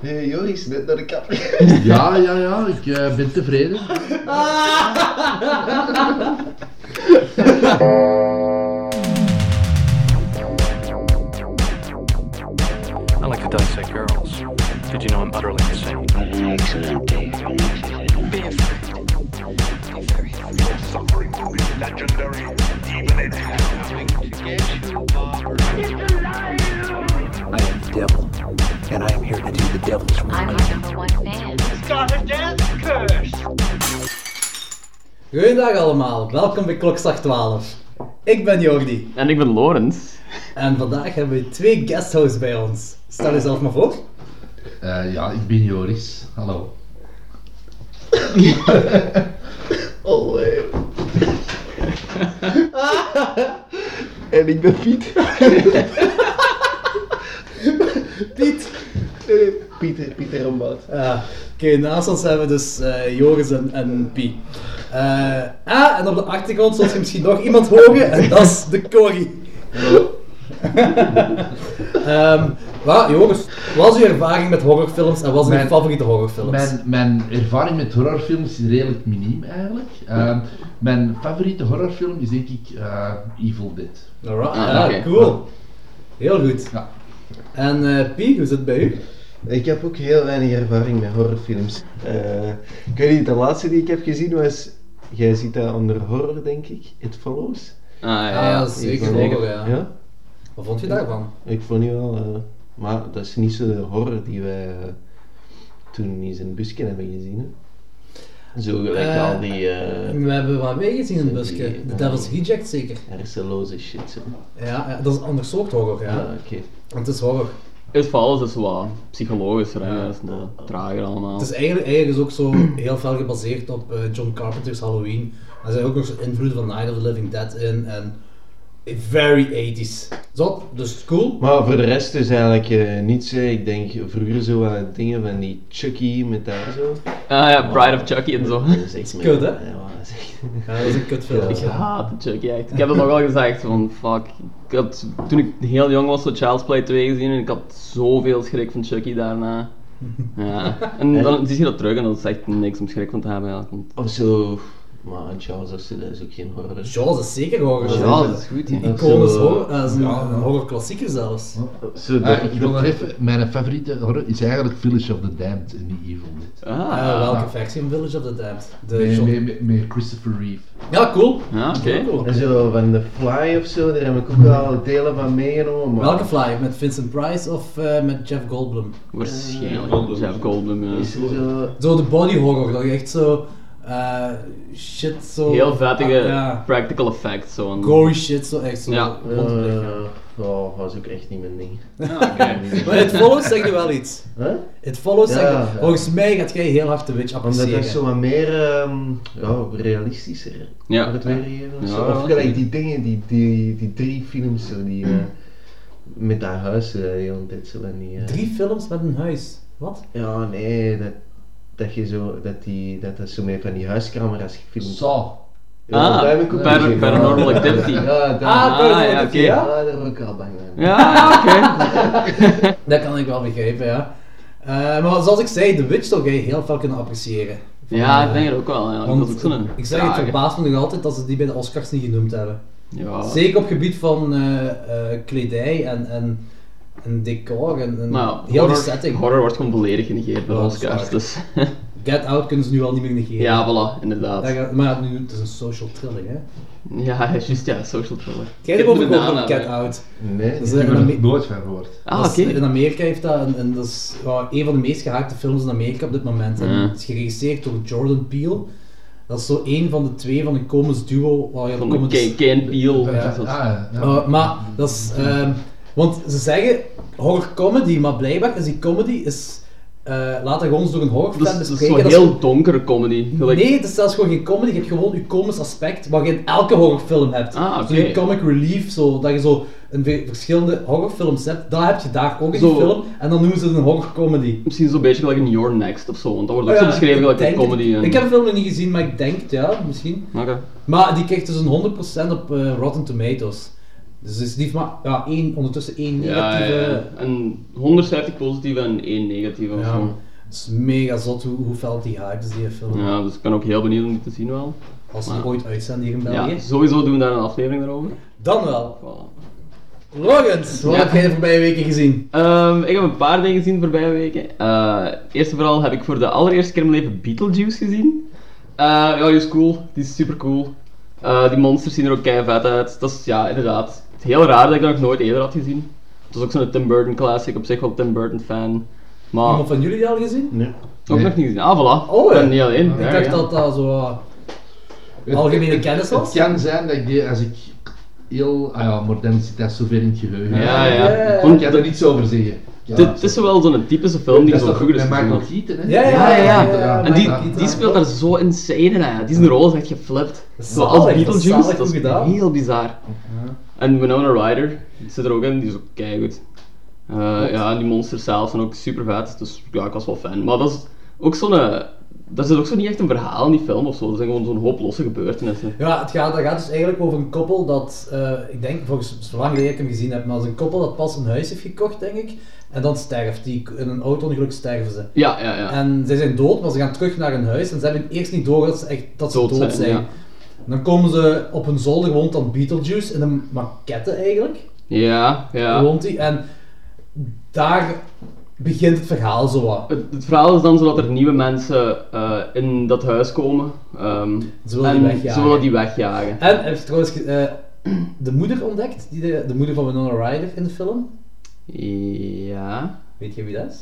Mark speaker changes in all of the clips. Speaker 1: Hé Joris, net naar de kapper.
Speaker 2: Ja, ja, ja, ik eh, ben tevreden.
Speaker 3: I like the dissect girls. Did you know I'm utterly insane?
Speaker 4: I am the devil, and I am here to do the devil's work.
Speaker 5: I'm your number one fan.
Speaker 6: Goedendag allemaal, welkom bij Klokslag 12. Ik ben Jordi
Speaker 7: En ik ben Lorenz.
Speaker 6: en vandaag hebben we twee guesthosts bij ons. Stel jezelf maar voor.
Speaker 2: Eh, ja, ik ben Joris. Hallo.
Speaker 1: Oh, hé. En ik ben Piet.
Speaker 6: Piet!
Speaker 1: Eh, Pieter, Pieter Rombout.
Speaker 6: Ja, Oké, naast ons hebben we dus eh, Joris en, en Pi. Eh, ah, en op de achtergrond zult je misschien nog iemand horen en dat is de Corrie. Ehm wat, Joris, wat is uw ervaring met horrorfilms en wat is uw
Speaker 2: Mijn-
Speaker 6: favoriete horrorfilms?
Speaker 2: Mijn, mijn ervaring met horrorfilms is redelijk miniem eigenlijk. Ehm, mijn favoriete horrorfilm is denk ik eh, Evil Dead.
Speaker 6: Alright,
Speaker 7: Ah,
Speaker 6: ja,
Speaker 7: oké.
Speaker 6: cool. Heel goed.
Speaker 2: Ja.
Speaker 6: En eh Pi, hoe zit het bij u?
Speaker 1: Ik heb ook heel weinig ervaring met horrorfilms. Eh, ik weet niet, de laatste die ik heb gezien was... Jij ziet dat onder horror, denk ik. It Follows.
Speaker 7: Ah, ja,
Speaker 6: Ah,
Speaker 7: ja.
Speaker 6: zeker.
Speaker 7: Ik
Speaker 6: Horror,
Speaker 7: ben-
Speaker 6: ja.
Speaker 1: Ja?
Speaker 6: Wat vond je daarvan?
Speaker 1: Ik vond die wel... eh, maar dat is niet zo de horror die wij eh, toen in zijn busken hebben gezien. Hè. Zo gelijk
Speaker 6: Eh,
Speaker 1: al die eh,
Speaker 6: We hebben wat meegezien in het busje. The Devil's Reject zeker.
Speaker 1: hersenloze shit. Zo.
Speaker 6: Ja, ja, dat is een ander soort horror, ja.
Speaker 1: Ah, oké.
Speaker 6: Want het is horror.
Speaker 7: Het vallen is wat psychologischer, hè. Dat is wat trager allemaal.
Speaker 6: Het is eigenlijk, eigenlijk is ook zo heel veel gebaseerd op eh, John Carpenter's Halloween. Er zijn ook nog zo'n invloeden van Night of the Living Dead in en very 80s. Zo, dus cool.
Speaker 1: Maar voor de rest is eigenlijk eh, niets. hè. Ik denk vroeger zo aan dingen van die Chucky met daar zo.
Speaker 7: Ah ja, Bride of Chucky en zo.
Speaker 1: Dat is echt meer-
Speaker 6: kut, hè?
Speaker 1: Ja, maar dat is echt-
Speaker 6: Ja, dat is een kutfilm.
Speaker 7: Ik haat de Chucky echt. Ik heb het nog al gezegd van fuck. Ik had, toen ik heel jong was, zo Child's Play 2 gezien en ik had zoveel schrik van Chucky daarna. Ja. En dan zie je dat terug en dat is echt niks om schrik van te hebben eigenlijk. Want-
Speaker 1: Of zo. Maar Charles of zo, dat is ook geen horror. hè.
Speaker 6: Jaws is zeker horror.
Speaker 7: Ja, dat is goed. hè.
Speaker 1: Dat
Speaker 6: Gewoon
Speaker 1: zo-
Speaker 6: is horror, eh, is een,
Speaker 2: Ja.
Speaker 6: een horrorklassieker zelfs.
Speaker 1: Zo,
Speaker 2: Eh,
Speaker 1: dat-
Speaker 2: ik wil
Speaker 1: dat-
Speaker 2: nog even, mijn favoriete horror is eigenlijk Village of the Damned en niet Evil Dead.
Speaker 6: Eh,
Speaker 7: Ah,
Speaker 6: welke
Speaker 2: ja.
Speaker 6: versie van Village of the Damned? De
Speaker 2: Met,
Speaker 6: John-
Speaker 2: met- met- met Christopher Reeve.
Speaker 6: Ja, cool.
Speaker 7: Ja, oké.
Speaker 6: Heel cool.
Speaker 1: En zo van The Fly of zo, daar heb ik ook al delen van meegenomen. maar-
Speaker 6: Welke fly? Met Vincent Price of eh, met Jeff Goldblum?
Speaker 7: waarschijnlijk. Jeff Goldblum. ja.
Speaker 1: Is er zo.
Speaker 6: Zo de body horror, dat je echt zo eh, shit zo...
Speaker 7: Heel vettige
Speaker 6: Ah, ja.
Speaker 7: practical effects. Zo aan-
Speaker 6: Gory shit, zo echt zo.
Speaker 7: Ja.
Speaker 6: rondleggen.
Speaker 1: eh, oh, was ook echt niet mijn ding.
Speaker 7: Ah,
Speaker 6: Maar het follows zegt je wel iets.
Speaker 1: Huh?
Speaker 6: Het follows
Speaker 1: Ja,
Speaker 6: zegt
Speaker 1: ja.
Speaker 6: Volgens mij gaat jij heel hard de witch
Speaker 1: Omdat
Speaker 6: appreciëren.
Speaker 1: dat zo wat meer ehm, ja, realistischer
Speaker 7: Ja.
Speaker 1: het weergeven.
Speaker 7: Ja,
Speaker 1: Zo, of
Speaker 7: ja,
Speaker 1: gelijk
Speaker 7: zeker.
Speaker 1: die dingen, die, die, die drie films zo die eh, met dat huis eh, de hele tijd zo van die... eh,
Speaker 6: Drie films met een huis. Wat?
Speaker 1: Ja, nee, dat, dat je zo, dat die, dat, dat zo met van die huiscamera's gefilmd.
Speaker 2: Zo.
Speaker 1: Ja,
Speaker 7: Ah,
Speaker 1: daar heb ik ook
Speaker 7: para-
Speaker 1: gezien.
Speaker 7: paranormal activity.
Speaker 1: Ja, daar,
Speaker 6: Ah,
Speaker 7: Ah, ja,
Speaker 6: oké.
Speaker 7: oké.
Speaker 1: ja, daar ben ik al bang van.
Speaker 7: Ja, oké.
Speaker 6: Dat kan ik wel begrijpen, ja. Eh, maar zoals ik zei, de witch zou jij heel veel kunnen appreciëren.
Speaker 7: Ja, ik denk het ook wel. Ja. Ah, dat is ook zo'n
Speaker 6: ik zeg het,
Speaker 7: trage.
Speaker 6: verbaast me nog altijd dat ze die bij de Oscars niet genoemd hebben.
Speaker 7: Ja.
Speaker 6: Zeker op het gebied van eh, eh, kledij en, en, en decor en, en
Speaker 7: Maar ja,
Speaker 6: heel die
Speaker 7: Nou, horror,
Speaker 6: setting.
Speaker 7: horror wordt gewoon volledig genegeerd bij
Speaker 6: Ja,
Speaker 7: de
Speaker 6: dat is
Speaker 7: Oscars.
Speaker 6: waar.
Speaker 7: Dus.
Speaker 6: Get Out kunnen ze nu al niet meer negeren.
Speaker 7: ja, voilà, inderdaad.
Speaker 6: Daar gaat- maar ja, nu, het is een social trilling, hè.
Speaker 7: Ja, juist, ja, social thriller.
Speaker 6: Jij hebt ook
Speaker 7: Ik heb de naam
Speaker 6: over Get
Speaker 7: eigenlijk.
Speaker 6: Out.
Speaker 1: Nee,
Speaker 6: Dat is
Speaker 1: nee.
Speaker 2: Ik heb er
Speaker 6: in, Ame-
Speaker 2: nog nooit van gehoord.
Speaker 7: Ah,
Speaker 6: dat
Speaker 7: oké.
Speaker 6: is- in Amerika heeft dat, een, een- dat is ja, een van de meest gehaakte films in Amerika op dit moment. En
Speaker 7: Ja.
Speaker 6: Het is geregisseerd door Jordan Peele. Dat is zo één van de twee van een comedies duo. waar je
Speaker 7: Van
Speaker 6: comedies-
Speaker 7: de K- dus Kane Peele.
Speaker 2: Ja,
Speaker 7: zo-
Speaker 2: ja, ja.
Speaker 6: Uh, maar dat is. ehm, want ze zeggen horror comedy, maar blijkbaar is die comedy. Is, eh laten we ons door een horrorfan
Speaker 7: dus Dat is, dat is
Speaker 6: bespreken.
Speaker 7: zo'n
Speaker 6: dat is-
Speaker 7: heel donkere comedy. Gelijk-
Speaker 6: Nee, het is zelfs gewoon geen comedy. Je hebt gewoon je komisch aspect wat je in elke horrorfilm hebt.
Speaker 7: Ah, oké.
Speaker 6: Zo je comic relief, zo, dat je zo een ve- verschillende horrorfilms hebt. Dat heb je daar ook in die
Speaker 7: Zo.
Speaker 6: film. En dan noemen ze het een horrorcomedy.
Speaker 7: Misschien zo'n beetje gelijk een Your Next of zo, want dat wordt ook
Speaker 6: comedy.
Speaker 7: zo beschreven gelijk een comedy. eh. en-
Speaker 6: Oh Ik heb de film nog niet gezien, maar ik denk het, ja, misschien.
Speaker 7: Oké.
Speaker 6: Maar die kreeg dus een 100% op eh, Rotten Tomatoes. Dus het is lief maar ja, één, ondertussen één
Speaker 7: Ja,
Speaker 6: negatieve.
Speaker 7: ja, en 150 positieve en 1 negatieve of
Speaker 6: Ja.
Speaker 7: zo.
Speaker 6: Het is mega zot hoe, hoe fel die hype is die film.
Speaker 7: Ja, dus ik ben ook heel benieuwd om die te zien wel.
Speaker 6: Als ze
Speaker 7: maar-
Speaker 6: die ooit uitzenden hier in België.
Speaker 7: Ja, sowieso doen we daar een aflevering over.
Speaker 6: Dan wel.
Speaker 7: Voilà.
Speaker 6: Logans, wat
Speaker 7: Ja.
Speaker 6: heb jij de voorbije weken gezien?
Speaker 7: Ehm, ik heb een paar dingen gezien de voorbije weken. Eh eerst en vooral heb ik voor de allereerste keer in mijn leven Beetlejuice gezien. Eh, ja, die is cool. Die is super cool. die monsters zien er ook kei vet uit. Dat is ja, inderdaad. Het is heel raar dat ik dat nog nooit eerder had gezien. Het was ook zo'n Tim Burton classic. Op zich wel Tim Burton fan. Maar
Speaker 6: Iemand van jullie die al gezien?
Speaker 1: Nee.
Speaker 7: ook nog niet gezien. Ah, voilà.
Speaker 6: Oh,
Speaker 7: ik
Speaker 6: ja.
Speaker 7: ben niet alleen.
Speaker 6: ik
Speaker 7: Daar,
Speaker 6: dacht
Speaker 7: ja.
Speaker 6: dat dat zo. eh,
Speaker 2: Het-
Speaker 6: Algemene
Speaker 2: het-
Speaker 6: kennis
Speaker 2: Het,
Speaker 6: was?
Speaker 2: kan zijn dat ik die, als ik heel... Ah ja, modern zit dat zover in het geheugen.
Speaker 7: Ja, ja.
Speaker 6: Ja.
Speaker 2: Ik
Speaker 7: Want
Speaker 2: kan
Speaker 7: dat-
Speaker 2: er niets over zeggen. Ja,
Speaker 7: Dit is wel zo'n typische film die
Speaker 2: dat is
Speaker 7: zo
Speaker 2: toch
Speaker 7: goed dus is.
Speaker 2: met Michael
Speaker 7: gezien.
Speaker 2: Keaton, hè?
Speaker 6: Ja, ja, ja,
Speaker 7: ja, ja.
Speaker 6: ja.
Speaker 7: En
Speaker 6: Michael
Speaker 7: die,
Speaker 6: Keaton.
Speaker 7: die speelt daar zo insane in. Hè. Die is een rol is echt geflipt. Zo
Speaker 6: Zalig,
Speaker 7: als
Speaker 6: dat is zalig
Speaker 7: Beetlejuice,
Speaker 6: goed
Speaker 7: dat is
Speaker 6: gedaan.
Speaker 7: heel bizar. En Winona Ryder die zit er ook in, die is ook keigoed. Eh, ja, en die monsters zelf zijn ook super vet, dus ja, ik was wel fan. Maar dat is ook zo'n... eh, Daar zit ook zo niet echt een verhaal in die film of zo, dat zijn gewoon zo'n hoop losse gebeurtenissen.
Speaker 6: Ja, het gaat, het gaat dus eigenlijk over een koppel dat, eh, ik denk, volgens zolang dat ik hem gezien heb, maar als een koppel dat pas een huis heeft gekocht, denk ik, en dan sterft die, in een auto-ongeluk sterven ze.
Speaker 7: Ja, ja, ja.
Speaker 6: En zij zijn dood, maar ze gaan terug naar hun huis en ze hebben eerst niet door dat ze, echt, dat ze dood,
Speaker 7: Dood
Speaker 6: zijn.
Speaker 7: zijn, ja.
Speaker 6: En dan komen ze op een zolder, woont dan Beetlejuice in een maquette eigenlijk,
Speaker 7: Ja, ja.
Speaker 6: woont hij, en daar begint het verhaal zo wat.
Speaker 7: Het, het verhaal is dan zo dat er nieuwe mensen eh, in dat huis komen. ehm,
Speaker 6: Ze willen
Speaker 7: en
Speaker 6: die wegjagen.
Speaker 7: Ze willen die wegjagen.
Speaker 6: En heb je trouwens ge- eh, de moeder ontdekt, die de, de moeder van Winona Ryder in de film?
Speaker 7: Ja.
Speaker 6: Weet je wie dat is?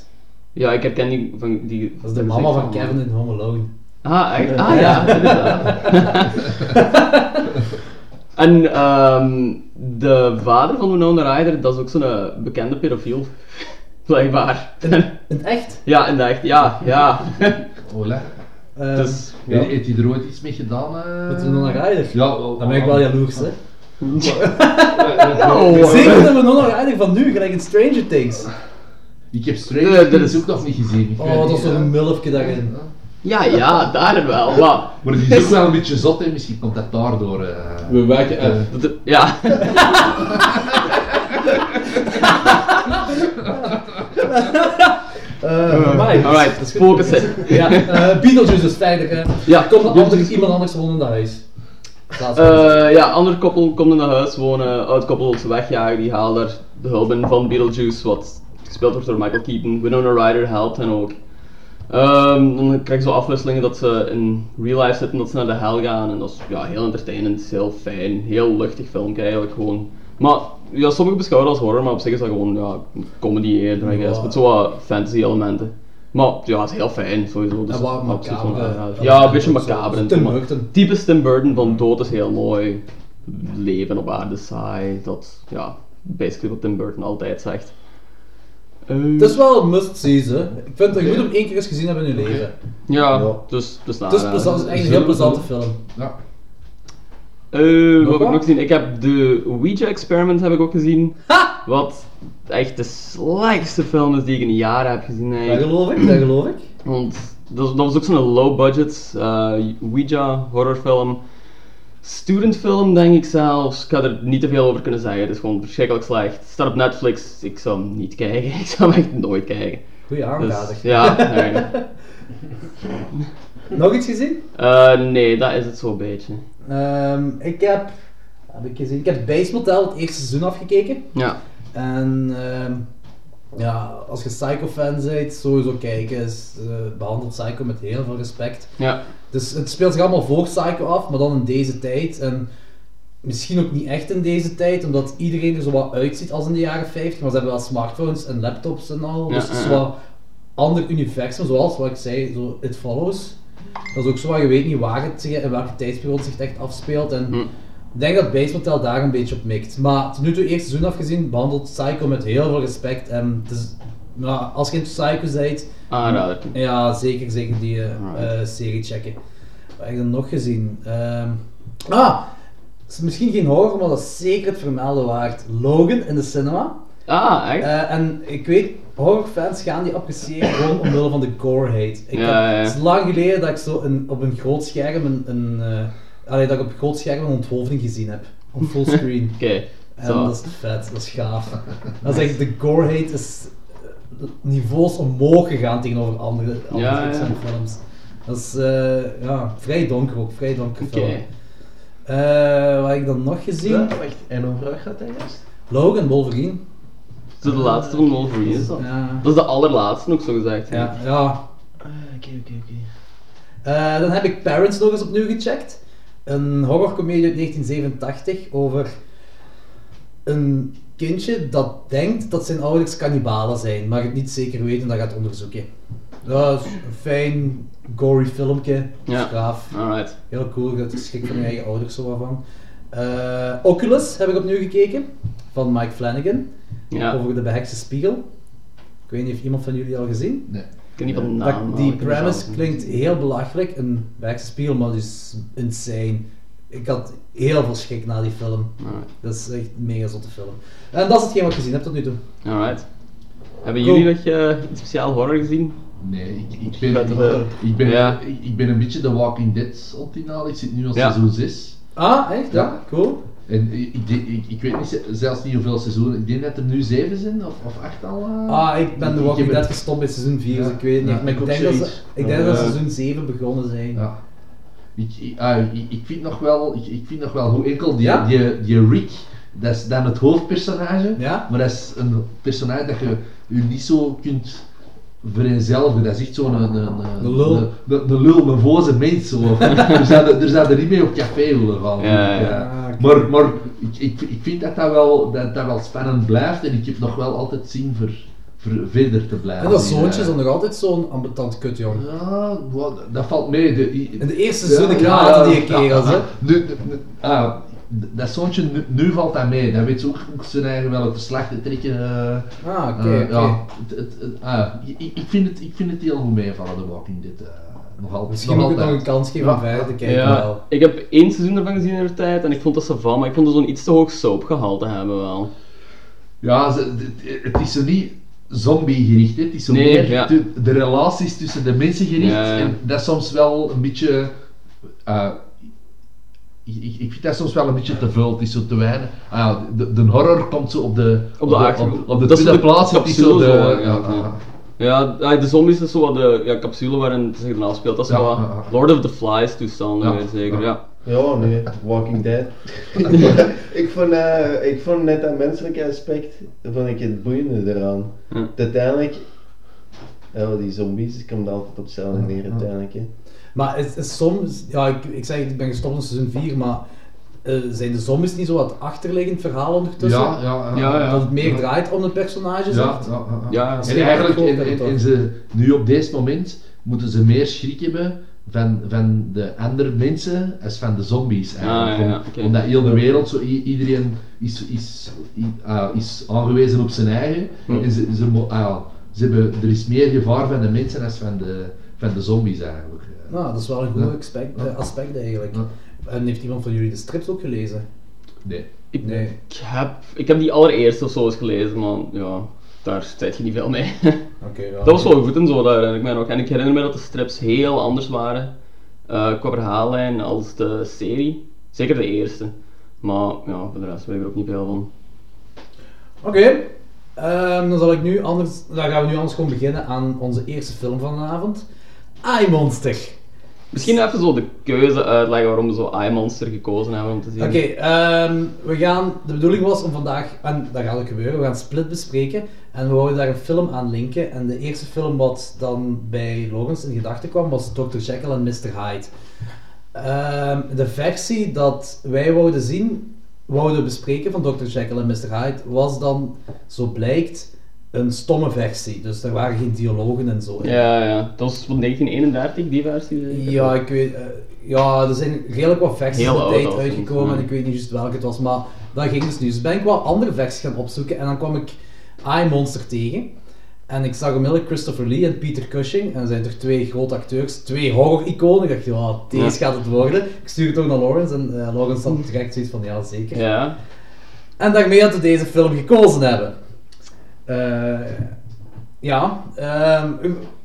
Speaker 7: Ja, ik herken die van die.
Speaker 6: Dat is de mama van Kevin in Home Alone.
Speaker 7: Ah, echt? Ah ja, inderdaad. en ehm, de vader van Winona Ryder, dat is ook zo'n eh, bekende pedofiel. Blijkbaar.
Speaker 6: In, in het echt?
Speaker 7: ja, in de echt, ja, ja.
Speaker 2: Ola.
Speaker 6: Ehm,
Speaker 7: dus,
Speaker 2: Heeft- Heeft hij er ooit iets mee gedaan? eh?
Speaker 6: Met Winona Ryder?
Speaker 2: Ja.
Speaker 6: Dan ben ik wel jaloers, hè.
Speaker 7: oh, eh,
Speaker 6: Zeker de Winona Ryder van nu, gelijk in Stranger Things.
Speaker 2: Ik heb Stranger
Speaker 7: Eh, dat
Speaker 2: Things
Speaker 7: is-
Speaker 2: ook nog niet gezien. Ik
Speaker 6: Oh,
Speaker 2: weet
Speaker 6: wat
Speaker 2: niet,
Speaker 6: was zo'n
Speaker 2: eh.
Speaker 6: milfje daarin.
Speaker 7: ja, ja, daar wel. Maar,
Speaker 2: Maar die is ook wel een beetje zot, hè. Misschien komt dat daardoor. eh.
Speaker 7: We wijken uit. Dat, het- ja.
Speaker 6: Eh, maar-
Speaker 7: Alright,
Speaker 6: dat is goed.
Speaker 7: focus in.
Speaker 6: Ja, eh, Beetlejuice is verder, hè.
Speaker 7: Ja,
Speaker 6: Komt er altijd
Speaker 7: Beetlejuice.
Speaker 6: iemand anders gewoon in dat huis? Laatste
Speaker 7: Eh, ja, ander koppel komt in een huis wonen, oud koppel wil ze wegjagen, die haalt daar de hulp in van Beetlejuice, wat gespeeld wordt door Michael Keaton. Winona Ryder helpt hen ook. Ehm, dan krijg je zo afwisselingen dat ze in real life zitten, dat ze naar de hel gaan. En dat is ja, heel entertainend, heel fijn, heel luchtig filmpje eigenlijk gewoon. Maar ja, sommigen beschouwen dat als horror, maar op zich is dat gewoon ja, comedy eerder, I guess.
Speaker 6: Ja.
Speaker 7: Met zo wat fantasy elementen. Maar ja, het is heel fijn sowieso. Dus
Speaker 6: En wat
Speaker 7: absoluut
Speaker 6: macabre,
Speaker 7: wel aanrader.
Speaker 6: eh,
Speaker 7: Ja, een beetje
Speaker 6: elementen,
Speaker 7: macabre. en
Speaker 6: Tim
Speaker 7: zo, maar-
Speaker 6: Burton.
Speaker 7: typisch Tim Burton van dood is heel mooi, leven op aarde saai, dat ja, basically wat Tim Burton altijd zegt. Eh,
Speaker 6: Het is wel een must-see, hè. Ik vind het goed om één keer eens gezien hebben in je leven.
Speaker 7: ja,
Speaker 1: Ja.
Speaker 7: dus, dus
Speaker 6: Het is plezant, het is echt een heel plezante film.
Speaker 2: Ja.
Speaker 7: Eh, wat heb ik
Speaker 6: wat?
Speaker 7: nog gezien? Ik heb de Ouija Experiment heb ik ook gezien. Wat echt de slechtste film is die ik in jaren heb gezien
Speaker 6: Dat
Speaker 7: eigenlijk.
Speaker 6: geloof ik, dat geloof ik.
Speaker 7: Want dat, dat was ook zo'n low budget eh, Ouija horrorfilm. Studentfilm denk ik zelfs. Ik ga er niet te veel over kunnen zeggen. Het is gewoon verschrikkelijk slecht. Het staat op Netflix. Ik zou hem niet kijken. Ik zou hem echt nooit kijken.
Speaker 6: Goeie
Speaker 7: Dus,
Speaker 6: aanrader.
Speaker 7: ja, nee.
Speaker 6: Nog iets gezien?
Speaker 7: Eh, nee, dat is het zo'n beetje.
Speaker 6: Ehm, ik heb... Heb ik gezien? Ik heb Base Motel het eerste seizoen afgekeken.
Speaker 7: Ja.
Speaker 6: En ehm, ja, als je Psycho-fan bent, sowieso kijken. Is, eh, behandelt Psycho met heel veel respect.
Speaker 7: Ja.
Speaker 6: Dus het speelt zich allemaal voor Psycho af, maar dan in deze tijd. En misschien ook niet echt in deze tijd, omdat iedereen er zo wat uitziet als in de jaren 50. Maar ze hebben wel smartphones en laptops en al.
Speaker 7: Ja,
Speaker 6: dus het is
Speaker 7: ja, ja.
Speaker 6: wat ander universum, zoals wat ik zei, zo It Follows. Dat is ook zo waar je weet niet waar het zich, in welke tijdsperiode het zich echt afspeelt. En
Speaker 7: Hm.
Speaker 6: ik denk dat Bates Motel daar een beetje op mikt. Maar tot nu toe, eerste seizoen afgezien, behandelt Psycho met heel veel respect. En het is, nou, als je een Psycho bent,
Speaker 7: Aanrader.
Speaker 6: ja, zeker, zeker die eh,
Speaker 7: Alright.
Speaker 6: eh, serie checken. Wat heb ik dan nog gezien? Ehm, ah, is misschien geen horror, maar dat is zeker het vermelden waard. Logan in de cinema.
Speaker 7: Ah, echt?
Speaker 6: Eh, en ik weet, horrorfans gaan die appreciëren gewoon omwille van de gore hate. Ik
Speaker 7: Ja,
Speaker 6: heb,
Speaker 7: ja, ja.
Speaker 6: Het is lang geleden dat ik zo een, op een groot scherm een, een eh, allee, dat ik op een groot scherm een onthoofding gezien heb. Op fullscreen.
Speaker 7: Oké.
Speaker 6: En
Speaker 7: Zo.
Speaker 6: dat is vet, dat is gaaf. Dat is echt, de gore-hate is eh, niveaus omhoog gegaan tegenover andere, andere
Speaker 7: Ja, ja.
Speaker 6: films. Dat is eh, ja, vrij donker ook, vrij donker
Speaker 7: Oké.
Speaker 6: film. Eh, wat heb ik dan nog gezien?
Speaker 1: Ja, wacht, en over wat gaat hij juist?
Speaker 6: Logan, Wolverine.
Speaker 7: Zo de laatste van Wolverine is dat.
Speaker 6: Ja,
Speaker 7: Dat is de allerlaatste ook zo gezegd. hè.
Speaker 6: ja. ja.
Speaker 1: Ah, oké, oké, oké.
Speaker 6: Eh, dan heb ik Parents nog eens opnieuw gecheckt. Een horrorcomedie uit 1987 over een kindje dat denkt dat zijn ouders kannibalen zijn, maar het niet zeker weet en dat gaat onderzoeken. Dat is een fijn, gory filmpje.
Speaker 7: Ja.
Speaker 6: Gaaf.
Speaker 7: Alright.
Speaker 6: Heel cool, dat is schrik van je eigen ouders zo wat van. Eh, Oculus heb ik opnieuw gekeken, van Mike Flanagan,
Speaker 7: Ja. Ik
Speaker 6: over de behekste spiegel. Ik weet niet of iemand van jullie al gezien?
Speaker 2: Nee.
Speaker 7: ken niet van de
Speaker 6: Dat-
Speaker 7: naam.
Speaker 2: Nou,
Speaker 7: maar
Speaker 6: die
Speaker 7: ik ken de
Speaker 6: premise
Speaker 7: zaal.
Speaker 6: klinkt heel belachelijk. Een backspiel, maar die is insane. Ik had heel veel schrik na die film.
Speaker 7: Alright.
Speaker 6: Dat is echt een mega zotte film. En dat is hetgeen wat ik gezien heb tot nu toe.
Speaker 7: Alright. Hebben
Speaker 6: Cool.
Speaker 7: jullie nog eh, iets speciaal horror gezien?
Speaker 2: Nee, ik, ik, ben,
Speaker 7: Dat
Speaker 2: ik,
Speaker 1: wel.
Speaker 2: ik ben,
Speaker 7: Ja.
Speaker 2: ik, ik ben een beetje de Walking Dead op die naal. Ik zit nu aan
Speaker 7: Ja.
Speaker 2: seizoen 6.
Speaker 6: Ah, echt? Ja,
Speaker 2: Ja.
Speaker 6: cool.
Speaker 2: En ik, ik, ik, ik weet niet, ze- zelfs niet hoeveel seizoenen. Ik denk dat er nu 7 zijn of, of 8 al. eh.
Speaker 6: Ah, ik ben de
Speaker 2: Ik
Speaker 6: Walking
Speaker 2: heb
Speaker 6: Dead
Speaker 2: het-
Speaker 6: gestopt bij seizoen 4, dus
Speaker 2: Ja.
Speaker 6: ik weet niet.
Speaker 2: Ja,
Speaker 6: maar
Speaker 2: ik
Speaker 6: ik
Speaker 2: ook
Speaker 6: denk, dat ze,
Speaker 2: zoiets.
Speaker 6: ik denk dat
Speaker 2: Ja.
Speaker 6: ze seizoen 7 begonnen zijn.
Speaker 2: Ja. Ik, ik, ah, ik, ik vind nog wel, ik, ik vind nog wel hoe enkel die,
Speaker 6: Ja?
Speaker 2: die, die Rick, dat is dan het hoofdpersonage,
Speaker 6: Ja?
Speaker 2: maar dat is een personage dat je je niet zo kunt vereenzelven. Dat is echt zo'n een, een,
Speaker 6: Een lul.
Speaker 2: Een, een, een lul, een voze mens. Zo. Dus er zouden er zouden niet mee op café willen gaan.
Speaker 7: Ja, ja.
Speaker 6: Ah, oké.
Speaker 2: Maar, maar ik, ik, ik vind dat dat, wel, dat dat wel spannend blijft en ik heb nog wel altijd zin voor, voor verder te blijven.
Speaker 6: En dat zoontje is
Speaker 2: Ja.
Speaker 6: dan nog altijd zo'n ambetant kut, jong.
Speaker 2: Ja, wat- dat valt mee. De, i-
Speaker 6: In de eerste seizoen, ik haatte die kerels, hè.
Speaker 2: nu, nu- nu- ah, d- dat zoontje, nu, nu valt dat mee. Dat weet ze ook, ook zijn eigen wel het verslag te trekken. eh,
Speaker 6: Ah, oké,
Speaker 2: eh,
Speaker 6: oké.
Speaker 2: ja, het, het, het- ah, ik, ik vind het, ik vind het heel goed meevallen, de Walking Dead. eh, nog altijd.
Speaker 6: Misschien moet ik het nog
Speaker 2: altijd.
Speaker 6: een kans geven
Speaker 2: Ja.
Speaker 6: om verder te kijken. wel.
Speaker 7: Ik heb één seizoen ervan gezien in de tijd en ik vond dat ze van, maar ik vond dat ze een iets te hoog soapgehalte hebben wel.
Speaker 2: Ja, ze- het- het is zo niet zombie-gericht. hè. Het is zo
Speaker 7: Nee,
Speaker 2: meer
Speaker 7: ja.
Speaker 2: tu- de relaties tussen de mensen gericht.
Speaker 7: Ja, ja.
Speaker 2: En dat is soms wel een beetje... eh, ik, ik- ik vind dat soms wel een beetje te veel. Het is zo te weinig. Ah ja, de, de horror komt zo op de,
Speaker 7: Op de
Speaker 2: op,
Speaker 7: achtergrond.
Speaker 2: op de
Speaker 7: Dat is
Speaker 2: tweede
Speaker 7: de
Speaker 2: plaats. Het is zo
Speaker 7: capsule
Speaker 2: de...
Speaker 7: zo, hè,
Speaker 2: ja,
Speaker 7: ja, ja. Ja, ah, de zombies is zo wat de ja, capsule waarin het zich dan afspeelt. Dat is
Speaker 2: Ja,
Speaker 7: wat
Speaker 2: ja, ja.
Speaker 7: Lord of the Flies toestanden,
Speaker 2: Ja,
Speaker 7: weer zeker.
Speaker 2: ja.
Speaker 7: Ja.
Speaker 1: Ja, nee, Walking Dead. ik, vond, ik, vond, eh, ik vond net dat menselijke aspect vond ik het boeiende eraan.
Speaker 7: Ja.
Speaker 1: Uiteindelijk, ja, die zombies, ik kom er altijd op hetzelfde neer uiteindelijk. Hè.
Speaker 6: Maar is, is soms, ja, ik, ik zeg, ik ben gestopt in seizoen 4, maar eh, zijn de zombies niet zo wat achterliggend verhaal ondertussen?
Speaker 2: Ja, ja,
Speaker 7: Ja, ja.
Speaker 6: Dat het meer draait om de personages?
Speaker 2: Ja,
Speaker 6: echt?
Speaker 2: ja, ja,
Speaker 7: Ja, ja.
Speaker 2: En eigenlijk, en, en- en ze, nu op dit moment, moeten ze meer schrik hebben van, van de andere mensen als van de zombies. Eigenlijk.
Speaker 7: Ah, ja, ja,
Speaker 2: Om-
Speaker 7: oké.
Speaker 2: Omdat heel de wereld, zo, i- iedereen is, is, i- ah, is aangewezen op zijn eigen.
Speaker 7: Hm.
Speaker 2: En ze, ze, mo- ah, ze hebben, er is meer gevaar van de mensen als van de, van de zombies eigenlijk.
Speaker 6: Nou, dat is wel een goed
Speaker 2: Ja.
Speaker 6: aspect, eh,
Speaker 2: Ja.
Speaker 6: aspect eigenlijk.
Speaker 2: Ja.
Speaker 6: En heeft iemand van jullie de strips ook gelezen?
Speaker 2: Nee.
Speaker 7: Ik,
Speaker 6: Nee.
Speaker 7: ik, heb, ik heb die allereerste of zo eens gelezen, maar ja, daar zit je niet veel mee.
Speaker 6: Oké, ja.
Speaker 7: dat was wel goed en zo, dat herinner ik mij nog. En ik herinner me dat de strips heel anders waren eh qua verhaallijn als de serie. Zeker de eerste. Maar ja, voor de rest weet ik er ook niet veel van.
Speaker 6: Oké, ehm, dan zal ik nu anders, dan gaan we nu anders gewoon beginnen aan onze eerste film van de avond. I Monster.
Speaker 7: Misschien even zo de keuze uitleggen waarom we zo iMonster gekozen hebben om te zien.
Speaker 6: Oké, ehm, we gaan, de bedoeling was om vandaag, en dat gaat ook gebeuren, we gaan Split bespreken. En we wouden daar een film aan linken. En de eerste film wat dan bij Logans in gedachten kwam, was Dr. Jekyll en Mr. Hyde. Ehm, de versie dat wij wouden zien, wouden bespreken van Dr. Jekyll en Mr. Hyde, was dan, zo blijkt, een stomme versie. Dus er waren geen dialogen en zo in.
Speaker 7: Ja, ja. Dat was van 1931, die versie. zeker?
Speaker 6: Ja, ik weet, eh, ja, er zijn redelijk wat versies
Speaker 7: Heel
Speaker 6: in de
Speaker 7: oud
Speaker 6: tijd
Speaker 7: al soms,
Speaker 6: uitgekomen
Speaker 7: ja.
Speaker 6: en ik weet niet juist welke het was, maar dat ging dus nu. Dus ben ik wel andere versies gaan opzoeken en dan kwam ik I Monster tegen. En ik zag onmiddellijk Christopher Lee en Peter Cushing, en dat zijn er twee grote acteurs, twee horror-iconen. Ik dacht, ja, deze gaat het worden. Ik stuur het ook naar Lawrence en eh, Lawrence had direct zoiets van, ja, zeker.
Speaker 7: Ja.
Speaker 6: En daarmee dat we deze film gekozen hebben. Eh, ja, ehm,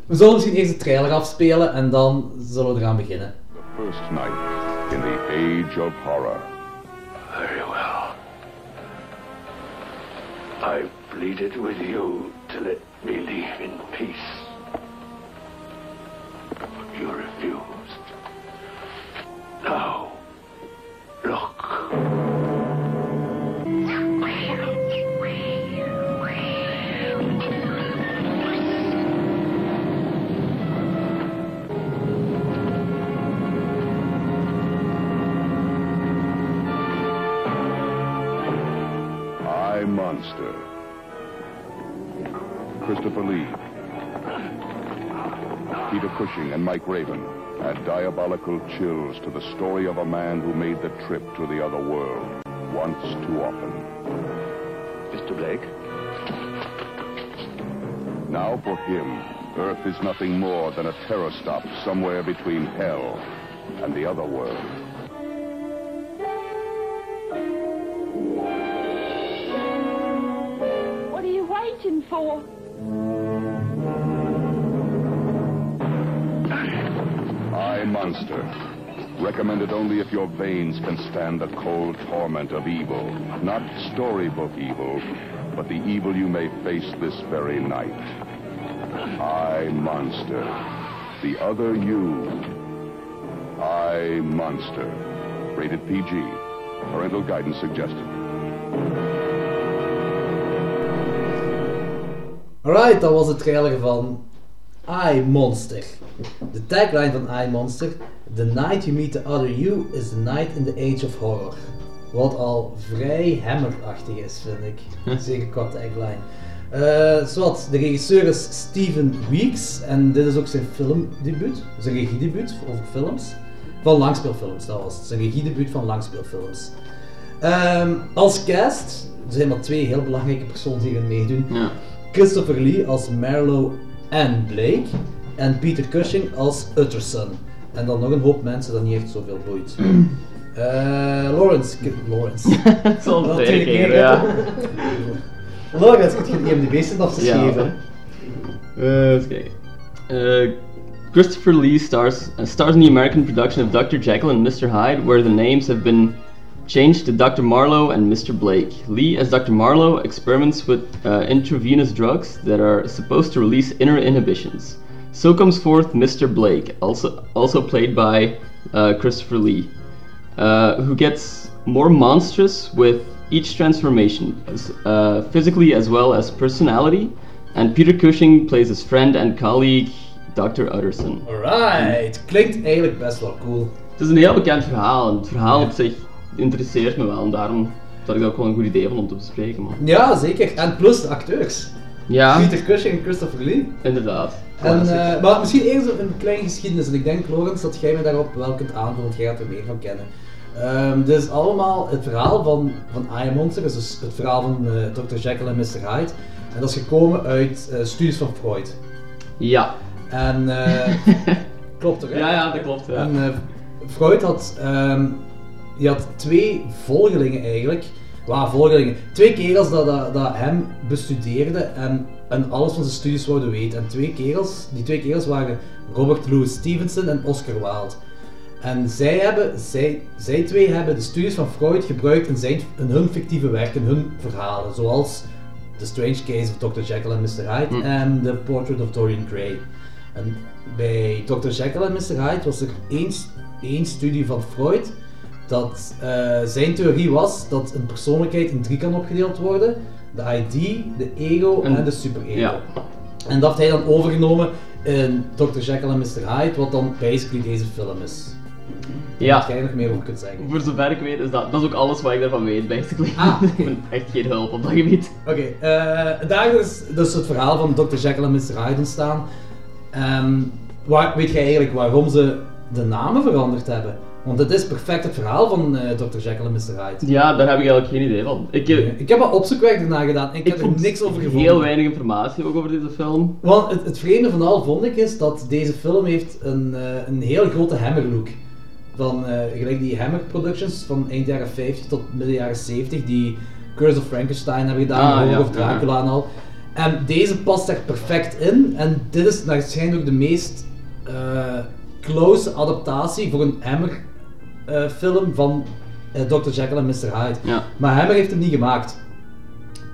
Speaker 6: we zullen misschien eerst de trailer afspelen en dan zullen we eraan beginnen.
Speaker 5: First night in the age of horror.
Speaker 3: Very well.
Speaker 4: I pleaded with you to let me leave in peace. But you refused. Now, look.
Speaker 5: I Monster. Christopher Lee. Peter Cushing and Mike Raven add diabolical chills to the story of a man who made the trip to the other world once too often.
Speaker 4: Mr. Blake?
Speaker 5: Now for him, Earth is nothing more than a terror stop somewhere between hell and the other world.
Speaker 8: What are you waiting for?
Speaker 5: I Monster. Recommended only if your veins can stand the cold torment of evil. Not storybook evil, but the evil you may face this very night. I Monster. The other you. I Monster. Rated PG. Parental guidance suggested.
Speaker 6: Alright, dat was de trailer van I Monster. De tagline van I Monster: The night you meet the other you is the night in the age of horror. Wat al vrij hammerachtig is, vind ik. Zeker qua tagline. Eh Zwat, de regisseur is Steven Weeks en dit is ook zijn filmdebuut, zijn regiedebuut over films. Van langspeelfilms, dat was het. Zijn regiedebuut van langspeelfilms. Ehm, als cast er zijn maar twee heel belangrijke personen die hierin meedoen.
Speaker 7: Ja.
Speaker 6: Christopher Lee als Marlowe en Blake. En Peter Cushing als Utterson. En dan nog een hoop mensen dat niet echt zoveel boeit. Eh Lawrence. K- Lawrence.
Speaker 7: Zo'n
Speaker 6: Wel
Speaker 7: tweede
Speaker 6: twee
Speaker 7: keer,
Speaker 6: keer,
Speaker 7: ja.
Speaker 6: Lawrence, kun je de IMDb zitten
Speaker 7: Ja.
Speaker 6: afgeschreven?
Speaker 7: Uh, let's see. Uh, Christopher Lee stars uh, stars in the American production of Dr. Jekyll and Mr. Hyde, where the names have been changed to Dr. Marlowe and Mr. Blake. Lee, as Dr. Marlowe, experiments with uh, intravenous drugs that are supposed to release inner inhibitions. So comes forth Mr. Blake, also also played by uh, Christopher Lee, uh, who gets more monstrous with each transformation, as- uh, physically as well as personality. And Peter Cushing plays his friend and colleague, Dr. Utterson.
Speaker 6: Alright, klinkt eigenlijk best wel cool.
Speaker 7: Het is een heel bekend verhaal. en Het verhaal op zich interesseert me wel. En daarom dat ik dat ook wel een goed idee vond om te bespreken. Man.
Speaker 6: Ja, zeker. En plus de acteurs.
Speaker 7: Ja,
Speaker 6: Peter Cushing en Christopher Lee.
Speaker 7: inderdaad.
Speaker 6: En,
Speaker 7: Classic.
Speaker 6: eh, maar misschien eerst een kleine geschiedenis. En ik denk, Lawrence, dat jij me daarop wel kunt aanvullen, want jij gaat er meer van kennen. Ehm dit is allemaal het verhaal van, van I Am Monster, is dus het verhaal van eh, Dr. Jekyll en Mr. Hyde. En dat is gekomen uit eh, studies van Freud.
Speaker 7: Ja.
Speaker 6: En eh, klopt toch? hè?
Speaker 7: ja, ja, dat klopt. Ja.
Speaker 6: En eh, Freud had, ehm, die had twee volgelingen eigenlijk. Waar volgelingen? Twee kerels dat, dat, dat hem bestudeerden en, en alles van zijn studies wouden weten. En twee kerels, die twee kerels waren Robert Louis Stevenson en Oscar Wilde. En zij, hebben, zij, zij twee hebben de studies van Freud gebruikt in, zijn, in hun fictieve werken, hun verhalen. Zoals The Strange Case of Dr. Jekyll and Mr. Hyde en The Portrait of Dorian Gray. En bij Dr. Jekyll en Mr. Hyde was er één, s- één studie van Freud dat eh, zijn theorie was dat een persoonlijkheid in drie kan opgedeeld worden. De ID, de ego en,
Speaker 7: En-
Speaker 6: de superego.
Speaker 7: ja.
Speaker 6: En dat had hij dan overgenomen in Dr. Jekyll en Mr. Hyde, wat dan basically deze film is. Wat
Speaker 7: ja.
Speaker 6: jij nog meer over kunt zeggen.
Speaker 7: Voor zover ik weet, is dat, dat is ook alles wat ik daarvan weet, basically.
Speaker 6: Ah, oké.
Speaker 7: ik ben echt geen hulp op dat gebied.
Speaker 6: Oké, eh daar is dus het verhaal van Dr. Jekyll en Mr. Hyde ontstaan. Ehm, waar, weet jij eigenlijk waarom ze de namen veranderd hebben? Want het is perfect het verhaal van eh, Dr. Jekyll en Mr. Hyde.
Speaker 7: Ja, daar heb ik eigenlijk geen idee van. Ik, eh, heb-
Speaker 6: Ik heb al opzoekwerk erna gedaan en ik, heb er
Speaker 7: vond
Speaker 6: niks over gevonden.
Speaker 7: Heel weinig informatie ook over deze film.
Speaker 6: Want het, het vreemde van al vond ik is dat deze film heeft een, eh, een heel grote hammerlook. Van eh, gelijk die Hammer Productions van eind jaren 50 tot midden jaren 70, die Curse of Frankenstein hebben gedaan,
Speaker 7: Ah,
Speaker 6: Horror
Speaker 7: ja,
Speaker 6: of Dracula en al. En deze past daar perfect in. En dit is naar schijnt ook de meest eh, close adaptatie voor een Hammer eh, film van eh, Dr. Jekyll en Mr. Hyde.
Speaker 7: Ja.
Speaker 6: Maar Hammer heeft hem niet gemaakt.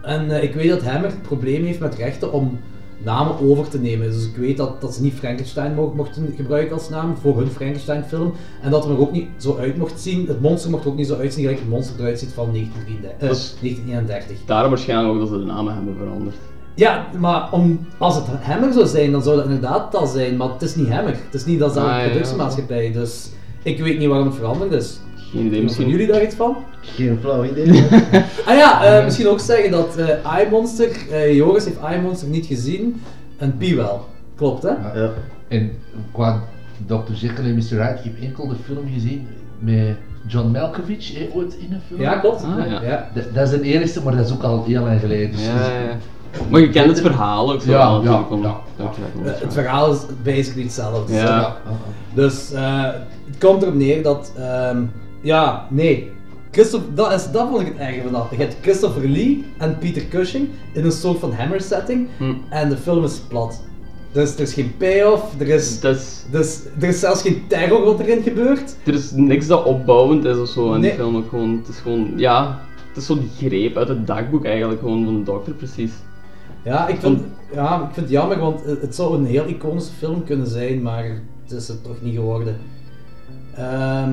Speaker 6: Eh, En eh, ik weet dat Hammer het probleem heeft met rechten om namen over te nemen. Dus ik weet dat, dat ze niet Frankenstein mo- mochten gebruiken als naam voor hun Frankenstein film. En dat het er ook niet zo uit mocht zien. Het monster mocht er ook niet zo uitzien gelijk het monster eruit ziet van 1933, eh,
Speaker 7: Dat is-
Speaker 6: 1931.
Speaker 7: Daarom waarschijnlijk ook dat ze de namen hebben veranderd.
Speaker 6: Ja, maar om, als het Hammer zou zijn, dan zou dat inderdaad dat zijn. Maar het is niet Hammer. Het is niet datzelfde
Speaker 7: Ah, ja, ja.
Speaker 6: productiemaatschappij. Dus ik weet niet waarom het veranderd is.
Speaker 7: Geen idee,
Speaker 6: Misschien
Speaker 7: misschien...
Speaker 6: jullie daar iets van?
Speaker 1: Geen flauw idee.
Speaker 6: Ah ja, eh, misschien ook zeggen dat eh iMonster, eh, Joris heeft iMonster niet gezien en Pi wel. Klopt hè?
Speaker 2: Ja.
Speaker 1: ja.
Speaker 2: En qua Dr. Jekyll en Mr. Hyde, ik heb enkel de film gezien met John Malkovich hè, ooit in een film.
Speaker 6: Ja, klopt.
Speaker 7: Ah, ja.
Speaker 6: Ja.
Speaker 2: Dat, dat is de enige, maar dat is ook al heel lang geleden. Dus
Speaker 7: Ja, ja, ja. Maar je kent het verhaal ook zo
Speaker 2: Ja,
Speaker 7: wel,
Speaker 2: ja,
Speaker 7: natuurlijk, om-
Speaker 2: ja, ja.
Speaker 7: om te kijken.
Speaker 6: Eh, het verhaal is basically hetzelfde.
Speaker 7: Ja.
Speaker 2: Ah, ah.
Speaker 6: Dus eh, het komt erop neer dat, ehm, ja, nee. Christopher, dat, is, dat vond ik het erge van dat. Je hebt Christopher Lee en Peter Cushing in een soort van hammer setting
Speaker 7: Hm.
Speaker 6: en de film is plat. Dus er is geen payoff, er is,
Speaker 7: Dat is...
Speaker 6: dus, er is zelfs geen terror wat erin gebeurt.
Speaker 7: Er is niks dat opbouwend is of zo in
Speaker 6: Nee.
Speaker 7: die film. Ook gewoon, het is gewoon, ja, het is zo'n greep uit het dagboek eigenlijk, gewoon van de dokter precies.
Speaker 6: Ja, ik vind, ja, ik vind het jammer, want het het zou een heel iconische film kunnen zijn, maar het is het toch niet geworden. Ehm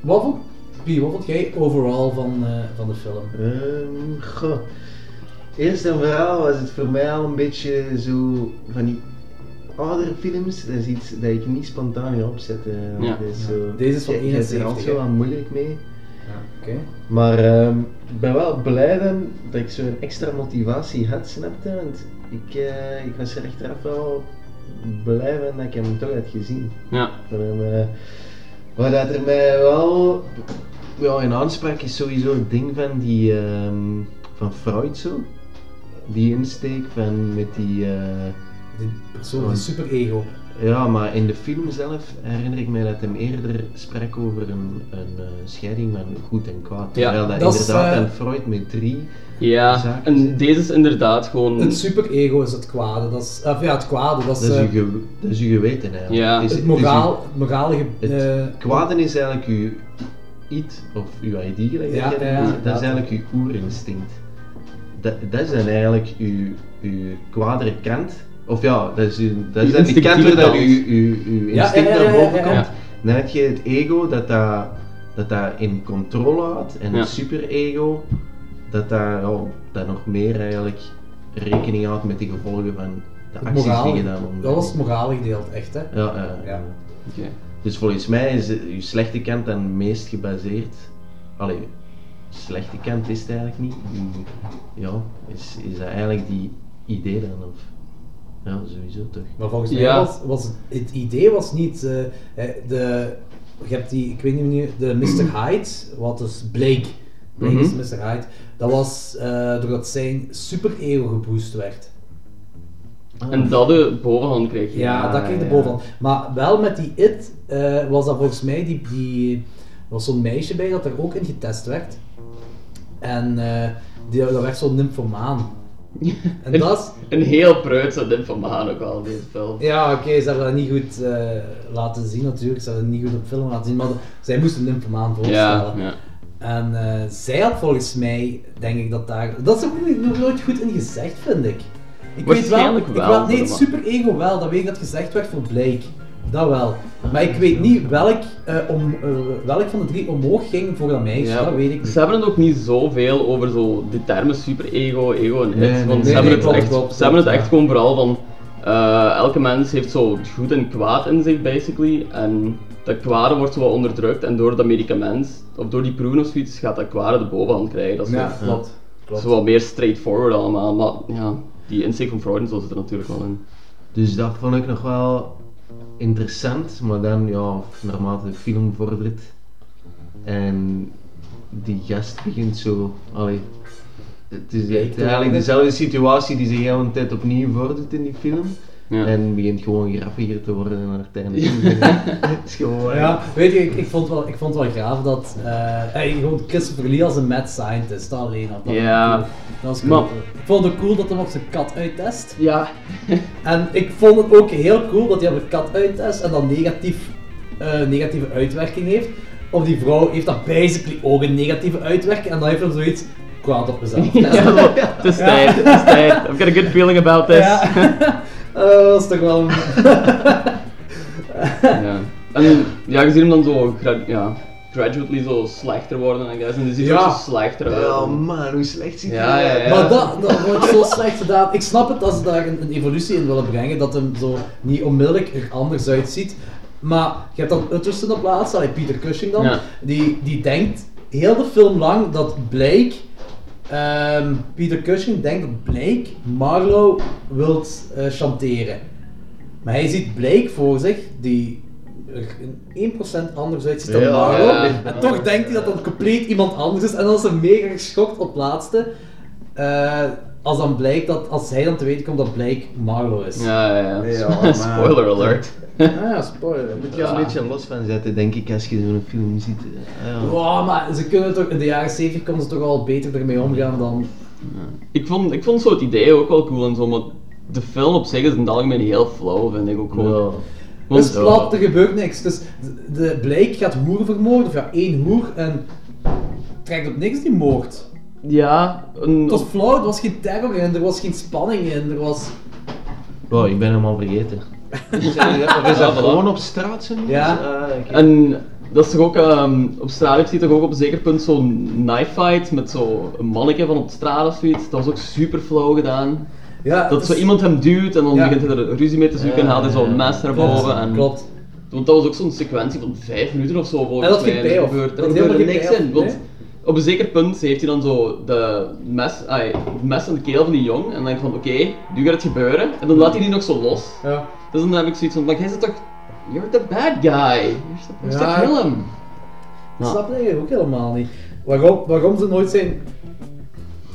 Speaker 6: wat vond, Pie, wat vond jij overal van, eh, van de film?
Speaker 1: Ehm, goh. Eerst en vooral was het voor mij al een beetje zo van die oudere films. Dat is iets dat ik niet spontaan ga opzetten. want
Speaker 7: Ja.
Speaker 1: dat is zo-
Speaker 6: Deze is van
Speaker 1: Je- je hebt er
Speaker 6: 71,
Speaker 1: altijd zo
Speaker 6: hè?
Speaker 1: wat moeilijk mee.
Speaker 6: Oké.
Speaker 1: Maar ehm, ik ben wel blij dan dat ik zo'n extra motivatie had, snapte? Want ik, eh, ik was er achteraf wel blij van dat ik hem toch had gezien.
Speaker 7: Ja,
Speaker 1: Waar, hem, eh, waar dat er mij wel ja, in aanspraak is sowieso het ding van die ehm, van Freud zo. Die insteek van met die. eh,
Speaker 6: De persoon van super ego.
Speaker 1: ja, maar in de film zelf herinner ik mij dat hem eerder sprak over een, een eh, scheiding van goed en kwaad.
Speaker 7: Ja,
Speaker 1: Terwijl dat,
Speaker 6: dat is,
Speaker 1: inderdaad
Speaker 6: eh,
Speaker 1: aan Freud met drie.
Speaker 7: ja.
Speaker 1: Zaken
Speaker 7: en
Speaker 1: zijn-
Speaker 7: deze is inderdaad gewoon...
Speaker 6: Het super ego is het kwade. Dat is, of ja, het kwade, dat is,
Speaker 1: Dat is,
Speaker 6: eh,
Speaker 1: uw ge- dat is uw geweten eigenlijk.
Speaker 7: Ja.
Speaker 1: Het, is,
Speaker 6: het
Speaker 1: het is uw-
Speaker 6: moraal, het morale ge-
Speaker 1: Het
Speaker 6: eh,
Speaker 1: kwaden is eigenlijk uw it of uw ID, gelijk
Speaker 6: Ja,
Speaker 1: dat, je-
Speaker 6: ja, ja,
Speaker 1: dat
Speaker 6: inderdaad.
Speaker 1: is eigenlijk uw oerinstinct. Dat, dat is dan eigenlijk uw, uw kwadere kant. Of ja, dat is, uw, dat is
Speaker 7: Uw
Speaker 1: dan die kant
Speaker 7: instinctieve
Speaker 1: waar dat
Speaker 7: kant.
Speaker 1: uw, uw, uw
Speaker 6: ja,
Speaker 1: instinct
Speaker 6: ja, ja,
Speaker 1: naar
Speaker 6: ja,
Speaker 1: boven
Speaker 6: ja, ja.
Speaker 1: komt. Dan heb je het ego dat dat, dat, dat in controle houdt en
Speaker 7: Ja.
Speaker 1: het superego dat daar oh, dat nog meer eigenlijk rekening houdt met de gevolgen van de
Speaker 6: het
Speaker 1: acties
Speaker 6: morale,
Speaker 1: die gedaan worden.
Speaker 6: dat was het morale gedeelte, echt hè.
Speaker 1: Ja, ja.
Speaker 6: Ja.
Speaker 7: Oké.
Speaker 1: Dus volgens mij is eh, uw slechte kant dan het meest gebaseerd. Allee, slechte kant is het eigenlijk niet. Uw- ja, is, is dat eigenlijk die idee dan? Of, ja, sowieso toch.
Speaker 6: Maar volgens mij
Speaker 7: Ja.
Speaker 6: was, was het, het idee was niet eh, eh, de, je hebt die, ik weet niet meer, de Mr. Hyde, wat dus Blake, Blake is Mr. Hyde, dat was eh, doordat zijn superego geboost werd.
Speaker 7: En dat de bovenhand kreeg je.
Speaker 6: Ja, dat kreeg de bovenhand. Maar wel met die it eh, was dat volgens mij die, die was zo'n meisje bij dat er ook in getest werd. En eh, die, dat werd zo'n nymphomaan. En
Speaker 7: Een-
Speaker 6: dat is,
Speaker 7: Een heel preutse dimfomaan ook al, deze film.
Speaker 6: Ja, oké, ze hebben dat niet goed eh, laten zien natuurlijk. Ze hebben dat niet goed op film laten zien, maar zij moesten een nymphomaan
Speaker 7: Ja,
Speaker 6: voorstellen.
Speaker 7: ja.
Speaker 6: En eh, zij had volgens mij, denk ik dat daar... Dat is er ook niet- nog nooit goed in gezegd, vind ik. Ik
Speaker 7: Waarschijnlijk
Speaker 6: weet wel,
Speaker 7: wel,
Speaker 6: Ik weet, nee, het
Speaker 7: maar-
Speaker 6: superego wel, dat weet ik dat gezegd werd voor Blake. Dat wel. Maar ik weet niet welk, eh, om, eh, welk van de drie omhoog ging voor dat meisje,
Speaker 7: Ja.
Speaker 6: dat weet ik niet.
Speaker 7: Ze hebben het ook niet zoveel over zo de termen superego, ego en het.
Speaker 1: Nee, nee,
Speaker 7: want
Speaker 1: nee,
Speaker 7: ze hebben
Speaker 1: nee,
Speaker 7: het
Speaker 6: klopt,
Speaker 7: echt,
Speaker 6: klopt,
Speaker 7: ze hebben het
Speaker 6: klopt,
Speaker 7: echt
Speaker 6: ja.
Speaker 7: gewoon vooral van. eh, elke mens heeft zo het goed en kwaad in zich, basically. En dat kwade wordt zo wat onderdrukt. En door dat medicament, of door die proeven of zoiets, gaat dat kwade de bovenhand krijgen. Dat is,
Speaker 6: Ja,
Speaker 7: zo,
Speaker 6: klopt.
Speaker 7: dat is
Speaker 6: klopt.
Speaker 7: wel meer straightforward allemaal. Maar ja, die inzicht van Freud en zo zit er natuurlijk wel in.
Speaker 1: Dus dat vond ik nog wel interessant, maar dan, ja, naarmate de film vordert en die gast begint zo, allee, het is eigenlijk dezelfde situatie die zich de hele tijd opnieuw voordoet in die film.
Speaker 7: Ja.
Speaker 1: En begint gewoon grappiger te worden en uiteindelijk. het is gewoon.
Speaker 6: Ja, weet je, ik, ik, vond wel, ik vond wel gaaf dat. eh hey, gewoon Christopher Lee als een mad scientist, dat alleen al. Dat
Speaker 7: Ja.
Speaker 6: was cool. Dat was cool.
Speaker 7: Maar-
Speaker 6: Ik vond het cool dat hij op zijn kat uittest.
Speaker 7: Ja.
Speaker 6: En ik vond het ook heel cool dat hij op een kat uittest en dan negatief, eh, negatieve uitwerking heeft. Of die vrouw heeft dat basically ook een negatieve uitwerking en dan heeft hij zoiets. kwaad op mezelf.
Speaker 7: zo, Het is tijd, het is tijd. I've got a good feeling about this.
Speaker 6: Ja. Eh, dat is toch wel een...
Speaker 7: Ja. En ja, je ziet hem dan zo gra- ja, gradually zo slechter worden, I guess. En die ziet er
Speaker 6: Ja.
Speaker 7: ook zo slechter uit.
Speaker 1: Oh man, hoe slecht ziet hij
Speaker 7: Ja, ja,
Speaker 1: eruit?
Speaker 7: ja.
Speaker 6: Maar dat, dat wordt zo slecht gedaan. Ik snap het dat ze daar een, een evolutie in willen brengen, dat hem zo niet onmiddellijk er anders uitziet. Maar je hebt dan Utterson op plaats, allee, Peter Cushing dan,
Speaker 7: Ja.
Speaker 6: die, die denkt heel de film lang dat Blake, ehm, Peter Cushing denkt dat Blake Marlowe wilt eh, chanteren. Maar hij ziet Blake voor zich, die er een 1% anders uitziet dan
Speaker 1: Ja,
Speaker 6: Marlowe.
Speaker 7: ja.
Speaker 6: En toch denkt hij dat dat compleet iemand anders is. En dan is hij mega geschokt op laatste. eh, als dan blijkt dat, als hij dan te weten komt dat Blake Marlowe is.
Speaker 7: Ja, ja,
Speaker 1: Ja,
Speaker 7: ja.
Speaker 1: man.
Speaker 7: Spoiler alert.
Speaker 6: Ah, spoiler.
Speaker 1: Moet je er een beetje los van zetten, denk ik, als je zo'n film ziet. Ah, Ja.
Speaker 6: Wow, maar ze kunnen toch, in de jaren 70 konden ze toch al beter ermee omgaan dan...
Speaker 7: Ik vond, ik vond zo het idee ook wel cool en zo, maar de film op zich is in het algemeen heel flow, vind ik ook gewoon.
Speaker 6: Het
Speaker 7: Want-
Speaker 6: is Dus plat, er gebeurt niks. Dus de- de Blake gaat hoer vermoorden, of ja, één hoer, en trekt op niks die moord.
Speaker 7: Ja, een,
Speaker 6: Het was flauw, er was geen terror in, er was geen spanning in, er was...
Speaker 1: Wow, ik ben hem al vergeten. Is dat- Of is dat
Speaker 7: voilà.
Speaker 1: gewoon op straat zo? Ah,
Speaker 6: Ja.
Speaker 7: en dat is toch ook, ehm, op straat heb je toch ook op een zeker punt zo'n knife fight met zo'n manneke van op straat of zoiets. Dat was ook super flow gedaan.
Speaker 6: Ja, het
Speaker 7: Dat zo
Speaker 6: is-
Speaker 7: iemand hem duwt en dan
Speaker 6: Ja.
Speaker 7: begint hij er ruzie mee te zoeken en haalt hij zo'n mes naar
Speaker 6: Klopt,
Speaker 7: boven. En,
Speaker 6: klopt.
Speaker 7: Want dat was ook zo'n sequentie van vijf minuten of zo volgens
Speaker 6: En dat
Speaker 7: mij.
Speaker 6: geen
Speaker 7: er
Speaker 6: payoff.
Speaker 7: gebeurt, er
Speaker 6: Dat
Speaker 7: gebeurt
Speaker 6: helemaal geen
Speaker 7: niks
Speaker 6: payoff,
Speaker 7: in. Want
Speaker 6: nee.
Speaker 7: op een zeker punt heeft hij dan zo de mes, ai, het mes aan de keel van die jong. En dan denk ik van oké, nu gaat het gebeuren. En dan laat hij die nog zo los.
Speaker 6: Ja.
Speaker 7: Dus dan heb ik zoiets van, maar jij zit toch... You're the bad guy. You're supposed
Speaker 6: Ja.
Speaker 7: to kill him.
Speaker 6: Ik
Speaker 7: Ja.
Speaker 6: snap het eigenlijk ook helemaal niet. Waarom, waarom ze nooit zijn...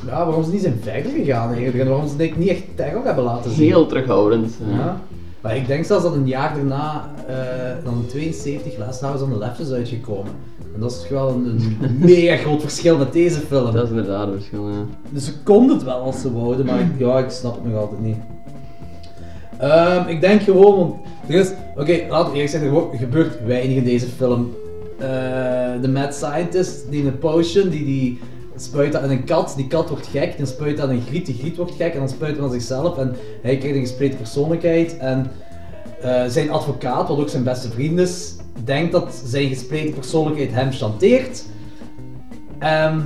Speaker 6: Ja, waarom ze niet zijn verder gegaan eigenlijk. En waarom ze denk ik niet echt terror hebben laten zien.
Speaker 7: Heel terughoudend. ja.
Speaker 6: Ja. Maar ik denk zelfs dat een jaar daarna, eh, dan in 72, Last House on the Left is uitgekomen. En dat is toch wel een, een mega groot verschil met deze film.
Speaker 7: Dat is inderdaad een verschil, ja.
Speaker 6: Dus ze konden het wel als ze wouden, maar ik, ja, ik snap het nog altijd niet. Ehm, ik denk gewoon, want er is, oké, laten we eerlijk zijn, er wo- gebeurt weinig in deze film. Eh, de mad scientist die een potion, die, die spuit dat aan een kat, die kat wordt gek, dan spuit dat aan een griet, die griet wordt gek en dan spuit hij aan zichzelf en hij krijgt een gespleten persoonlijkheid en eh, zijn advocaat, wat ook zijn beste vriend is, denkt dat zijn gespleten persoonlijkheid hem chanteert. Ehm,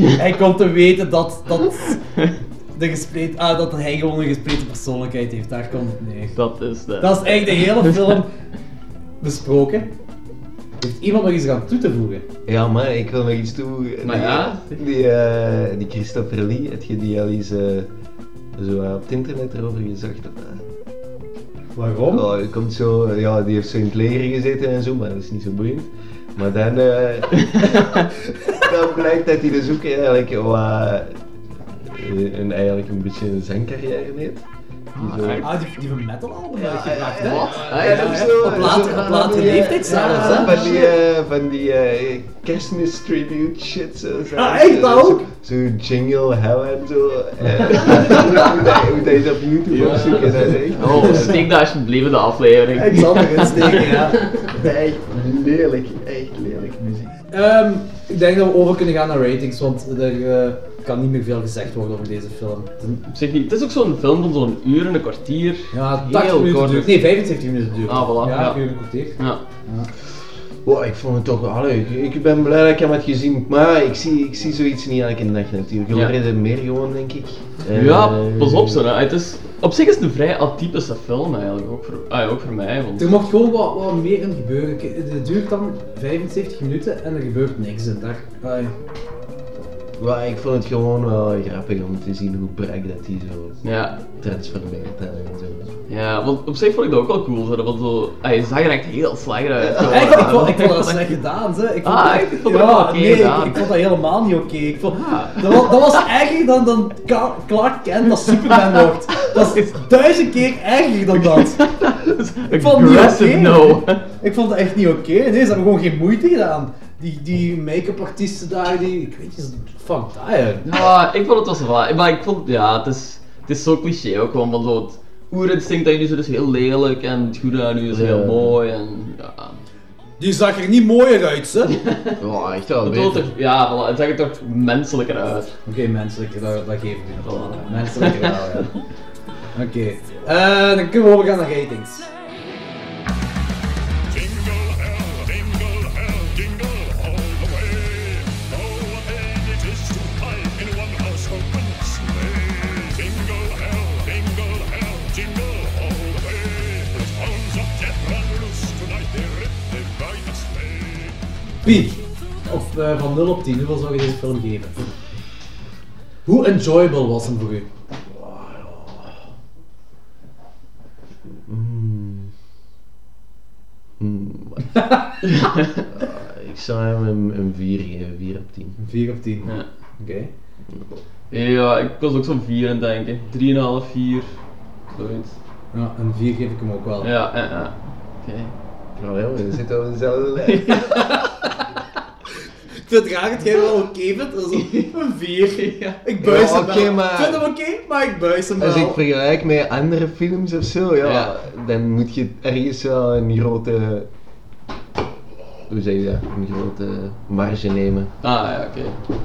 Speaker 6: hij komt te weten dat, dat, de gespleten, ah, dat hij gewoon een gespleten persoonlijkheid heeft. Daar komt het neer.
Speaker 7: Dat is de...
Speaker 6: Dat is eigenlijk de hele film besproken. Heeft iemand nog iets aan toe te voegen?
Speaker 1: Ja, maar ik wil nog iets toevoegen.
Speaker 7: Maar
Speaker 1: Die-
Speaker 7: ja.
Speaker 1: Die, eh, die Christopher Lee, heb je die al eens eh, zo eh, op het internet erover gezegd? Dat, eh,
Speaker 6: Waarom?
Speaker 1: oh, die komt zo, eh, ja, die heeft zo in het leger gezeten en zo, maar dat is niet zo boeiend. Maar dan, eh, dan blijkt dat hij dus ook eigenlijk, wat, eh, een, eigenlijk een beetje een zangcarrière deed. Die zo-
Speaker 6: Ah, die, die van metal album
Speaker 1: Ja,
Speaker 6: uitgebracht,
Speaker 1: ja, ja,
Speaker 6: hè?
Speaker 1: ja.
Speaker 7: Ah, ja,
Speaker 1: En
Speaker 7: ja.
Speaker 1: zo-
Speaker 6: Op later-
Speaker 1: zo-
Speaker 6: op latere
Speaker 1: ja,
Speaker 6: leeftijd zelfs,
Speaker 1: ja,
Speaker 6: hè?
Speaker 1: Van die, eh, van die eh, kerstmis tribute shit. Zo, zo,
Speaker 6: Ah, echt,
Speaker 1: zo-
Speaker 6: dat ook?
Speaker 1: Zo, zo jingle hell en zo. eh, hoe dat- Hoe dat je dat op YouTube opzoeken, dat is echt
Speaker 7: Oh, steek dat alsjeblieft in de aflevering.
Speaker 6: Ik zal erin steken, ja.
Speaker 1: echt lelijk, echt lelijk muziek.
Speaker 6: Ehm, ik denk dat we over kunnen gaan naar ratings, want er eh, kan niet meer veel gezegd worden over deze film. Het is een-
Speaker 7: Op zich niet. Het is ook zo'n film van zo'n uur en een kwartier.
Speaker 6: Ja,
Speaker 7: Heel
Speaker 6: 80 minuten
Speaker 7: kort.
Speaker 6: duurt. Nee, 75 minuten duurt.
Speaker 7: Ah, voilà,
Speaker 6: Ja,
Speaker 7: ja.
Speaker 6: ik heb je geconteerd.
Speaker 7: Ja.
Speaker 1: Wow, ik vond het toch wel leuk. Ik ben blij dat ik hem had gezien, maar ik zie, ik zie zoiets niet elke dag natuurlijk. Jullie
Speaker 7: Ja.
Speaker 1: reden meer gewoon, denk ik. Eh,
Speaker 7: Ja, pas op zo. hè. Het is, op zich is het een vrij atypische film eigenlijk, ook voor, ah, ja, ook voor mij. Want,
Speaker 6: Er mocht gewoon wat, wat meer in gebeuren. K- Het duurt dan 75 minuten en er gebeurt niks in. Daar, ai.
Speaker 1: Maar ik vond het gewoon wel grappig om te zien hoe brak dat hij zo
Speaker 7: ja,
Speaker 1: transformeert en zo.
Speaker 7: ja, want op zich vond ik dat ook wel cool. Zo, want zo, ah, je zag er echt heel slecht uit. zo.
Speaker 6: Eigenlijk, Ah, ik vond, ik vond dat slecht gedaan. Ze. Ik vond
Speaker 7: Ah,
Speaker 6: dat-
Speaker 7: ik vond dat
Speaker 6: ja,
Speaker 7: wel oké
Speaker 6: nee, ik-
Speaker 7: gedaan. Ah.
Speaker 6: ik, vond dat helemaal niet oké. Ik vond- Dat, was, dat was erger dan, dan Ka- Clark Kent als Superman wordt. Dat is duizend keer erger dan dat.
Speaker 7: ik
Speaker 6: vond het niet oké.
Speaker 7: no.
Speaker 6: Ik vond dat echt niet oké. Nee, ze hebben gewoon geen moeite gedaan. Die, die make-up artiesten daar, die, ik weet niet, fuck dat, hè.
Speaker 7: Ja, ik vond het wel zo waar. Maar ik vond, ja, het is, het is zo cliché ook gewoon van zo het oerinstinct dat je nu zo is heel lelijk en het goede aan nu is heel
Speaker 1: Ja.
Speaker 7: mooi en ja.
Speaker 6: Die zag er niet mooier uit, hè? Oké,
Speaker 2: Ja, echt wel
Speaker 7: Het wordt
Speaker 2: beter.
Speaker 7: er- ja, voilà, het zag er toch menselijker uit.
Speaker 6: menselijk, dat, dat geef ik nu nog wel. hè. Menselijk wel, ja. Oké, Eh, dan kunnen we overgaan naar ratings.
Speaker 9: Jingle hell, dingle hell, dingle all the way. Oh, what pain it is to hide in one house open sleigh. Jingle hell, dingle hell, jingle all the way. The hounds of death run loose tonight, they rip, they bite, and slay.
Speaker 6: Piet, of, eh, van 0 op 10, hoeveel zou je deze film geven? Hoe enjoyable was hem voor u?
Speaker 1: Ik zou hem een, een 4 geven, 4 op 10.
Speaker 6: 4 op 10.
Speaker 7: Ja.
Speaker 6: Oké.
Speaker 7: ja, ik was ook zo'n 4 aan het denken. 3,5, 4. Zoiets.
Speaker 6: Ja, een 4 geef ik hem ook wel.
Speaker 7: Ja, ja, ja. Oké.
Speaker 1: Nou jongen, we zitten op dezelfde lijn.
Speaker 6: Ik vind het raar dat jij wel oké vindt. Dat is een 4. Ik buis
Speaker 1: Ja,
Speaker 6: hem
Speaker 1: oké,
Speaker 6: wel.
Speaker 1: maar-
Speaker 6: Ik vind hem oké, maar Dus ik buis hem
Speaker 1: Als
Speaker 6: wel.
Speaker 1: ik vergelijk met andere films of zo, ja,
Speaker 7: Ja.
Speaker 1: dan moet je ergens wel een grote. Hoe zeg je dat? Een grote marge nemen.
Speaker 7: Ah, ja, oké.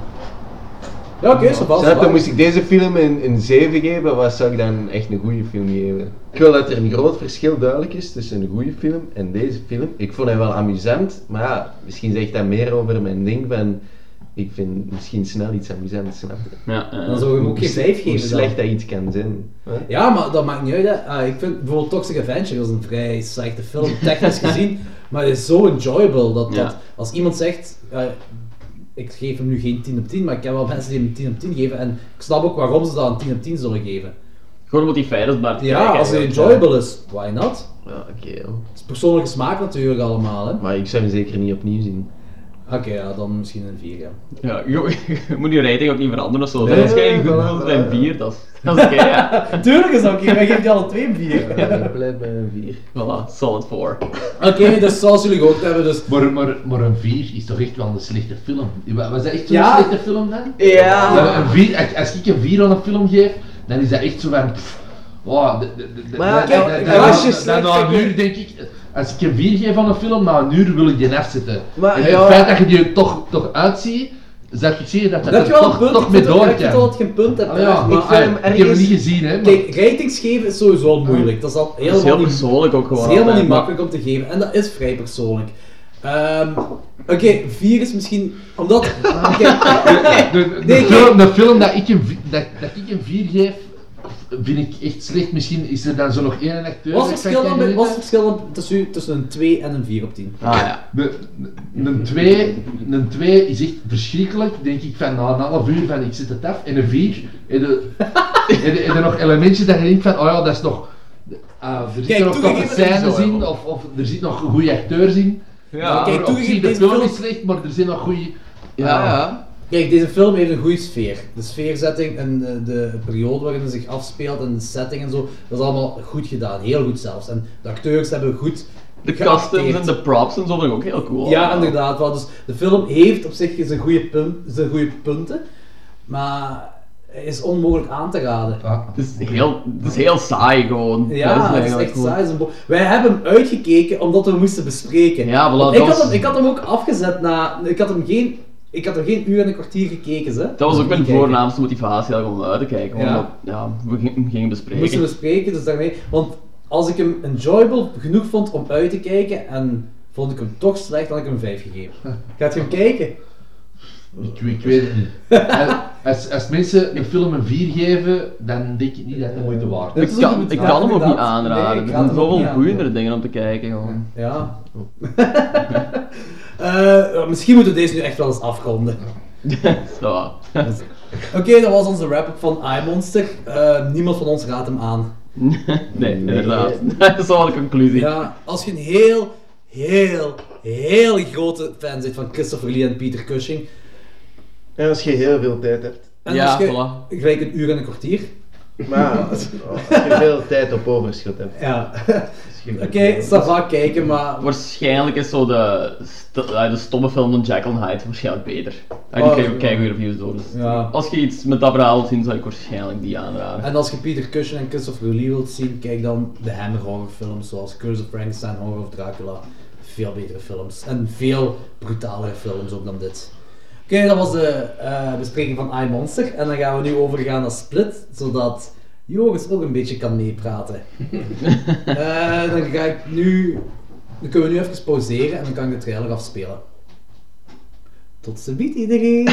Speaker 6: Ja, oké, zo vast.
Speaker 1: Snap je, moest ik deze film een, een 7 geven, wat zou ik dan echt een goede film geven? Ik wil dat er een groot verschil duidelijk is tussen een goede film en deze film. Ik vond hem wel amusant, maar ja, misschien zegt dat meer over mijn ding van. Ik vind misschien snel iets amusants, snap je?
Speaker 7: Ja, ja.
Speaker 6: Dan zou je hem ook
Speaker 1: Hoe
Speaker 6: geen 5
Speaker 1: Hoe
Speaker 6: geven.
Speaker 1: slecht
Speaker 6: Dan.
Speaker 1: dat iets kan zijn. hè?
Speaker 6: Ja, maar dat maakt niet uit. Hè. Ah, ik vind bijvoorbeeld Toxic Avenger is een vrij slechte film, technisch gezien. Maar het is zo enjoyable dat, dat
Speaker 7: Ja.
Speaker 6: als iemand zegt. eh, ik geef hem nu geen 10 op 10, maar ik ken wel mensen die hem een 10 op 10 geven. En ik snap ook waarom ze dat een 10 op 10 zullen geven.
Speaker 7: Gewoon omdat die feit is, maar te
Speaker 6: Ja,
Speaker 7: kijken,
Speaker 6: als het
Speaker 7: eigenlijk.
Speaker 6: enjoyable is, why not?
Speaker 1: Ja, oké. joh.
Speaker 6: Het is persoonlijke smaak natuurlijk allemaal. Hè.
Speaker 1: Maar ik zou hem zeker niet opnieuw zien.
Speaker 6: Oké, ja, dan misschien een 4. Ja.
Speaker 7: Ja, je, je moet je rating ook niet veranderen of zo.
Speaker 1: Nee,
Speaker 7: Als jij een
Speaker 1: voilà,
Speaker 7: goed voelt
Speaker 1: voilà.
Speaker 7: en bier, dat is dat is oké, ja.
Speaker 6: Tuurlijk is dat oké, wij geven die alle twee een 4.
Speaker 1: Ik blijf bij een 4.
Speaker 7: Voilà, solid 4.
Speaker 6: Oké, dus zoals jullie gehoord hebben, dus
Speaker 2: Maar, maar, maar een 4 is toch echt wel een slechte film? Wa- Was dat echt zo'n
Speaker 6: Ja.
Speaker 2: slechte film dan? Ja,
Speaker 7: Ja.
Speaker 2: een vier- als- als ik een 4 aan een film geef, dan is dat echt zo van. pff, Wow, de- de- de- de-
Speaker 1: Maar
Speaker 2: de-
Speaker 1: ja,
Speaker 2: de-
Speaker 1: kijk,
Speaker 2: de-
Speaker 1: als
Speaker 2: de-
Speaker 1: je
Speaker 2: de-
Speaker 1: slecht
Speaker 2: na een
Speaker 1: vindt-
Speaker 2: uur denk ik, als ik een 4 geef aan een film, na een uur wil ik die afzetten.
Speaker 1: Maar
Speaker 2: en
Speaker 1: ja.
Speaker 2: het feit dat je die toch, toch uitziet, zou ik zeggen dat dat
Speaker 6: Dat
Speaker 2: er
Speaker 6: je wel een
Speaker 2: toch,
Speaker 6: punt,
Speaker 2: toch
Speaker 6: ik
Speaker 2: mee
Speaker 6: vind
Speaker 2: door
Speaker 6: dat je
Speaker 2: kan.
Speaker 6: altijd geen punt hebt.
Speaker 2: Ah, ja,
Speaker 6: maar,
Speaker 2: maar,
Speaker 1: vind hem
Speaker 2: ah, ik heb
Speaker 1: ergens-
Speaker 2: hem niet gezien, hè? Maar,
Speaker 6: kijk, ratings geven is sowieso al moeilijk. Dat is al
Speaker 7: Dat is
Speaker 6: helemaal
Speaker 7: heel
Speaker 6: niet,
Speaker 7: persoonlijk ook
Speaker 6: dat is
Speaker 7: gewoon.
Speaker 6: helemaal niet
Speaker 7: altijd, maar-
Speaker 6: makkelijk om te geven. En dat is vrij persoonlijk. Ehm, Oké, 4 is misschien... Omdat... Oké,
Speaker 2: de, de- de
Speaker 6: Nee,
Speaker 2: film, de film dat ik een, vi- dat, dat ik een 4 geef, vind ik echt slecht. Misschien is er dan zo nog één acteur. dat
Speaker 6: wat is het
Speaker 2: ik
Speaker 6: verschil,
Speaker 2: kan
Speaker 6: dan,
Speaker 2: herinneren.
Speaker 6: wat is het verschil dan tussen, u- tussen een 2 en een 4 op 10?
Speaker 7: Ah ja.
Speaker 2: De- de- Een 2 een twee is echt verschrikkelijk, denk ik, van na een half uur van ik zit het af. En een 4, en er nog elementjes dat je denkt van, oh ja, dat is nog... ah, er zit
Speaker 6: Kijk,
Speaker 2: nog
Speaker 6: toegegeven-
Speaker 2: toch een scène
Speaker 7: Zo, ja.
Speaker 2: in, of, of er zit nog goede acteurs in.
Speaker 7: Ja,
Speaker 6: kijk,
Speaker 2: maar op
Speaker 6: toegegeven,
Speaker 2: zich, de
Speaker 6: deze
Speaker 2: film
Speaker 6: film-
Speaker 2: is slecht, maar er zijn nog goede...
Speaker 7: Ja, ja.
Speaker 6: Kijk, deze film heeft een goede sfeer. De sfeerzetting en de, de periode waarin het zich afspeelt en de setting en zo, dat is allemaal goed gedaan. Heel goed zelfs. En de acteurs hebben goed
Speaker 7: De
Speaker 6: geacteerd.
Speaker 7: customs en de props en zo vind ik ook heel cool.
Speaker 6: Ja, inderdaad. Wel. Dus de film heeft op zich zijn goede, punt, zijn goede punten, maar is onmogelijk aan te raden.
Speaker 2: Ah.
Speaker 7: Het is heel, het is heel saai gewoon.
Speaker 6: Ja,
Speaker 7: dat
Speaker 6: dat
Speaker 7: is
Speaker 6: is
Speaker 7: eigenlijk
Speaker 6: echt
Speaker 7: gewoon-
Speaker 6: saai. Het is een bo- Wij hebben hem uitgekeken omdat we hem moesten bespreken.
Speaker 7: Ja, voilà,
Speaker 6: Want ik,
Speaker 7: dat
Speaker 6: had
Speaker 7: was-
Speaker 6: hem, ik had hem ook afgezet na... Ik had hem geen, ik had hem geen uur en een kwartier gekeken, ze.
Speaker 7: Dat was ook mijn
Speaker 6: Gekeken.
Speaker 7: voornaamste motivatie eigenlijk, om hem uit te kijken.
Speaker 6: Ja.
Speaker 7: Omdat, ja, we gingen- hem gingen bespreken.
Speaker 6: moesten we spreken, dus daarmee. Want als ik hem enjoyable genoeg vond om uit te kijken en vond ik hem toch slecht, had ik hem een 5 gegeven. Gaat je hem kijken?
Speaker 2: Ik, ik weet het niet. Als- Als, als mensen een film een 4 geven, dan denk ik niet dat het de moeite waard is.
Speaker 6: Dat
Speaker 7: Ik
Speaker 6: is ook
Speaker 7: kan,
Speaker 6: goed,
Speaker 7: ik
Speaker 6: ja,
Speaker 7: kan hem ook niet
Speaker 6: inderdaad.
Speaker 7: aanraden.
Speaker 6: Nee, ik
Speaker 7: er
Speaker 6: raad hem
Speaker 7: zijn
Speaker 6: ook
Speaker 7: zoveel
Speaker 6: niet aan.
Speaker 7: boeiendere dingen om te kijken gewoon.
Speaker 6: Ja. Eh, misschien moeten we deze nu echt wel eens afronden.
Speaker 7: Zo.
Speaker 6: Oké, dat was onze wrap-up van iMonster. Eh niemand van ons raadt hem aan.
Speaker 7: Nee, inderdaad. Dat is wel een conclusie.
Speaker 6: Ja, als je een heel, heel, heel grote fan bent van Christopher Lee en Peter Cushing.
Speaker 1: En als je heel veel tijd hebt.
Speaker 6: En
Speaker 7: Ja,
Speaker 6: als je
Speaker 7: voilà.
Speaker 6: gelijk een uur en een kwartier.
Speaker 1: Maar als je veel tijd op overschot hebt.
Speaker 6: Ja. Oké, ça va kijken, maar
Speaker 7: Waarschijnlijk is zo de, st- eh, de stomme film van Jekyll and Hyde waarschijnlijk beter. En
Speaker 6: Oh,
Speaker 7: die krijgen
Speaker 6: ja.
Speaker 7: ook goede reviews door. Dus
Speaker 6: Ja.
Speaker 7: Als je iets met dat verhaal wilt zien, zou ik waarschijnlijk die aanraden.
Speaker 6: En als je Peter Cushing en Christopher Lee wilt zien, kijk dan de Hammer horrorfilms zoals Curse of Frankenstein, Horror of Dracula, veel betere films. En veel brutalere films ook dan dit. Oké, dat was de eh, bespreking van I Monster. En dan gaan we nu overgaan naar Split, zodat Joris ook een beetje kan meepraten. Eh, dan ga ik nu... Dan kunnen we nu even pauzeren en dan kan ik de trailer afspelen. Tot ziens iedereen!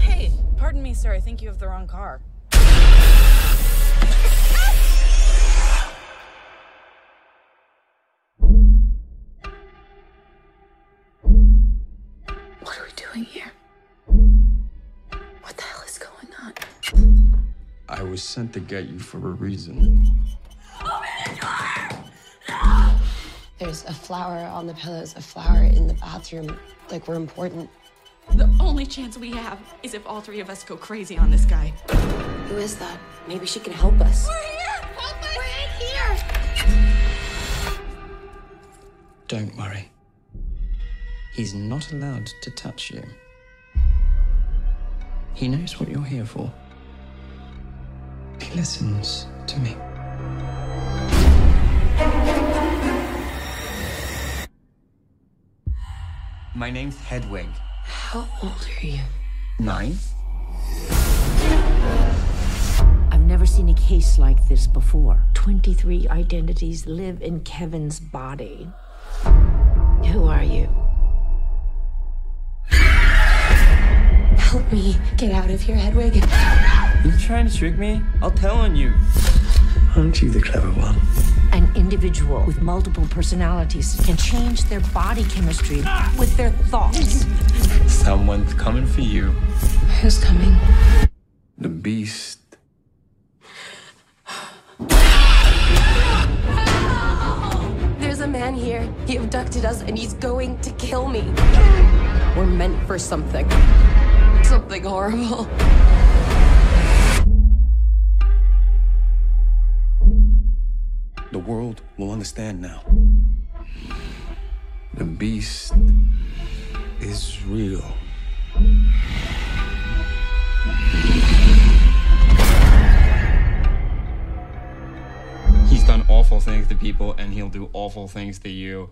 Speaker 9: Hey, pardon me, sir. I think you have the wrong car. What are we doing here? What the hell is going on?
Speaker 10: I was sent to get you for a reason.
Speaker 9: There's a flower on the pillows, a flower in the bathroom. Like we're important. The only chance we have is if all three of us go crazy on this guy. Who is that? Maybe she can help us. We're here! Help us! We're in here!
Speaker 10: Don't worry. He's not allowed to touch you. He knows what you're here for. He listens to me. My name's Hedwig.
Speaker 9: How old are you?
Speaker 10: Nine?
Speaker 9: I've never seen a case like this before. 23 identities live in Kevin's body. Who are you? Help me get out of here, Hedwig.
Speaker 10: You trying to trick me? I'll tell on you. Aren't you the clever one?
Speaker 9: An individual with multiple personalities can change their body chemistry with their thoughts.
Speaker 10: Someone's coming for you.
Speaker 9: Who's coming?
Speaker 10: The beast.
Speaker 9: There's a man here. He abducted us and he's going to kill me. We're meant for something. Something horrible.
Speaker 10: The world will understand now. The beast is real. He's done awful things to people, and he'll do awful things to you.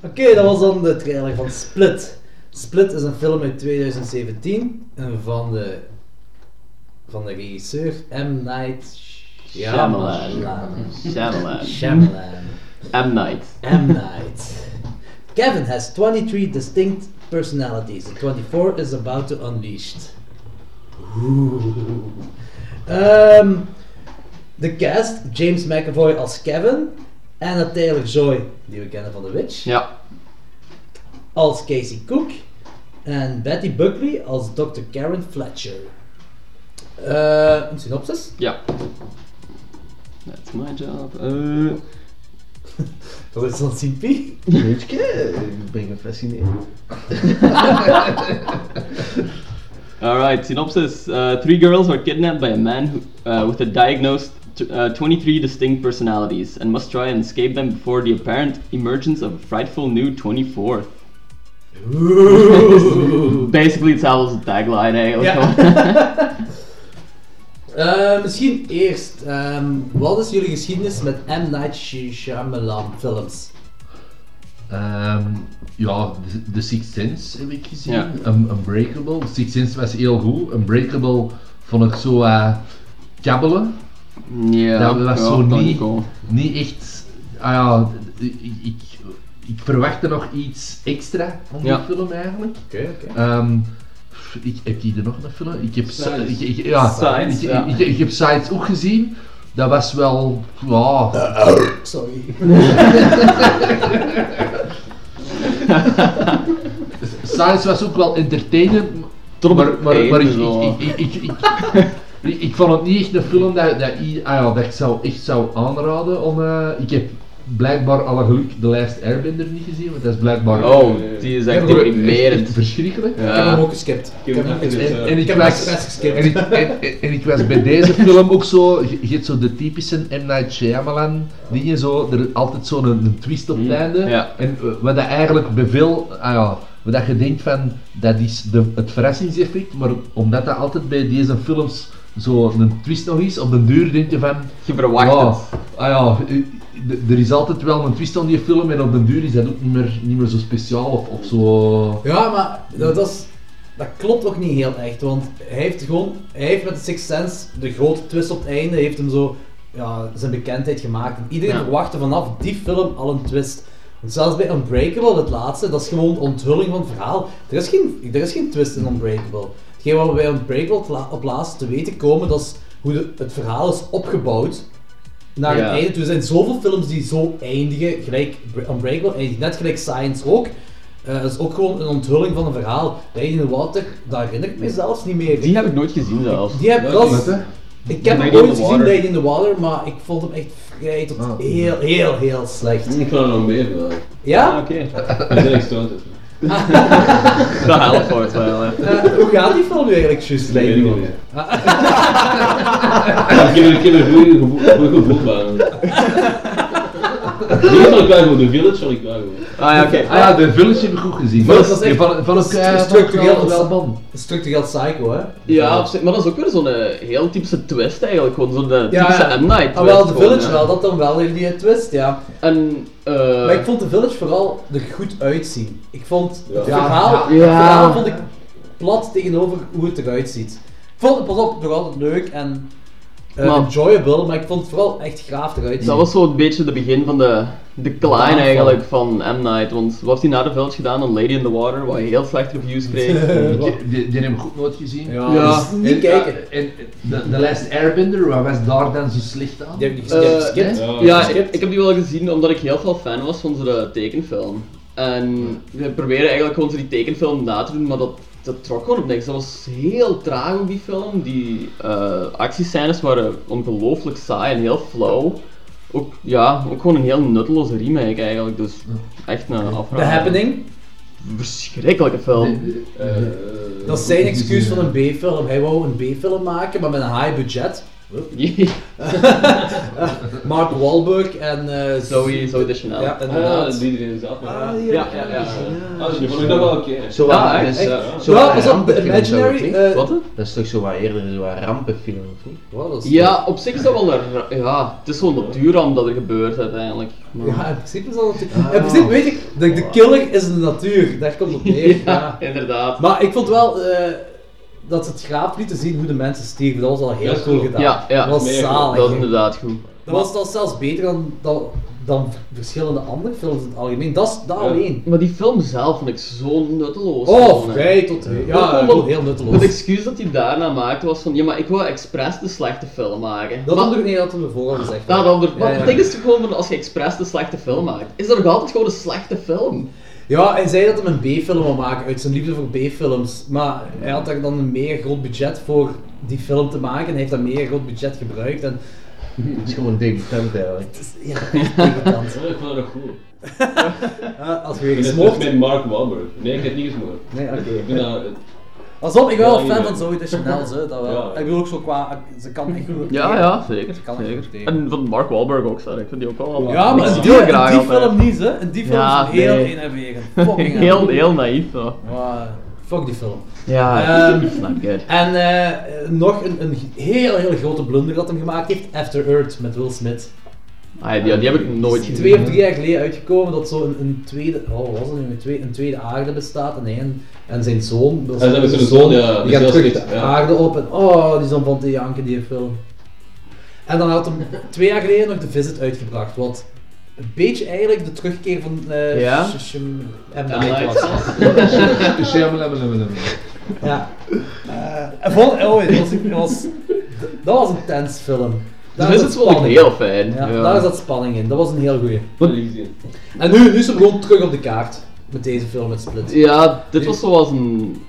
Speaker 6: Oké, dat was dan de trailer van Split. Split is een film uit 2017 en van de, van de regisseur M. Night
Speaker 7: Shyamalan.
Speaker 6: Shyamalan.
Speaker 7: Shyamalan.
Speaker 6: Shyamalan.
Speaker 7: M. Night.
Speaker 6: M. Night. Kevin has 23 distinct personalities. The 24 is about to unleashed. Oeh. Ehm, de cast, James McAvoy als Kevin. Anna Taylor-Joy, die we kennen van The Witch.
Speaker 7: Ja.
Speaker 6: als Casey Cook en Betty Buckley als Dr. Karen Fletcher. Eh, een synopsis?
Speaker 7: Ja. That's my job. Eh,
Speaker 6: Dat is dan Simpie.
Speaker 1: Weet je, ik ben gefascineerd.
Speaker 7: Alright, synopsis. Uh, three girls are kidnapped by a man who, uh, with a diagnosed t- uh, 23 distinct personalities and must try and escape them before the apparent emergence of a frightful new 24th. Basically, it's how was the tagline, eh?
Speaker 6: Eh, misschien eerst, ehm, wat is jullie geschiedenis met M. Night Shyamalan films?
Speaker 2: Ehm, ja, The- The Sixth Sense heb ik gezien.
Speaker 7: Ja.
Speaker 2: Um, Unbreakable. The Sixth Sense was heel goed. Unbreakable vond ik zo eh kabbelen.
Speaker 7: Ja,
Speaker 2: dat was
Speaker 7: ja,
Speaker 2: zo
Speaker 7: kan
Speaker 2: niet,
Speaker 7: ik wel.
Speaker 2: niet echt... Ah ja, ik, ik, ik verwachtte nog iets extra van die
Speaker 7: Ja.
Speaker 2: film eigenlijk.
Speaker 6: Oké, oké.
Speaker 2: Ehm, ik, heb je er nog een film? Ik heb
Speaker 6: Sides.
Speaker 2: Si- ik- ik- ja,
Speaker 7: Sides,
Speaker 2: ik,
Speaker 7: ja.
Speaker 2: ik, ik heb Sides ook gezien. Dat was wel... Ja,
Speaker 6: Sorry.
Speaker 2: Sides was ook wel entertainend,
Speaker 7: Tot op
Speaker 2: maar, maar,
Speaker 7: het
Speaker 2: maar ik,
Speaker 7: einde zo.
Speaker 2: ik, ik, ik, ik, ik, ik vond het niet echt een film dat, dat, i- ah ja, dat ik zou, echt zou aanraden. Om, eh, ik heb blijkbaar alle geluk de lijst Airbender niet gezien, want dat is blijkbaar...
Speaker 7: Oh, die is echt
Speaker 2: echt
Speaker 7: deprimerend.
Speaker 2: verschrikkelijk.
Speaker 7: Ja.
Speaker 6: Ik heb hem ook geskipt. Ik heb hem eh, geskipt.
Speaker 2: En, en,
Speaker 6: Ik
Speaker 2: ik
Speaker 6: heb hem
Speaker 2: was,
Speaker 6: expres geskipt.
Speaker 2: en, ik, en, en- en ik was bij deze film ook zo, je je hebt zo de typische M. Night Shyamalan dingen, zo, er is altijd zo'n een, een twist op het einde.
Speaker 7: Mm, Ja.
Speaker 2: En eh, wat dat eigenlijk bij veel, ah ja, wat dat je denkt van, dat is de, het verrassingseffect, maar omdat dat altijd bij deze films zo'n twist nog is, op den duur denk je van,
Speaker 7: Je verwacht
Speaker 2: ja,
Speaker 7: het.
Speaker 2: ah ja, eh, d- er is altijd wel een twist aan die film en op den duur is dat ook niet meer, niet meer zo speciaal of, of zo...
Speaker 6: Ja, maar dat, dat, is, dat klopt ook niet heel echt. Want hij heeft gewoon, hij heeft met Sixth Sense de grote twist op het einde, heeft hem zo ja, zijn bekendheid gemaakt. En iedereen
Speaker 7: Ja.
Speaker 6: verwachtte vanaf die film al een twist. Want zelfs bij Unbreakable, het laatste, dat is gewoon onthulling van het verhaal. Er is geen, er is geen twist in Unbreakable. Hetgeen wat we bij Unbreakable op la- op laatst te weten komen, dat is hoe de- het verhaal is opgebouwd naar
Speaker 7: Ja.
Speaker 6: het einde. toe. Er zijn zoveel films die zo eindigen, gelijk Br- Unbreakable eindigt net gelijk Science ook. Eh, Dat is ook gewoon een onthulling van een verhaal. Rij in de Water, dat herinner ik me zelfs niet meer.
Speaker 7: Die heb ik nooit gezien zelfs.
Speaker 6: Die heb dat is-
Speaker 2: Wat, hè?
Speaker 6: Ik heb
Speaker 7: Lady
Speaker 6: hem
Speaker 7: in
Speaker 6: ooit
Speaker 7: the
Speaker 6: gezien,
Speaker 7: Water.
Speaker 6: Lady in the Water, maar ik vond hem echt vrij tot
Speaker 2: Ah.
Speaker 6: heel, heel, heel slecht.
Speaker 11: Ik vond het nog meer wel.
Speaker 6: Ja?
Speaker 11: Oké. Dan ben ik stoned.
Speaker 7: Dat helpt voor het wel, hè.
Speaker 6: Eh, hoe gaat die film nu eigenlijk, juist, Lady
Speaker 11: weet
Speaker 6: in the
Speaker 11: ik
Speaker 6: Water?
Speaker 11: niet Ik heb- Ik heb een goede gevoel gevoel van. Die zal ik wel goed, de village zal ik wel goed.
Speaker 7: Ah ja, oké.
Speaker 2: Ah ja, de Village heb ik goed gezien.
Speaker 6: Maar dat is echt
Speaker 2: van, eh, van
Speaker 6: stru-
Speaker 2: elkaar
Speaker 6: structureel
Speaker 2: wel- wel bon.
Speaker 6: Structureel psycho, hè?
Speaker 7: Ja, op zich, maar dat is ook weer zo'n eh, heel typische twist eigenlijk, gewoon zo'n eh,
Speaker 6: Ja,
Speaker 7: typische
Speaker 6: ja.
Speaker 7: M. Night
Speaker 6: Ah, wel,
Speaker 7: twist
Speaker 6: de
Speaker 7: gewoon,
Speaker 6: Village
Speaker 7: ja.
Speaker 6: wel, dat dan wel in die twist, ja.
Speaker 7: En, eh,
Speaker 6: Maar ik vond de Village vooral er goed uitzien. Ik vond het
Speaker 11: Ja.
Speaker 6: verhaal,
Speaker 7: Ja.
Speaker 6: het verhaal vond ik plat tegenover hoe het eruit ziet. Ik vond het pas op nog altijd leuk en eh,
Speaker 7: Maar-
Speaker 6: enjoyable, maar ik vond het vooral echt graaf eruit zien.
Speaker 7: dat was zo'n beetje het begin van de decline
Speaker 6: Downfall.
Speaker 7: eigenlijk van M. Night, want wat heeft hij na de Village gedaan dan Lady in the Water, waar hij heel slecht reviews kreeg.
Speaker 2: Die, die, die heb ik goed nooit gezien.
Speaker 6: Ja, dus niet
Speaker 2: En-
Speaker 6: kijken.
Speaker 2: En, de, de lijst Airbender, wat was daar dan zo slecht aan?
Speaker 6: Die heb ik niet die heb ik
Speaker 7: Eh,
Speaker 6: geskipt.
Speaker 11: Ja.
Speaker 7: Ja, ik, ik heb die wel gezien omdat ik heel veel fan was van zo'n tekenfilm. En we proberen eigenlijk gewoon zo die tekenfilm na te doen, maar dat, dat trok gewoon op niks. Dat was heel traag ook die film. Die eh actiescènes waren ongelooflijk saai en heel flauw. Ook, ja, ook gewoon een heel nutteloze remake eigenlijk, dus echt een afraad.
Speaker 6: The Happening,
Speaker 7: Verschrikkelijke film.
Speaker 6: dat is zijn excuus van een B-film. Hij wou een B-film maken, maar met een high budget. Mark Wahlberg en eh,
Speaker 7: Zoe, Zoe de Chanel.
Speaker 6: Ja,
Speaker 11: Ah,
Speaker 6: inderdaad.
Speaker 11: dat doet iedereen zelf. maar-
Speaker 6: Ah,
Speaker 7: ja, ja, ja.
Speaker 11: Ah, die vond ik dat wel oké.
Speaker 1: Zo
Speaker 7: Ja,
Speaker 1: wat-
Speaker 7: echt.
Speaker 1: is, eh,
Speaker 7: Ja.
Speaker 1: zo
Speaker 6: Ja,
Speaker 1: wat
Speaker 6: pas op, de
Speaker 1: rampenfilm zou het
Speaker 6: Imaginary.
Speaker 1: niet?
Speaker 6: eh,
Speaker 7: Wat? hè?
Speaker 1: Dat is toch zo wat eerder zo'n rampenfilm, of niet?
Speaker 6: wat was-
Speaker 7: Ja, op zich is dat wel een... ra- Ja, het is zo'n natuurramp dat er gebeurt uiteindelijk. maar-
Speaker 6: Ja, in principe is dat natuurlijk.
Speaker 7: Ah.
Speaker 6: In principe weet ik, de, de killer is de natuur, daar komt het neer.
Speaker 7: Ja,
Speaker 6: ja.
Speaker 7: inderdaad.
Speaker 6: Maar ik vond wel eh, dat ze het graaf lieten zien hoe de mensen stierven, dat was al heel
Speaker 11: Dat is
Speaker 6: cool
Speaker 11: cool.
Speaker 6: gedaan.
Speaker 7: Ja, ja.
Speaker 6: Dat was
Speaker 11: Mega
Speaker 6: zalig.
Speaker 7: Dat is inderdaad goed.
Speaker 6: Dat was dan zelfs beter dan, dan, dan verschillende andere films in het algemeen, dat is dat
Speaker 11: Ja.
Speaker 6: alleen.
Speaker 7: Maar die film zelf vond ik zo nutteloos.
Speaker 6: Oh,
Speaker 7: Gewoon, hè.
Speaker 6: vrij tot... Ja,
Speaker 7: Ja,
Speaker 6: ik vond het heel nutteloos.
Speaker 7: Het excuus dat hij daarna maakte was van, ja maar ik wil expres de slechte film maken.
Speaker 6: Dat
Speaker 7: maar,
Speaker 6: had ik niet dat we vooral gezegd
Speaker 7: Ja, dat
Speaker 6: hadden.
Speaker 7: onder... maar
Speaker 6: ja.
Speaker 7: het ding is toch gewoon van, als je expres de slechte film maakt, is dat nog altijd gewoon een slechte film.
Speaker 6: Ja, hij zei dat hij een B-film wil maken uit zijn liefde voor B-films. Maar hij had daar dan een meer groot budget voor die film te maken. En hij heeft dat meer groot budget gebruikt. En
Speaker 1: Het is gewoon debutant eigenlijk.
Speaker 6: het is ja, echt irritant.
Speaker 11: Ja, Ik vond dat goed.
Speaker 6: Ah, als je weer
Speaker 11: Ik ben net
Speaker 6: gesmoord.
Speaker 11: met Mark Wahlberg. Nee, ik heb het niet gesmoord.
Speaker 6: Nee, oké.
Speaker 11: Ik ben daar... eh,
Speaker 6: Pas op, ik ben wel
Speaker 11: Ja,
Speaker 6: fan
Speaker 11: ja.
Speaker 6: van Zoe Deschanel, ze, dat wel.
Speaker 11: Ja.
Speaker 6: Ik bedoel ook zo qua, ze kan echt goed.
Speaker 7: zeker.
Speaker 6: kan ik zeker. tegen.
Speaker 7: En van Mark Wahlberg ook, sorry. ik vind die ook wel...
Speaker 6: Ja, maar in
Speaker 7: ik
Speaker 6: die,
Speaker 7: heel
Speaker 6: in
Speaker 7: graag
Speaker 6: die
Speaker 7: altijd.
Speaker 6: film niet, hè. In die film
Speaker 7: Ja,
Speaker 6: is het heel
Speaker 7: nee.
Speaker 6: enerverend. Fucking
Speaker 7: Heel,
Speaker 6: hell.
Speaker 7: heel naïef zo.
Speaker 6: Maar, fuck die film.
Speaker 7: Ja,
Speaker 6: Ehm,
Speaker 7: not good.
Speaker 6: En eh, eh, nog een, een heel, heel grote blunder dat hem gemaakt heeft, After Earth met Will Smith.
Speaker 7: Ah, die, die heb ik nooit
Speaker 11: Mm.
Speaker 7: gezien. Dus
Speaker 6: Twee of drie jaar geleden uitgekomen dat zo een, een tweede, oh wat was het nu, een, twee, een tweede aarde bestaat en hij en, en zijn zoon.
Speaker 11: Hij is met zijn zoon, ja. dat
Speaker 6: Die gaat
Speaker 11: is heel
Speaker 6: terug
Speaker 11: slecht,
Speaker 6: de
Speaker 11: ja.
Speaker 6: aarde op en oh, die is dan van te janken die film. En dan had hem twee jaar geleden nog The Visit uitgebracht, wat een beetje eigenlijk de terugkeer van eh
Speaker 7: Ja.
Speaker 6: Sh- Sh- M.
Speaker 7: Night.
Speaker 6: Night was.
Speaker 2: Shyamalan.
Speaker 6: Ja. Eh, en vol, oh, dat was, dat was, dat was een tense film.
Speaker 7: Dus
Speaker 6: Daar
Speaker 7: dit
Speaker 6: zat
Speaker 7: is wel
Speaker 6: spanning
Speaker 7: heel
Speaker 6: in.
Speaker 7: fijn.
Speaker 6: Ja, Daar zat spanning in, dat was een heel goeie.
Speaker 11: Dat heb ik gezien.
Speaker 6: En nu, nu is hem gewoon terug op de kaart met deze film met Split.
Speaker 7: Ja, dit was zoals een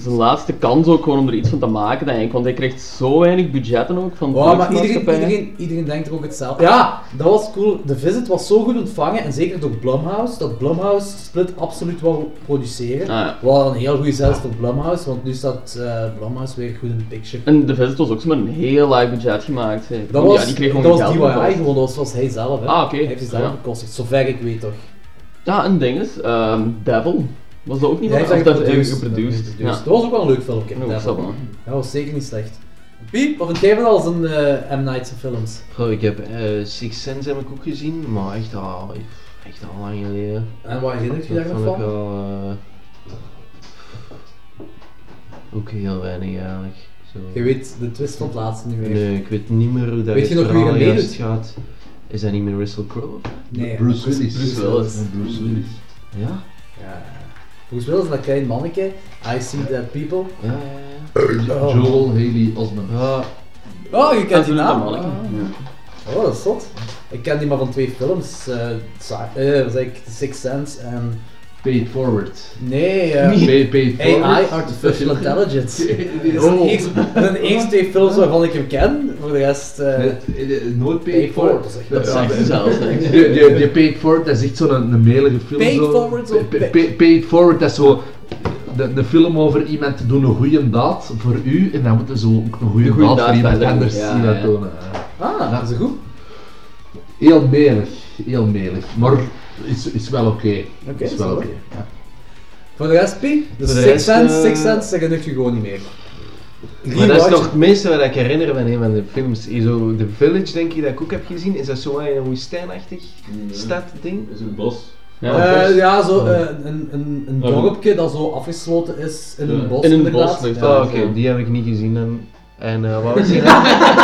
Speaker 7: zijn laatste kans ook gewoon om er iets van te maken, denk ik. Want hij krijgt zo weinig budgetten ook van de
Speaker 6: Oh, maar iedereen,
Speaker 7: productiemaatschappijen.
Speaker 6: iedereen, iedereen denkt er ook hetzelfde. Ja, dat was cool. The Visit was zo goed ontvangen, en zeker door Blumhouse, dat Blumhouse Split absoluut wou produceren.
Speaker 7: Ah, ja.
Speaker 6: Wat een heel goede zet voor Blumhouse, want nu staat eh, Blumhouse weer goed in de picture.
Speaker 7: En The Visit was ook zo met een heel laag budget gemaakt. hè.
Speaker 6: Dat
Speaker 7: Want
Speaker 6: was,
Speaker 7: Oh, ja, die kreeg
Speaker 6: dat
Speaker 7: gewoon
Speaker 6: was
Speaker 7: geld
Speaker 6: DIY
Speaker 7: van vast.
Speaker 6: gewoon, dat was, was hij zelf. Hè.
Speaker 7: Ah, oké.
Speaker 6: Hij heeft die zelf
Speaker 7: Ja.
Speaker 6: bekostigd, zover ik weet toch.
Speaker 7: Ja, en ding is, ehm, Devil. Was dat ook niet
Speaker 6: Hij
Speaker 7: van
Speaker 6: heeft
Speaker 7: of
Speaker 6: dat
Speaker 7: dat
Speaker 6: geproduced.
Speaker 7: geproduced?
Speaker 6: Dus dat was ook wel een leuk filmpje.
Speaker 7: Ja,
Speaker 6: Devil.
Speaker 7: dat wel.
Speaker 6: Dat was zeker niet slecht. Piep, of een jij van als een eh, M. Night's films?
Speaker 1: Goh, ik heb eh Six Sense heb ik ook gezien, maar echt al, echt al lang geleden.
Speaker 6: En wat herinnert je
Speaker 1: Dat
Speaker 6: daar nog
Speaker 1: vond ik
Speaker 6: van?
Speaker 1: wel, eh, ook heel weinig eigenlijk. Zo.
Speaker 6: Je weet de twist van het laatste niet meer.
Speaker 1: Nee, ik weet niet meer hoe dat
Speaker 6: Weet je
Speaker 1: het
Speaker 6: nog wie er
Speaker 1: verhaal
Speaker 6: meedoet?
Speaker 1: juist gaat. Is dat niet meer Russell Crowe?
Speaker 6: Nee,
Speaker 2: Bruce Willis.
Speaker 7: Bruce Willis.
Speaker 2: Bruce Willis.
Speaker 1: Ja?
Speaker 6: Ja. Volgens mij is dat klein manneke. I see dead people.
Speaker 1: Ja, ja, ja.
Speaker 6: Oh.
Speaker 2: Joel Haley Osment.
Speaker 1: Ja,
Speaker 6: Oh, je kent die
Speaker 7: Absoluut
Speaker 6: naam.
Speaker 7: een manneke.
Speaker 6: Oh, dat is zot. Ik ken die maar van twee films. eh Sa- eh, wat zeg ik? The Sixth Sense en...
Speaker 2: Pay it forward.
Speaker 6: Nee, eh,
Speaker 2: Pay, pay it forward.
Speaker 6: AI, Artificial Intelligence. Dat zijn de
Speaker 2: Oh.
Speaker 6: eerste- dat zijn de eerste twee films waarvan ik hem ken. Voor de rest... eh,
Speaker 2: Nee, eh, Nooit Pay
Speaker 6: Pay
Speaker 2: it
Speaker 6: It Forward,
Speaker 2: forward.
Speaker 6: dat is echt-
Speaker 7: Dat zegt ze zelf, hè.
Speaker 2: Die, die, die Pay it forward, dat is echt zo'n een, een melige film.
Speaker 6: Pay It
Speaker 2: zo.
Speaker 6: Forward of
Speaker 2: Pa-
Speaker 6: Pay-
Speaker 2: pa- Pay it forward, dat is zo... De, de film over iemand doet een goede daad voor u en dan moeten ze ook een goede
Speaker 7: Een goeie
Speaker 2: daad,
Speaker 7: daad
Speaker 2: voor iemand
Speaker 7: verder doen,
Speaker 2: anders
Speaker 7: ja,
Speaker 2: zien
Speaker 7: ja.
Speaker 2: dat tonen. hè.
Speaker 6: ah, dat is goed.
Speaker 2: Heel melig, heel melig. Maar is, is wel oké.
Speaker 6: Oké,
Speaker 2: is wel
Speaker 6: zo.
Speaker 2: oké. ja.
Speaker 6: Voor de rest, Pi, de
Speaker 1: de
Speaker 6: Sixth
Speaker 1: rest,
Speaker 6: Sense,
Speaker 1: eh,
Speaker 6: Sixth Sense, dat herinnert je gewoon niet meer.
Speaker 1: Maar dat is
Speaker 6: Rewatch-
Speaker 1: nog het meeste wat ik herinner van een van de films. Is Zo, The Village, denk ik, dat ik ook heb gezien. Is dat zo'n een woestijnachtig stadding?
Speaker 11: is een bos.
Speaker 7: Ja.
Speaker 6: Eh, ja, zo eh, een, een, een
Speaker 11: Oh.
Speaker 6: dorpje dat zo afgesloten is in een
Speaker 11: Ja.
Speaker 6: bos.
Speaker 7: In een
Speaker 6: inderdaad.
Speaker 7: bos ligt
Speaker 1: Ah,
Speaker 7: dat.
Speaker 1: oké, die heb ik niet gezien. En, en eh, wat, was die andere,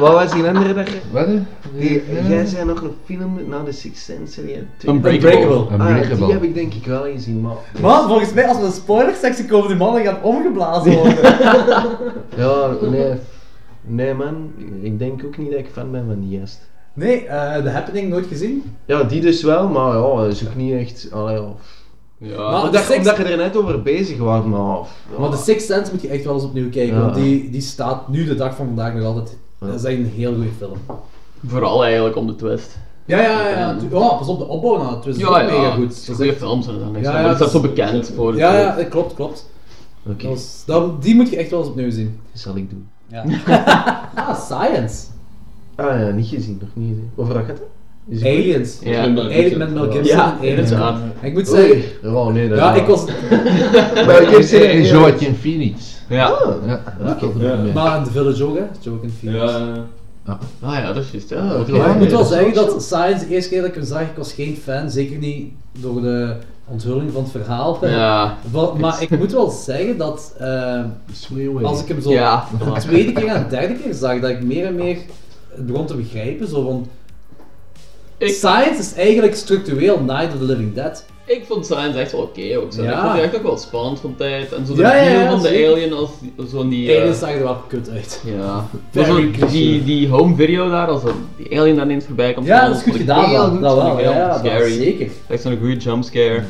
Speaker 1: wat was die andere dag?
Speaker 2: Wat? hè?
Speaker 1: Die, jij zei nog een film na de Sixth Sense. hè? Twee-
Speaker 7: Unbreakable.
Speaker 6: Unbreakable.
Speaker 1: Ah,
Speaker 2: Unbreakable.
Speaker 1: die heb ik denk ik wel gezien, maar...
Speaker 6: Man, volgens mij als we een spoilersectie komen, die mannen gaan omgeblazen worden.
Speaker 1: Ja, nee. Nee man, ik denk ook niet dat ik fan ben van die gast.
Speaker 6: nee, eh, The Happening nooit gezien.
Speaker 1: Ja, die dus wel, maar ja, dat is ook niet echt... Allee, ja.
Speaker 6: Maar
Speaker 7: Ja.
Speaker 6: de
Speaker 1: Omdat,
Speaker 6: Sixth-
Speaker 1: omdat je er net over bezig was, maar... ja.
Speaker 6: Maar The Sixth Sense moet je echt wel eens opnieuw kijken,
Speaker 1: Ja.
Speaker 6: want die, die staat nu de dag van vandaag nog altijd.
Speaker 1: Ja.
Speaker 6: Dat is echt een heel goede film.
Speaker 7: Vooral eigenlijk om de twist.
Speaker 6: Ja, ja, ja. ja. Ja, pas op, de opbouw naar het was ook mega goed. Dat is
Speaker 7: Goede
Speaker 6: echt-
Speaker 7: films en dan niks.
Speaker 6: Ja,
Speaker 7: aan.
Speaker 6: ja,
Speaker 7: Maar het staat zo
Speaker 6: dat
Speaker 7: bekend voor de
Speaker 6: Ja,
Speaker 7: film.
Speaker 6: ja, dat klopt, klopt.
Speaker 1: Oké,
Speaker 6: Dat was- dat- die moet je echt wel eens opnieuw zien.
Speaker 1: dat zal ik doen.
Speaker 6: Ja. ah, Science.
Speaker 1: Ah ja, niet gezien, nog niet gezien. Over wat gaat dat? Is die goed?
Speaker 6: Aliens.
Speaker 7: Ja.
Speaker 6: Alien met Mel Gibson
Speaker 7: Ja,
Speaker 6: en Aliens.
Speaker 7: inderdaad.
Speaker 6: Ik moet
Speaker 1: Oei.
Speaker 6: zeggen,
Speaker 1: Ja, nee, dat
Speaker 6: ja, ik was...
Speaker 1: Maar ik heb
Speaker 2: En- en-
Speaker 1: zin
Speaker 2: en
Speaker 1: in
Speaker 2: Eh, Joaquin Phoenix.
Speaker 7: Ja.
Speaker 2: Ja, dat komt
Speaker 11: Ja.
Speaker 2: er mee.
Speaker 6: Maar in The Village ook, hè. Joke en Phoenix.
Speaker 11: Ja,
Speaker 7: Ah ja, dat is juist. Ja.
Speaker 1: Ah, oké.
Speaker 6: Maar ik moet wel
Speaker 1: dat is
Speaker 6: zeggen
Speaker 1: wel
Speaker 6: dat Science, de eerste keer dat ik hem zag, ik was geen fan. Zeker niet door de onthulling van het verhaal.
Speaker 7: Ja.
Speaker 6: Wa- maar ik moet wel zeggen dat eh,
Speaker 2: Sway away.
Speaker 6: als ik hem zo
Speaker 7: Ja.
Speaker 6: de tweede keer en de derde keer zag, dat ik meer en meer het begon te begrijpen. Zo, want
Speaker 7: Ik-
Speaker 6: Science is eigenlijk structureel Night of the Living Dead.
Speaker 7: Ik vond Science echt wel oké ook. Zo.
Speaker 6: Ja.
Speaker 7: Ik vond die echt ook wel spannend van tijd. En zo de
Speaker 6: Ja, ja,
Speaker 7: deal
Speaker 6: ja,
Speaker 7: van de
Speaker 6: zeker.
Speaker 7: alien als zo'n die... eh,
Speaker 6: Eén zag er wel kut uit.
Speaker 7: Ja. Maar
Speaker 6: Very
Speaker 7: zo
Speaker 6: cliché.
Speaker 7: die, die home video daar, als dat die alien daar ineens voorbij komt.
Speaker 6: Ja,
Speaker 7: dan
Speaker 6: dat is goed
Speaker 7: vond ik
Speaker 6: gedaan.
Speaker 7: heel
Speaker 6: wel.
Speaker 7: goed,
Speaker 6: Dat
Speaker 7: vond
Speaker 6: wel,
Speaker 7: ik heel
Speaker 6: ja, dat
Speaker 7: scary.
Speaker 6: zeker.
Speaker 7: Echt zo'n goede jumpscare.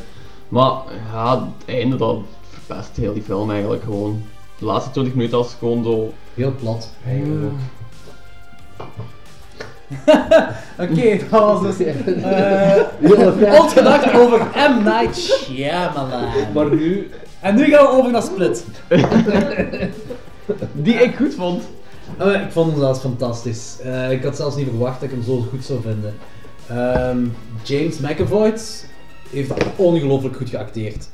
Speaker 7: Maar ja, het einde dat verpest heel die film eigenlijk gewoon. De laatste 20 minuten was gewoon zo.
Speaker 6: Heel plat.
Speaker 7: Eigenlijk.
Speaker 6: Ah. Oké, dat was dus... eh Ontgedacht over M. Night Shyamalan.
Speaker 11: Maar nu,
Speaker 6: En nu gaan we over naar Split.
Speaker 7: Die ik goed vond.
Speaker 6: Eh, ik vond hem zelfs fantastisch. Eh, ik had zelfs niet verwacht dat ik hem zo goed zou vinden. Ehm, James McAvoy heeft ongelooflijk goed geacteerd.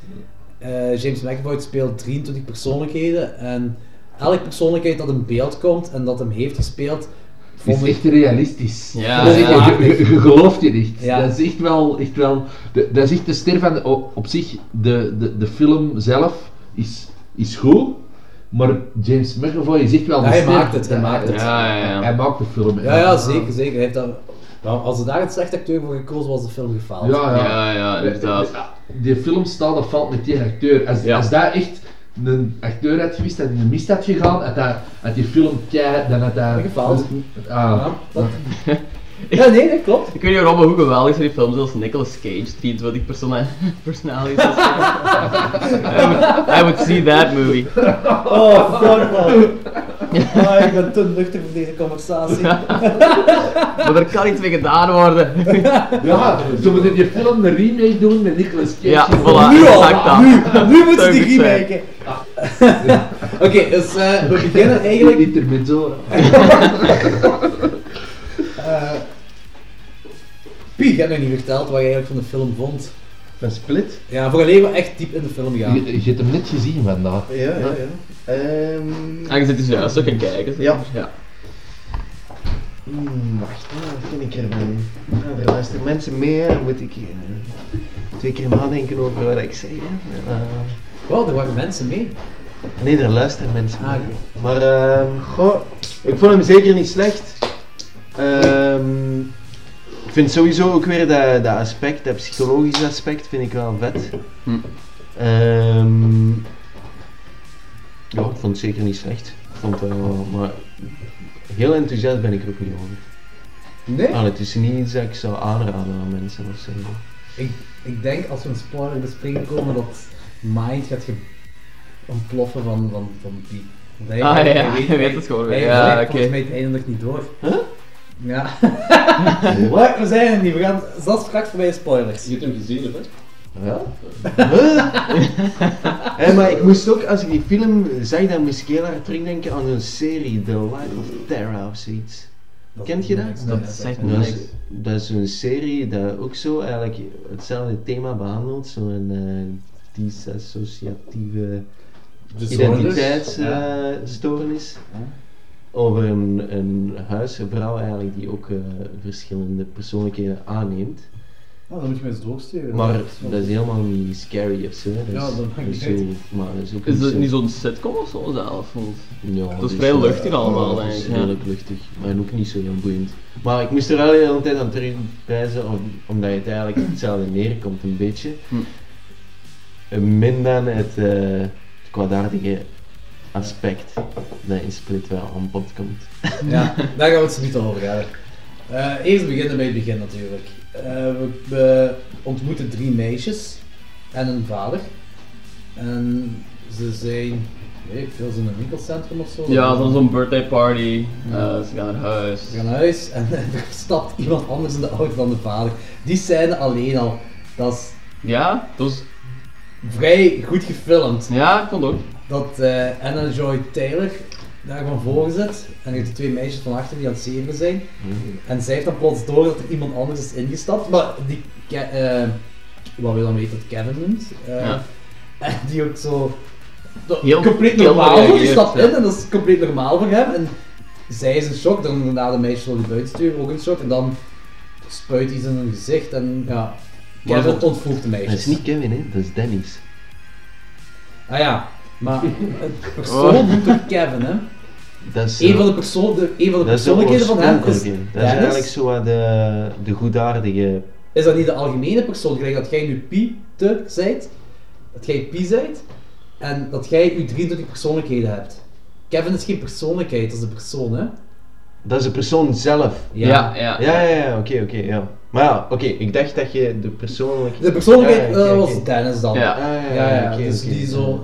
Speaker 6: Eh, James McAvoy speelt 23 persoonlijkheden en elke persoonlijkheid dat in beeld komt en dat hem heeft gespeeld,
Speaker 2: Het
Speaker 6: vond
Speaker 2: is
Speaker 6: ik...
Speaker 2: echt realistisch.
Speaker 7: Ja,
Speaker 2: Dat is
Speaker 7: ja.
Speaker 2: echt- je- je- je gelooft je niet.
Speaker 6: Ja.
Speaker 2: Dat is echt wel, echt wel de- dat is echt de ster van, de- o- op zich, de, de, de film zelf is, is goed, maar James McAvoy is echt wel de
Speaker 6: Hij
Speaker 2: ster.
Speaker 6: maakt het, hij
Speaker 2: Ja,
Speaker 6: maakt het.
Speaker 7: Ja, ja, ja.
Speaker 2: Hij maakt de film.
Speaker 6: Ja, ja, zeker, zeker. Hij heeft dat... Nou, als ze daar een slecht acteur voor gekozen was, de film gefaald.
Speaker 2: Ja, ja.
Speaker 7: Ja, ja, inderdaad.
Speaker 2: Die film staat of valt met die acteur. Als,
Speaker 7: Ja.
Speaker 2: als dat echt een acteur had geweest dat in de mist had gegaan, had, dat, had die film keihard, dan had dat...
Speaker 6: Gefaald.
Speaker 2: Ah,
Speaker 6: Ja, dat- Ja, nee, dat klopt.
Speaker 7: Ik weet niet waarom, maar hoe geweldig zijn die films als Nicolas Cage, 23 persona personalities. I, would, I would see that movie.
Speaker 6: Oh, fuck man. Ah, ik ben te nuchter voor deze conversatie.
Speaker 7: Maar er kan iets mee gedaan worden.
Speaker 2: Ja, ze moeten die film een remake doen met Nicolas Cage.
Speaker 7: Ja, voilà,
Speaker 6: nu al,
Speaker 7: Ah, exact dat.
Speaker 6: nu, nu moeten ze
Speaker 7: Zou
Speaker 6: die
Speaker 7: goed zijn.
Speaker 6: remaken. Oké, dus eh, we beginnen eigenlijk...
Speaker 2: Intermezzo.
Speaker 6: eh Pie, je hebt nog niet verteld wat je eigenlijk van de film vond.
Speaker 2: Van Split?
Speaker 6: Ja, voor alleen maar echt diep in de film gaan.
Speaker 2: Je, je hebt hem net gezien vandaag.
Speaker 1: Ja, ja, ja. Ehm,
Speaker 7: Ah, je zit dus juist ook aan kijken. zeg.
Speaker 1: Ja.
Speaker 7: ja.
Speaker 1: hmm, wacht, hè, wat vind ik ervan? Nou, er luisteren mensen mee, dan moet ik eh, twee keer nadenken over wat ik zeg. hè. Eh,
Speaker 6: Wow, er waren mensen mee.
Speaker 1: Nee, daar luisteren mensen
Speaker 6: Ah,
Speaker 1: mee. Maar ehm, goh, ik vond hem zeker niet slecht. Ehm, ik vind sowieso ook weer dat, dat aspect, dat psychologische aspect, vind ik wel vet.
Speaker 7: Hm.
Speaker 1: Ehm, ja, ik vond het zeker niet slecht. Ik vond het wel, maar heel enthousiast ben ik er ook niet over.
Speaker 6: Nee?
Speaker 1: Maar het is niet iets dat ik zou aanraden aan mensen of zo.
Speaker 6: Ik, ik denk als we een spoiler bespreken komen dat Mind gaat ge- ontploffen van, van, van Pie. Want hij-
Speaker 7: Ah,
Speaker 6: hij
Speaker 7: ja, hij weet het gewoon weer.
Speaker 6: Hij,
Speaker 7: Ja,
Speaker 6: hij heeft
Speaker 7: oké.
Speaker 6: volgens mij het einde nog niet door.
Speaker 1: Huh?
Speaker 6: Ja. Maar we zijn er niet, we gaan zelfs straks voorbij spoilers.
Speaker 12: Je hebt hem gezien, of hè?
Speaker 1: Ja? Hé, maar ik moest ook, als ik die film zag, dan moest ik heel hard terugdenken aan een serie, The Life of Terra of zoiets. Kent je dat?
Speaker 7: Dat zegt me
Speaker 1: Dat is,
Speaker 7: niks.
Speaker 1: dat is een serie dat ook zo eigenlijk hetzelfde thema behandelt, zo'n eh, disassociatieve
Speaker 6: Dus
Speaker 1: eh, identiteitsstoornis. over een, een huisvrouw eigenlijk die ook eh, verschillende persoonlijkheden aanneemt.
Speaker 6: Oh, dan moet je me eens doorsturen.
Speaker 1: Maar dat is helemaal niet scary of zo. hè. Dat
Speaker 6: Ja,
Speaker 1: is-
Speaker 6: dat maakt
Speaker 1: is
Speaker 6: niet uit.
Speaker 1: zo- Maar dat is ook
Speaker 7: Is
Speaker 1: zo-
Speaker 7: het niet zo'n sitcom of zo zelf? of-
Speaker 1: Ja,
Speaker 7: is
Speaker 1: dus,
Speaker 7: vrij
Speaker 1: eh,
Speaker 7: luchtig allemaal,
Speaker 1: ja, dat is
Speaker 7: eigenlijk, ja.
Speaker 1: Redelijk luchtig, maar ook niet zo heel boeiend. Maar ik moest er wel de hele tijd aan terugwijzen, om- omdat het eigenlijk op hetzelfde neerkomt, een beetje.
Speaker 7: Hm.
Speaker 1: Eh, Min dan het eh, kwaadaardige aspect dat in Split wel aan bod komt.
Speaker 6: Ja, daar gaan we het zo niet over hebben. Eh, eerst beginnen bij het begin natuurlijk. Eh, we, we ontmoeten drie meisjes en een vader. En ze zijn, weet ik veel, ze in een winkelcentrum of zo.
Speaker 7: Ja, zo'n zo'n birthday party.
Speaker 6: Ja.
Speaker 7: eh, ze gaan naar huis.
Speaker 6: Ze gaan naar huis en er stapt iemand anders in de auto dan de vader. Die scène alleen al, dat is
Speaker 7: Ja, dat was...
Speaker 6: vrij goed gefilmd.
Speaker 7: Ja, ik vond het ook.
Speaker 6: Dat eh, Anna Joy Taylor daar van voren zit en je hebt die twee meisjes van achter die aan het zeven zijn.
Speaker 7: Hmm.
Speaker 6: En zij heeft dan plots door dat er iemand anders is ingestapt, maar die, Ke- eh, wat we dan weten dat Kevin noemt, eh,
Speaker 7: Ja.
Speaker 6: en die ook zo dat-
Speaker 7: Heel-
Speaker 6: compleet
Speaker 7: heel
Speaker 6: normaal voor die
Speaker 7: gereageerd,
Speaker 6: stapt
Speaker 7: ja.
Speaker 6: in en dat is compleet normaal voor hem. En zij is in shock, dan daarna de meisjes wil die buiten sturen, ook in shock, en dan spuit iets in hun gezicht en ja,
Speaker 7: Maar
Speaker 6: Kevin
Speaker 7: dat-
Speaker 6: ontvoert
Speaker 1: Dat
Speaker 6: de meisjes.
Speaker 1: is niet Kevin, hè? dat is Dennis.
Speaker 6: Ah ja, maar het persoon
Speaker 7: Oh.
Speaker 6: noemt toch Kevin, hè?
Speaker 1: Dat is,
Speaker 6: Een
Speaker 1: eh,
Speaker 6: van de, persoon, de, een van de
Speaker 1: dat is de
Speaker 6: persoonlijkheden van hem is
Speaker 1: oorspronkelijke. Dat is eigenlijk
Speaker 6: Dennis.
Speaker 1: zo wat de, de goedaardige
Speaker 6: Is dat niet de algemene persoon? Gelijk dat jij nu Pi te zijt, dat jij Pi zijt en dat jij je 23 persoonlijkheden hebt. Kevin is geen persoonlijkheid, dat is een persoon, hè?
Speaker 1: Dat is de persoon zelf.
Speaker 7: Ja, ja.
Speaker 1: Ja, ja, ja, oké, oké, ja. Maar ja, oké, ik dacht dat je de persoonlijke...
Speaker 6: De persoonlijkheid
Speaker 1: Ja, ja,
Speaker 6: eh,
Speaker 1: oké,
Speaker 6: was
Speaker 1: oké.
Speaker 6: Dennis dan.
Speaker 7: Ja.
Speaker 1: Ah, ja,
Speaker 6: ja, ja,
Speaker 1: oké,
Speaker 6: dus
Speaker 1: oké.
Speaker 6: die zo'n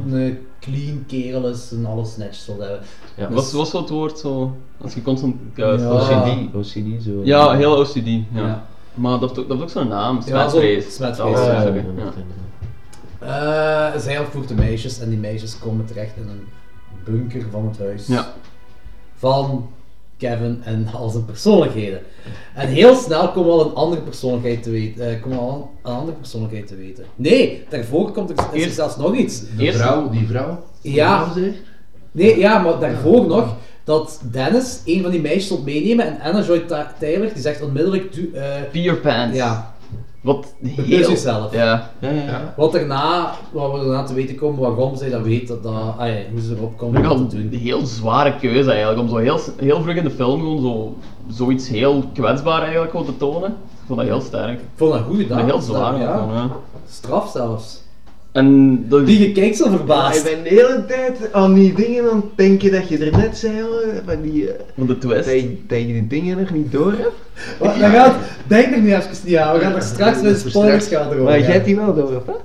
Speaker 6: clean kerel is en alles netjes wil hebben.
Speaker 1: Ja.
Speaker 7: Wat was zo het woord zo? Als je constant kuist.
Speaker 6: Ja.
Speaker 7: Ja,
Speaker 1: OCD, OCD zo.
Speaker 7: ja heel OCD. Ja.
Speaker 6: Ja.
Speaker 7: Maar dat heeft ook, dat heeft ook zo'n naam.
Speaker 6: Ja, zo'n
Speaker 7: Smetvrees.
Speaker 6: smetvrees,
Speaker 7: Dat was-
Speaker 1: Ah, Ja,
Speaker 7: dat
Speaker 1: ja,
Speaker 7: was ook, ja.
Speaker 6: Eh, zij ontvoert de meisjes en die meisjes komen terecht in een bunker van het huis
Speaker 7: Ja.
Speaker 6: van Kevin en al zijn persoonlijkheden. En heel snel komen we al een andere persoonlijkheid te weten. eh, komen we al een andere persoonlijkheid te weten. Nee, daarvoor komt er, is er
Speaker 7: Eerst-
Speaker 6: zelfs nog iets.
Speaker 2: De
Speaker 7: Eerst-
Speaker 2: vrouw, Oh, die vrouw.
Speaker 6: Ja,
Speaker 2: Die vrouw, zeg.
Speaker 6: nee, ja, maar daarvoor nog dat Dennis een van die meisjes wil meenemen en Anna Joy Ta- Taylor die zegt onmiddellijk doe, eh,
Speaker 7: Peer pants.
Speaker 6: ja,
Speaker 7: Wat
Speaker 6: beheers
Speaker 7: heel...
Speaker 6: jezelf.
Speaker 7: Ja.
Speaker 1: Ja, ja, ja.
Speaker 6: Wat daarna, wat we daarna te weten komen, waarom zij dat weet, dat, dat ah ja, hoe ze erop
Speaker 7: Dat
Speaker 6: komen
Speaker 7: is
Speaker 6: om
Speaker 7: al
Speaker 6: dat te
Speaker 7: een
Speaker 6: doen.
Speaker 7: heel zware keuze eigenlijk, om zo heel, s- heel vroeg in de film gewoon zo, zoiets heel kwetsbaar eigenlijk gewoon te tonen. Ik vond dat heel sterk. Ik
Speaker 6: Ik vond dat goed
Speaker 7: vond
Speaker 6: gedaan.
Speaker 7: dat heel zwaar.
Speaker 6: ja.
Speaker 7: gewoon, hè.
Speaker 6: Straf zelfs.
Speaker 7: En dat...
Speaker 6: Die gekijkt zo verbaasd.
Speaker 1: ik ben de hele tijd aan die dingen aan het denken dat je er net zei, hoor, van die... eh,
Speaker 7: Van de twist.
Speaker 1: Dat je, dat je die dingen nog niet door hebt.
Speaker 6: Wat, dat gaat, denk nog niet even niet aan. We gaan er straks met spoilers gaan erover.
Speaker 1: Maar jij hebt
Speaker 6: gaan.
Speaker 1: die wel door, of wat?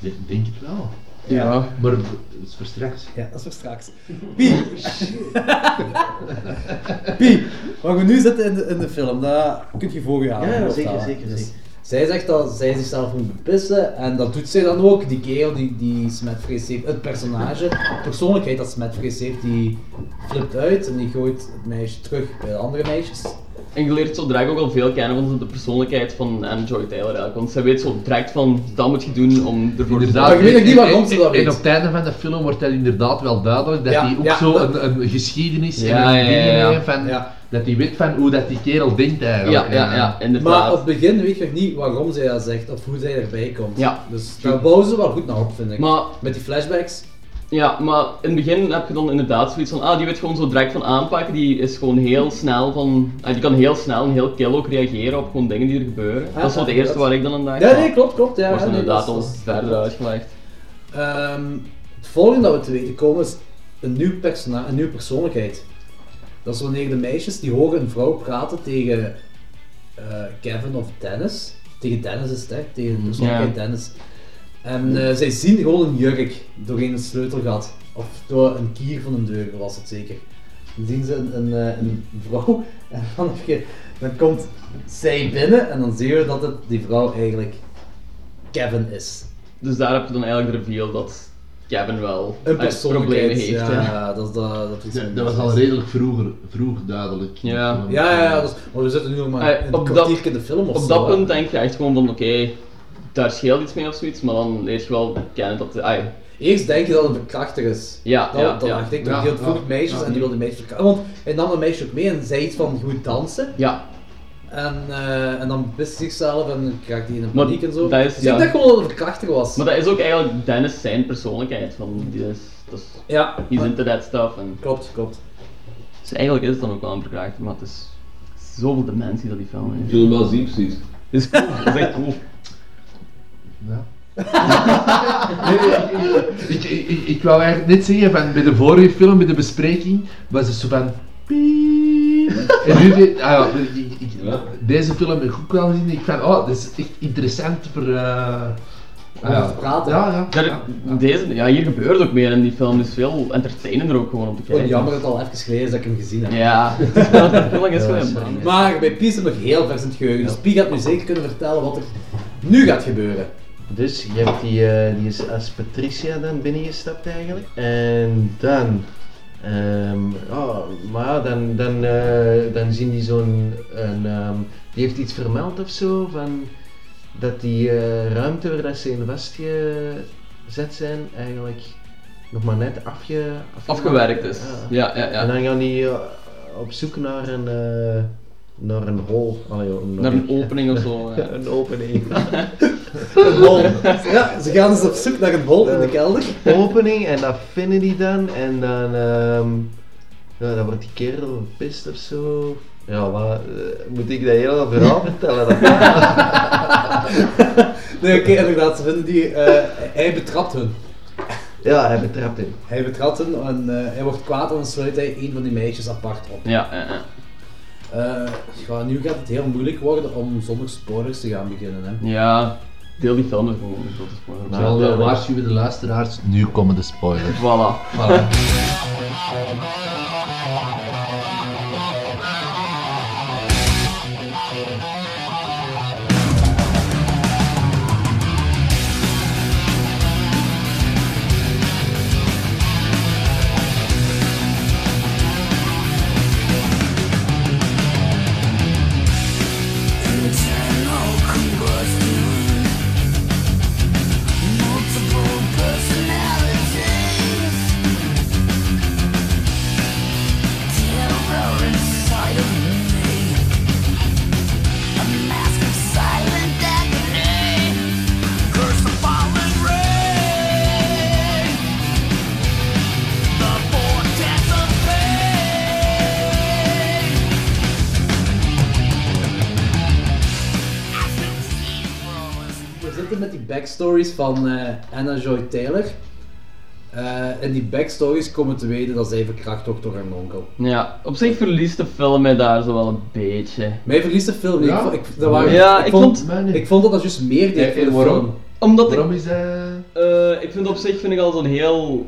Speaker 2: Ik denk het wel.
Speaker 6: Ja.
Speaker 2: Maar het is voor straks.
Speaker 6: Ja, dat is voor straks. Piep! Piep! Wat we nu zitten in de, in de film, dat kun je voor je halen.
Speaker 1: Ja, ja,
Speaker 6: of
Speaker 1: zeker,
Speaker 6: dat. dus.
Speaker 1: zeker, zeker.
Speaker 6: Zij zegt dat zij zichzelf moet bepissen en dat doet zij dan ook. Die kerel die, die smetvrees heeft, het personage, de persoonlijkheid dat smetvrees heeft, die flipt uit en die gooit het meisje terug bij de andere meisjes.
Speaker 7: En je leert zo direct ook al veel kennen van de persoonlijkheid van Anne Joy Taylor eigenlijk. Want zij weet zo direct van, dat moet je doen om ervoor te
Speaker 2: Inderdaad.
Speaker 7: zorgen.
Speaker 6: weet ook niet waarom
Speaker 2: En-
Speaker 6: ze dat
Speaker 2: en-
Speaker 6: weet.
Speaker 2: En op het einde van de film wordt dat inderdaad wel duidelijk dat
Speaker 6: Ja,
Speaker 2: hij ook
Speaker 6: ja,
Speaker 2: zo
Speaker 6: dat-
Speaker 2: een, een geschiedenis
Speaker 7: Ja,
Speaker 2: en
Speaker 7: ja,
Speaker 2: een
Speaker 7: ja,
Speaker 2: dingen
Speaker 7: ja.
Speaker 2: heeft van,
Speaker 6: Ja.
Speaker 2: dat hij weet van hoe dat die kerel denkt eigenlijk.
Speaker 7: Ja, ja, ja, inderdaad.
Speaker 6: Maar op het begin weet je nog niet waarom zij dat zegt of hoe zij erbij komt.
Speaker 7: Ja.
Speaker 6: Dus daar bouwen ze wel goed naar op, vind ik.
Speaker 7: Maar-
Speaker 6: Met die flashbacks.
Speaker 7: Ja, maar in het begin heb je dan inderdaad zoiets van, ah, die weet gewoon zo direct van aanpakken, die is gewoon heel snel van, ah, die kan heel snel en heel kill ook reageren op gewoon dingen die er gebeuren.
Speaker 6: Ah,
Speaker 7: dat is wel
Speaker 6: ja,
Speaker 7: het eerste
Speaker 6: dat-
Speaker 7: waar ik dan aan dacht.
Speaker 6: Ja,
Speaker 7: maar
Speaker 6: nee, klopt, klopt. Ja,
Speaker 7: Wordt
Speaker 6: ja, nee,
Speaker 7: inderdaad
Speaker 6: dat
Speaker 7: al
Speaker 6: is- dat is-
Speaker 7: verder uitgelegd.
Speaker 6: Ehm, het volgende dat we te weten komen is een nieuw persona, een nieuwe persoonlijkheid. Dat is wanneer de meisjes die horen een vrouw praten tegen eh, Kevin of Dennis. Tegen Dennis is het, hè? Tegen de persoonlijkheid
Speaker 7: Ja.
Speaker 6: Dennis. En eh, zij zien gewoon een jurk doorheen een sleutelgat. Of door een kier van een deur, was het zeker. Dan zien ze een, een, eh, een vrouw en dan, heb je, dan komt zij binnen en dan zien we dat het die vrouw eigenlijk Kevin is.
Speaker 7: Dus daar heb je dan eigenlijk de reveal dat Kevin wel
Speaker 6: Een
Speaker 7: eh, problemen
Speaker 6: persoonlijkheid.
Speaker 7: heeft.
Speaker 6: Ja,
Speaker 7: hè.
Speaker 6: ja, dat, is dat, dat, is
Speaker 2: eh, Dat, dat was al redelijk vroeger, vroeg duidelijk.
Speaker 7: Ja.
Speaker 2: In de film.
Speaker 6: Ja, ja, ja. Dat is, maar we zitten nu nog maar
Speaker 7: Eh,
Speaker 6: een
Speaker 7: op
Speaker 6: kwartier
Speaker 7: dat-
Speaker 6: Ah, in de film of
Speaker 7: Op
Speaker 6: zo,
Speaker 7: dat
Speaker 6: hè.
Speaker 7: punt denk je echt gewoon van, oké, daar scheelt iets mee of zoiets, maar dan leer je wel kennen dat, ah, ja.
Speaker 6: Eerst denk je dat het een verkrachter is.
Speaker 7: Ja,
Speaker 6: dat,
Speaker 7: ja,
Speaker 6: dat
Speaker 7: ja.
Speaker 6: dacht ik.
Speaker 2: Ja,
Speaker 6: Want die had
Speaker 2: ja,
Speaker 6: vroeg meisjes
Speaker 2: ja.
Speaker 6: en die wilde meisjes verkrachten. Want hij nam een meisje ook mee en zei iets van goed dansen.
Speaker 7: ja.
Speaker 6: En, eh, en dan wist hij zichzelf en dan raakte hij in een
Speaker 7: Maar
Speaker 6: paniek en zo.
Speaker 7: dat is-
Speaker 6: dus
Speaker 7: ja.
Speaker 6: ik dacht gewoon dat het een verkrachter was.
Speaker 7: Maar dat is ook eigenlijk Dennis zijn persoonlijkheid, van, die is, dat is,
Speaker 6: ja,
Speaker 7: he's
Speaker 6: maar-
Speaker 7: into that stuff. En,
Speaker 6: klopt, klopt.
Speaker 7: Dus eigenlijk is het dan ook wel een verkrachter, maar het is zoveel dimensie dat die film
Speaker 13: Ik
Speaker 7: heeft.
Speaker 13: wil hem wel zien precies.
Speaker 7: Het is cool, dat is echt cool.
Speaker 2: Ja. Nee, nee, ik, ik, ik, ik wou eigenlijk net zeggen, van, bij de vorige film, bij de bespreking, was het zo van... piep. En nu, de- ah, ja, ik- ik- ik-
Speaker 13: Ja.
Speaker 2: deze film heb ik ook wel gezien. Ik van, oh, dat is echt interessant voor... eh,
Speaker 6: Om
Speaker 2: ja.
Speaker 6: te praten.
Speaker 2: Ja, ja.
Speaker 7: Daar- Deze, ja, hier gebeurt ook meer in die film, dus veel entertainender ook gewoon om te
Speaker 6: Gewoon
Speaker 7: kijken.
Speaker 6: Oh, jammer dat het al even geleden is dat ik hem gezien heb.
Speaker 7: Ja, de film is gewoon belangrijk.
Speaker 6: Maar bij Pie is het nog heel vers in het geheugen. Dus Pie gaat nu zeker kunnen vertellen wat er nu gaat gebeuren.
Speaker 1: Dus je hebt die, eh, die is als Patricia dan binnengestapt eigenlijk. En dan. ehm, oh, maar ja, dan, dan, eh, dan zien die zo'n. een, ehm, die heeft iets vermeld of zo. Van dat die eh, ruimte waar dat ze in vastgezet zijn eigenlijk nog maar net afge, afgemaakt-
Speaker 7: Afgewerkt is. Ja, ja,
Speaker 1: En
Speaker 7: ja.
Speaker 1: dan gaan die eh, op zoek naar een. eh, naar een hol. Allee, om-
Speaker 7: Naar een opening of zo. ja.
Speaker 1: een opening.
Speaker 6: Een hol. Ja, ze gaan dus op zoek naar een hol in de kelder.
Speaker 1: opening en dat vinden die dan en dan, ehm, ja, dan wordt die kerel gepist of zo. Ja, wat, eh, moet ik dat hele verhaal vertellen? Dat,
Speaker 6: Nee, oké, inderdaad, ze vinden die. eh, hij betrapt hun.
Speaker 1: ja, hij betrapt hem.
Speaker 6: Hij betrapt hun en eh, hij wordt kwaad en dan sluit hij een van die meisjes apart op.
Speaker 7: Ja, ja, ja.
Speaker 6: Eh, ja, nu gaat het heel moeilijk worden om zonder spoilers te gaan beginnen. Hè.
Speaker 7: Ja, deel die film is gewoon een grote spoiler.
Speaker 6: Nou,
Speaker 2: Ik zal eh, waarschuwen de luisteraars, nu komen de spoilers.
Speaker 7: Voilà.
Speaker 2: Voilà.
Speaker 14: Multiple personalities.
Speaker 6: backstories van eh, Anna Joy Taylor. Eh, in die backstories komen te weten dat zij verkracht wordt door haar onkel.
Speaker 7: Ja, op zich verliest de film mij daar zo wel een beetje.
Speaker 6: Mij verliest de film niet.
Speaker 7: Ja?
Speaker 6: Ik vond- ik- dat waren-
Speaker 7: Ja,
Speaker 6: ik
Speaker 7: ik
Speaker 6: vond-
Speaker 7: vond-
Speaker 6: ik vond dat dat juist meer deed
Speaker 7: Eh,
Speaker 6: voor de
Speaker 7: eh, waarom?
Speaker 6: film.
Speaker 7: Omdat
Speaker 2: Waarom
Speaker 7: ik,
Speaker 2: is dat...
Speaker 7: Eh, ik vind op zich vind ik al zo'n heel,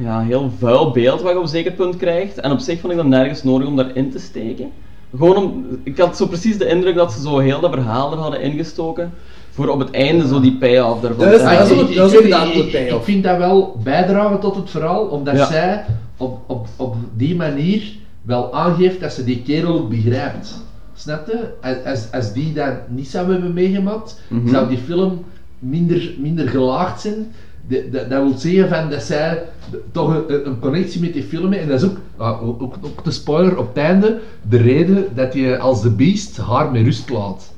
Speaker 7: ja, heel vuil beeld wat je op een zeker punt krijgt. En op zich vond ik dat nergens nodig om daarin te steken. Gewoon om, ik had zo precies de indruk dat ze zo heel dat verhaal er hadden ingestoken. Voor op het einde zo die payoff daarvan te
Speaker 2: Ah,
Speaker 7: hebben.
Speaker 2: ik- ik- ik- ik- ik, ik vind dat wel bijdragen tot het verhaal, omdat
Speaker 7: Ja.
Speaker 2: zij op, op, op die manier wel aangeeft dat ze die kerel ook begrijpt. Snap je? Als- Als, als die dat niet zou hebben meegemaakt,
Speaker 7: Mhm.
Speaker 2: zou die film minder, minder gelaagd zijn. De- dat- dat wil zeggen van dat zij toch een- een, een connectie met die film heeft. En dat is ook, ah, ook, ook, ook de spoiler op het einde, de reden dat je als de beest haar met rust laat.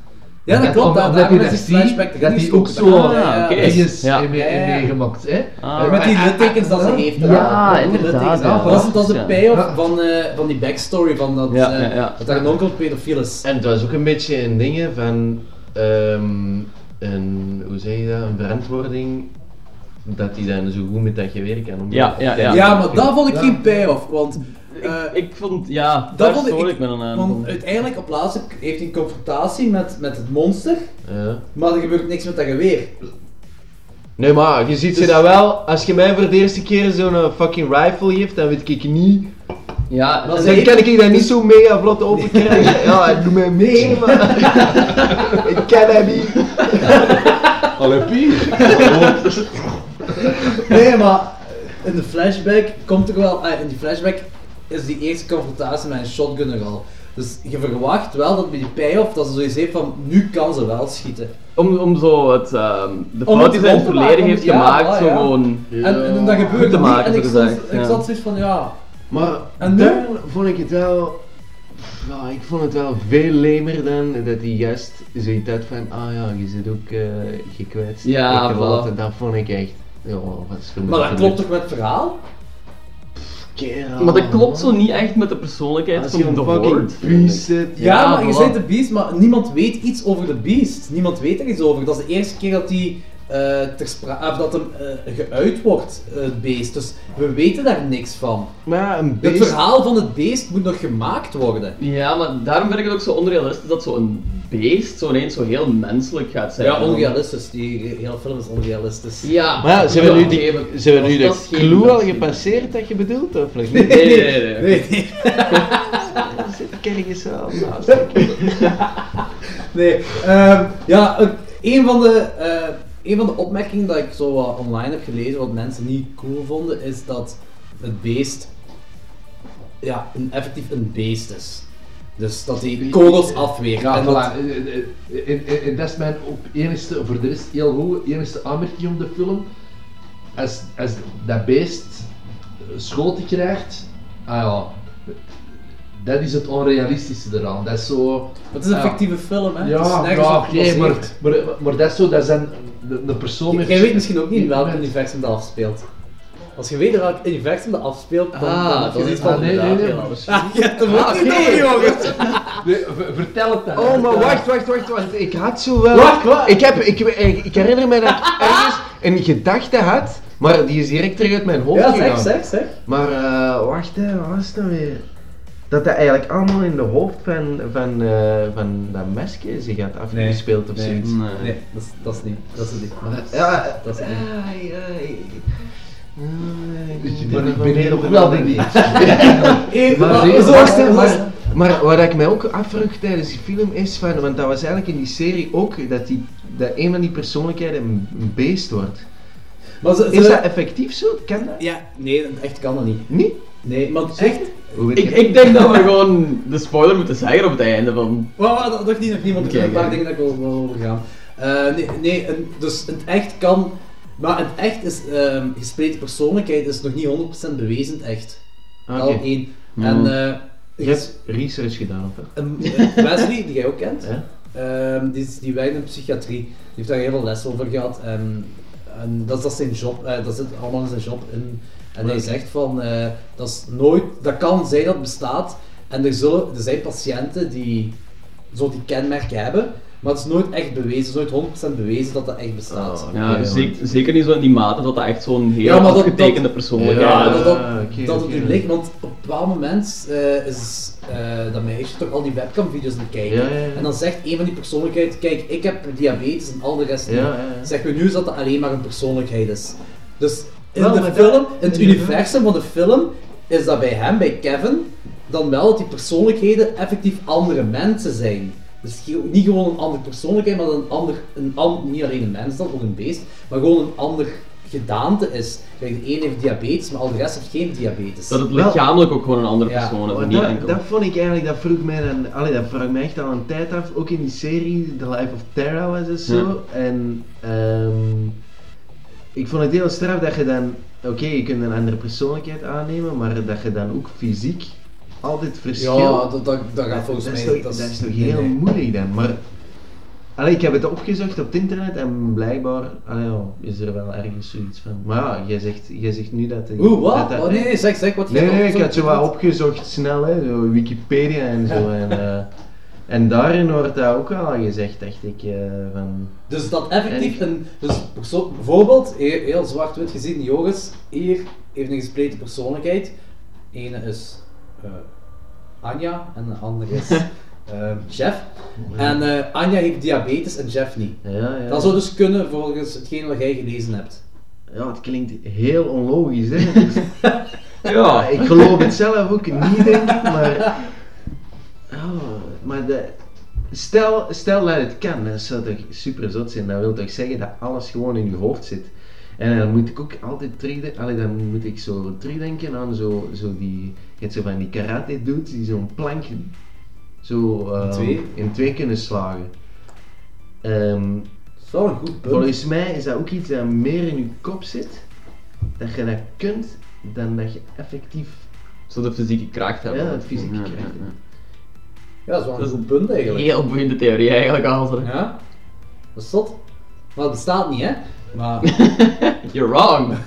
Speaker 6: Ja, dat klopt, daar-
Speaker 2: Omdat
Speaker 6: daarom
Speaker 2: je
Speaker 6: is
Speaker 2: dat ziet,
Speaker 6: die flashback erin
Speaker 2: dat die ook
Speaker 6: gestoken.
Speaker 2: zo
Speaker 6: Ah, ja, oké.
Speaker 2: dinges
Speaker 6: Ja.
Speaker 2: heeft mee-
Speaker 6: Ja, ja.
Speaker 2: heeft meegemaakt. Hè?
Speaker 6: Ah. Met die littekens dat ze heeft. hè.
Speaker 2: Ja,
Speaker 6: Met die
Speaker 2: inderdaad,
Speaker 6: littekens.
Speaker 2: ja.
Speaker 6: Dat is, dat is de
Speaker 2: Ja.
Speaker 6: payoff van, eh, van die backstory van dat,
Speaker 1: Ja,
Speaker 6: eh,
Speaker 1: ja, ja.
Speaker 6: dat haar onkel pedofiel is.
Speaker 1: En dat is ook een beetje een ding hè, van ehm, een, hoe zeg je dat, een verantwoording dat die dan zo goed met dat geweer kan omgaan.
Speaker 6: Ja, maar dat vond ik
Speaker 1: Ja.
Speaker 6: geen payoff, want... eh, ik,
Speaker 7: vond, ja,
Speaker 1: daar stoor ik me dan aan.
Speaker 6: Want uiteindelijk, op laatst heb- heeft hij een confrontatie met, met het monster, maar er gebeurt niks met dat geweer.
Speaker 1: Nee, maar je ziet ze
Speaker 6: Dus-
Speaker 1: dat wel. Als je mij voor de eerste keer zo'n eh, fucking rifle geeft, dan weet ik niet.
Speaker 7: Ja,
Speaker 1: dan,
Speaker 6: ze
Speaker 1: kan
Speaker 6: heeft-
Speaker 1: ik dat niet zo mega vlot overkrijgen. ja, doe mij mee, maar. ik ken dat niet.
Speaker 15: Allee, Pier.
Speaker 6: Nee, maar in de flashback komt er wel. ah, in die flashback is die eerste confrontatie met een shotgun er al. Dus je verwacht wel dat bij die payoff dat ze zoiets heeft van nu kan ze wel schieten.
Speaker 7: Om, om zo het, ehm, de
Speaker 6: Om het
Speaker 7: fout die
Speaker 6: rond
Speaker 7: zijn
Speaker 6: te
Speaker 7: verleden
Speaker 6: maken,
Speaker 7: heeft
Speaker 6: om- ja,
Speaker 7: gemaakt,
Speaker 6: ah,
Speaker 7: zo
Speaker 6: ja.
Speaker 7: gewoon
Speaker 6: En, en dat
Speaker 7: goed
Speaker 6: gebeurde
Speaker 7: te
Speaker 6: niet
Speaker 7: maken,
Speaker 6: en ik
Speaker 7: zo
Speaker 6: zat,
Speaker 7: gezegd,
Speaker 6: ik
Speaker 7: ja.
Speaker 6: zat zoiets van ja.
Speaker 1: Maar
Speaker 6: En nu?
Speaker 1: dan vond ik het wel. Ja, ik vond het wel veel lemer dan dat die gast zoiets had van, ah ja, je zit ook eh gekwetst.
Speaker 7: Ja,
Speaker 1: en gelaten.
Speaker 7: voilà.
Speaker 1: Dat vond ik echt. Ja, wat is voor
Speaker 6: Maar dat klopt toch met het verhaal?
Speaker 1: Kerel,
Speaker 7: Maar dat klopt zo niet echt met de persoonlijkheid
Speaker 6: Ah,
Speaker 1: Als
Speaker 7: van
Speaker 1: je een
Speaker 7: de
Speaker 1: fucking
Speaker 7: Horde.
Speaker 1: beast zit,
Speaker 6: Ja,
Speaker 7: Ja,
Speaker 6: maar je
Speaker 7: voilà.
Speaker 6: bent de beest, maar niemand weet iets over de beest. Niemand weet er iets over. Dat is de eerste keer dat die eh, ter spra- of dat hem eh, geuit wordt, eh, het beest. Dus we weten daar niks van.
Speaker 1: Maar een
Speaker 6: Het
Speaker 7: beest-
Speaker 6: verhaal van het beest moet nog gemaakt worden.
Speaker 7: Ja, maar daarom vind ik het ook zo onrealistisch dat zo'n beest zo ineens zo heel menselijk gaat zijn.
Speaker 6: Ja, onrealistisch. Die hele film is onrealistisch.
Speaker 7: Ja.
Speaker 1: Maar ja, zijn we nu, die, zijn we nu
Speaker 6: Dat
Speaker 1: de
Speaker 6: is geen
Speaker 1: clue al
Speaker 6: menselijk.
Speaker 1: gepasseerd dat je bedoelt? Of nog
Speaker 6: Nee,
Speaker 1: niet?
Speaker 6: nee, nee, nee. Nee, nee.
Speaker 1: Zit ik ergens wel naast. Oké.
Speaker 6: Nee, ehm, ja, ook een van, de, eh, een van de opmerkingen dat ik zo wat online heb gelezen, wat mensen niet cool vonden, is dat het beest ja, een, effectief een beest is. Dus dat hij kogels afweegt.
Speaker 2: Ja,
Speaker 6: en dat-
Speaker 2: voilà. eh, En- en- en- en- en dat is eh, mijn op enigste, voor de rest heel hoge, enigste aanmerking om de film. Als, als dat beest schoten krijgt, ah ja, dat is het onrealistische eraan. Dat is zo...
Speaker 6: Het is een
Speaker 2: ah,
Speaker 6: fictieve film, hè? Het is
Speaker 2: Ja,
Speaker 6: nergens
Speaker 2: ja
Speaker 6: op
Speaker 2: oké, maar,
Speaker 6: gebaseerd.
Speaker 2: maar, maar dat is zo, dat is een, een persoon...
Speaker 6: J-
Speaker 2: met-
Speaker 6: Jij weet misschien ook niet in welk universum dat afspeelt. Als je weet welk universum dat afspeelt, dan,
Speaker 2: Ah,
Speaker 6: dan heb je
Speaker 2: dat
Speaker 6: zoiets
Speaker 2: is-
Speaker 6: van...
Speaker 2: ah, nee, nee, nee, maar-
Speaker 6: Ah, je hebt hem ook niet door, jongens.
Speaker 2: vertel het dan.
Speaker 1: Oh, maar wacht, wacht, wacht, wacht. Ik had zo wel.
Speaker 6: Wacht, wat?
Speaker 1: Ik, heb, ik, ik, ik herinner me dat ik ergens een gedachte had, maar die is direct terug uit mijn hoofd
Speaker 6: Ja,
Speaker 1: gegaan.
Speaker 6: zeg, zeg, zeg.
Speaker 1: Maar eh, wacht, hè, wat was het nou weer? Dat dat eigenlijk allemaal in de hoofd van, van, eh, van dat mesje zich had afgespeeld of
Speaker 6: nee,
Speaker 1: zoiets.
Speaker 6: Nee, dat, is, dat is niet. Dat is het niet.
Speaker 1: Ja,
Speaker 6: dat is het niet.
Speaker 1: Maar ik
Speaker 2: ben hier
Speaker 1: nog
Speaker 2: ook wel benieuwd.
Speaker 1: maar,
Speaker 2: nee,
Speaker 1: zo-
Speaker 2: wacht, hè,
Speaker 1: maar, maar wat ik mij ook afvroeg tijdens die film is van, want dat was eigenlijk in die serie ook, dat, die, dat een van die persoonlijkheden een een beest wordt.
Speaker 6: Maar ze-
Speaker 1: is
Speaker 6: ze-
Speaker 1: dat effectief zo? Ken dat?
Speaker 6: Ja, nee, dat echt kan dat niet.
Speaker 1: Niet?
Speaker 6: Nee, want echt...
Speaker 7: Ik, ik denk dat we gewoon de spoiler moeten zeggen op het einde van...
Speaker 6: Wacht, wacht, wacht, nog niet, nog niet, want er zijn een paar
Speaker 7: Oké,
Speaker 6: dingen dat ik wel wel over ga. Eh, nee, nee en, dus in het echt kan... Maar in het echt is... ehm gespleten persoonlijkheid is nog niet 100% bewezen, in het echt.
Speaker 1: Oké.
Speaker 6: Al één.
Speaker 1: Hmm.
Speaker 6: En... eh,
Speaker 1: Je hebt research gedaan op dat.
Speaker 6: Een- eh, Wesley, die jij ook kent,
Speaker 1: Ja.
Speaker 6: ehm, die, is- die werkt in psychiatrie. Die heeft daar heel veel les over gehad. En, en dat, is- dat is zijn job, eh, dat zit allemaal in zijn job in. En hij
Speaker 1: Oké.
Speaker 6: zegt van, eh, dat is nooit, dat kan zijn dat het bestaat. En er, zullen, er zijn patiënten die zo die kenmerken hebben, Maar het is nooit echt bewezen, het is nooit 100% bewezen dat dat echt bestaat.
Speaker 7: Ja, zeker, zeker niet zo in die mate dat dat echt zo'n heel
Speaker 6: Ja, maar dat-
Speaker 7: afgetekende
Speaker 6: dat-
Speaker 7: persoonlijkheid
Speaker 6: Ja,
Speaker 7: is.
Speaker 6: dat, dat,
Speaker 1: eh,
Speaker 6: dat het u ligt, want op een bepaald moment eh, is eh, dat meisje toch al die webcam-video's aan het kijken.
Speaker 1: Ja, ja, ja.
Speaker 6: En dan zegt een van die persoonlijkheden, kijk, ik heb diabetes en al de rest
Speaker 1: Ja,
Speaker 6: niet.
Speaker 1: ja, ja.
Speaker 6: Zeggen we nu is dat dat alleen maar een persoonlijkheid is. Dus in
Speaker 1: Wel,
Speaker 6: de
Speaker 1: maar
Speaker 6: film,
Speaker 1: dat-
Speaker 6: in het universum van de film, is dat bij hem, bij Kevin, dan wel dat die persoonlijkheden effectief andere mensen zijn. Dus ge- niet gewoon een andere persoonlijkheid, maar dat een ander, een, an- niet alleen een mens dan, ook een beest, maar gewoon een ander gedaante is. Kijk, de een heeft diabetes, maar al de rest heeft geen diabetes.
Speaker 7: Dat het lichamelijk ook gewoon een andere persoon is,
Speaker 6: maar
Speaker 7: niet
Speaker 6: dat-
Speaker 7: enkel.
Speaker 1: Dat vond ik eigenlijk, dat vroeg mij dan, allee, dat vraag ik mij echt al een tijd af, ook in die serie, The Life of Terra was het zo,
Speaker 7: Ja.
Speaker 1: en ehm, ik vond het heel straf dat je dan, oké, je kunt een andere persoonlijkheid aannemen, maar dat je dan ook fysiek altijd verschil...
Speaker 6: Ja, dat- dat- dat gaat volgens
Speaker 1: dat is
Speaker 6: mij-
Speaker 1: toch-
Speaker 6: dat
Speaker 1: Dat
Speaker 6: is-
Speaker 1: is, toch
Speaker 6: nee,
Speaker 1: heel
Speaker 6: nee.
Speaker 1: moeilijk dan, maar... Allee, ik heb het opgezocht op het internet en blijkbaar allee, ja, is er wel ergens zoiets van. Maar ja, jij zegt, jij zegt nu dat...
Speaker 6: Oeh, wat?
Speaker 1: dat dat-
Speaker 6: Oh, nee, nee, zeg, zeg wat je
Speaker 1: Nee,
Speaker 6: hebt
Speaker 1: nee, ik had
Speaker 6: opgezocht.
Speaker 1: zo wat opgezocht snel, hè, zo Wikipedia en zo.
Speaker 6: Ja.
Speaker 1: En, eh, en daarin wordt dat ook al gezegd, dacht ik. eh, van...
Speaker 6: Dus dat effectief een. Dus perso- bijvoorbeeld, heel, heel zwart-wit gezien, Joris hier heeft een gespleten persoonlijkheid. Ene is eh, Anja en de andere is eh, Jeff. En eh, Anja heeft diabetes en Jeff niet.
Speaker 1: ja.
Speaker 6: Dat zou dus kunnen volgens hetgeen wat jij gelezen hebt.
Speaker 1: Ja, het klinkt heel onlogisch, hè. Ja, ik geloof het zelf ook niet, denk ik, maar... Oh, maar de... stel, stel dat het kan, dat zou toch super zot zijn. Dat wil toch zeggen dat alles gewoon in je hoofd zit. En dan moet ik ook altijd terugdenken, allee, dan moet ik zo terugdenken aan zo, zo die, je hebt zo van die karate dudes die zo'n plank zo ehm,
Speaker 6: twee?
Speaker 1: in twee kunnen slagen. Ehm,
Speaker 6: wel een goed punt.
Speaker 1: Volgens mij is dat ook iets dat meer in je kop zit, dat je dat kunt, dan dat je effectief...
Speaker 7: Zo de fysieke kracht hebben.
Speaker 1: Ja, de fysieke kracht.
Speaker 6: Ja, dat is wel een goed punt eigenlijk.
Speaker 7: Heel boeiende theorie eigenlijk, Alzer.
Speaker 6: Ja? Wat is dat? Maar het bestaat niet, hè? Maar...
Speaker 7: You're wrong!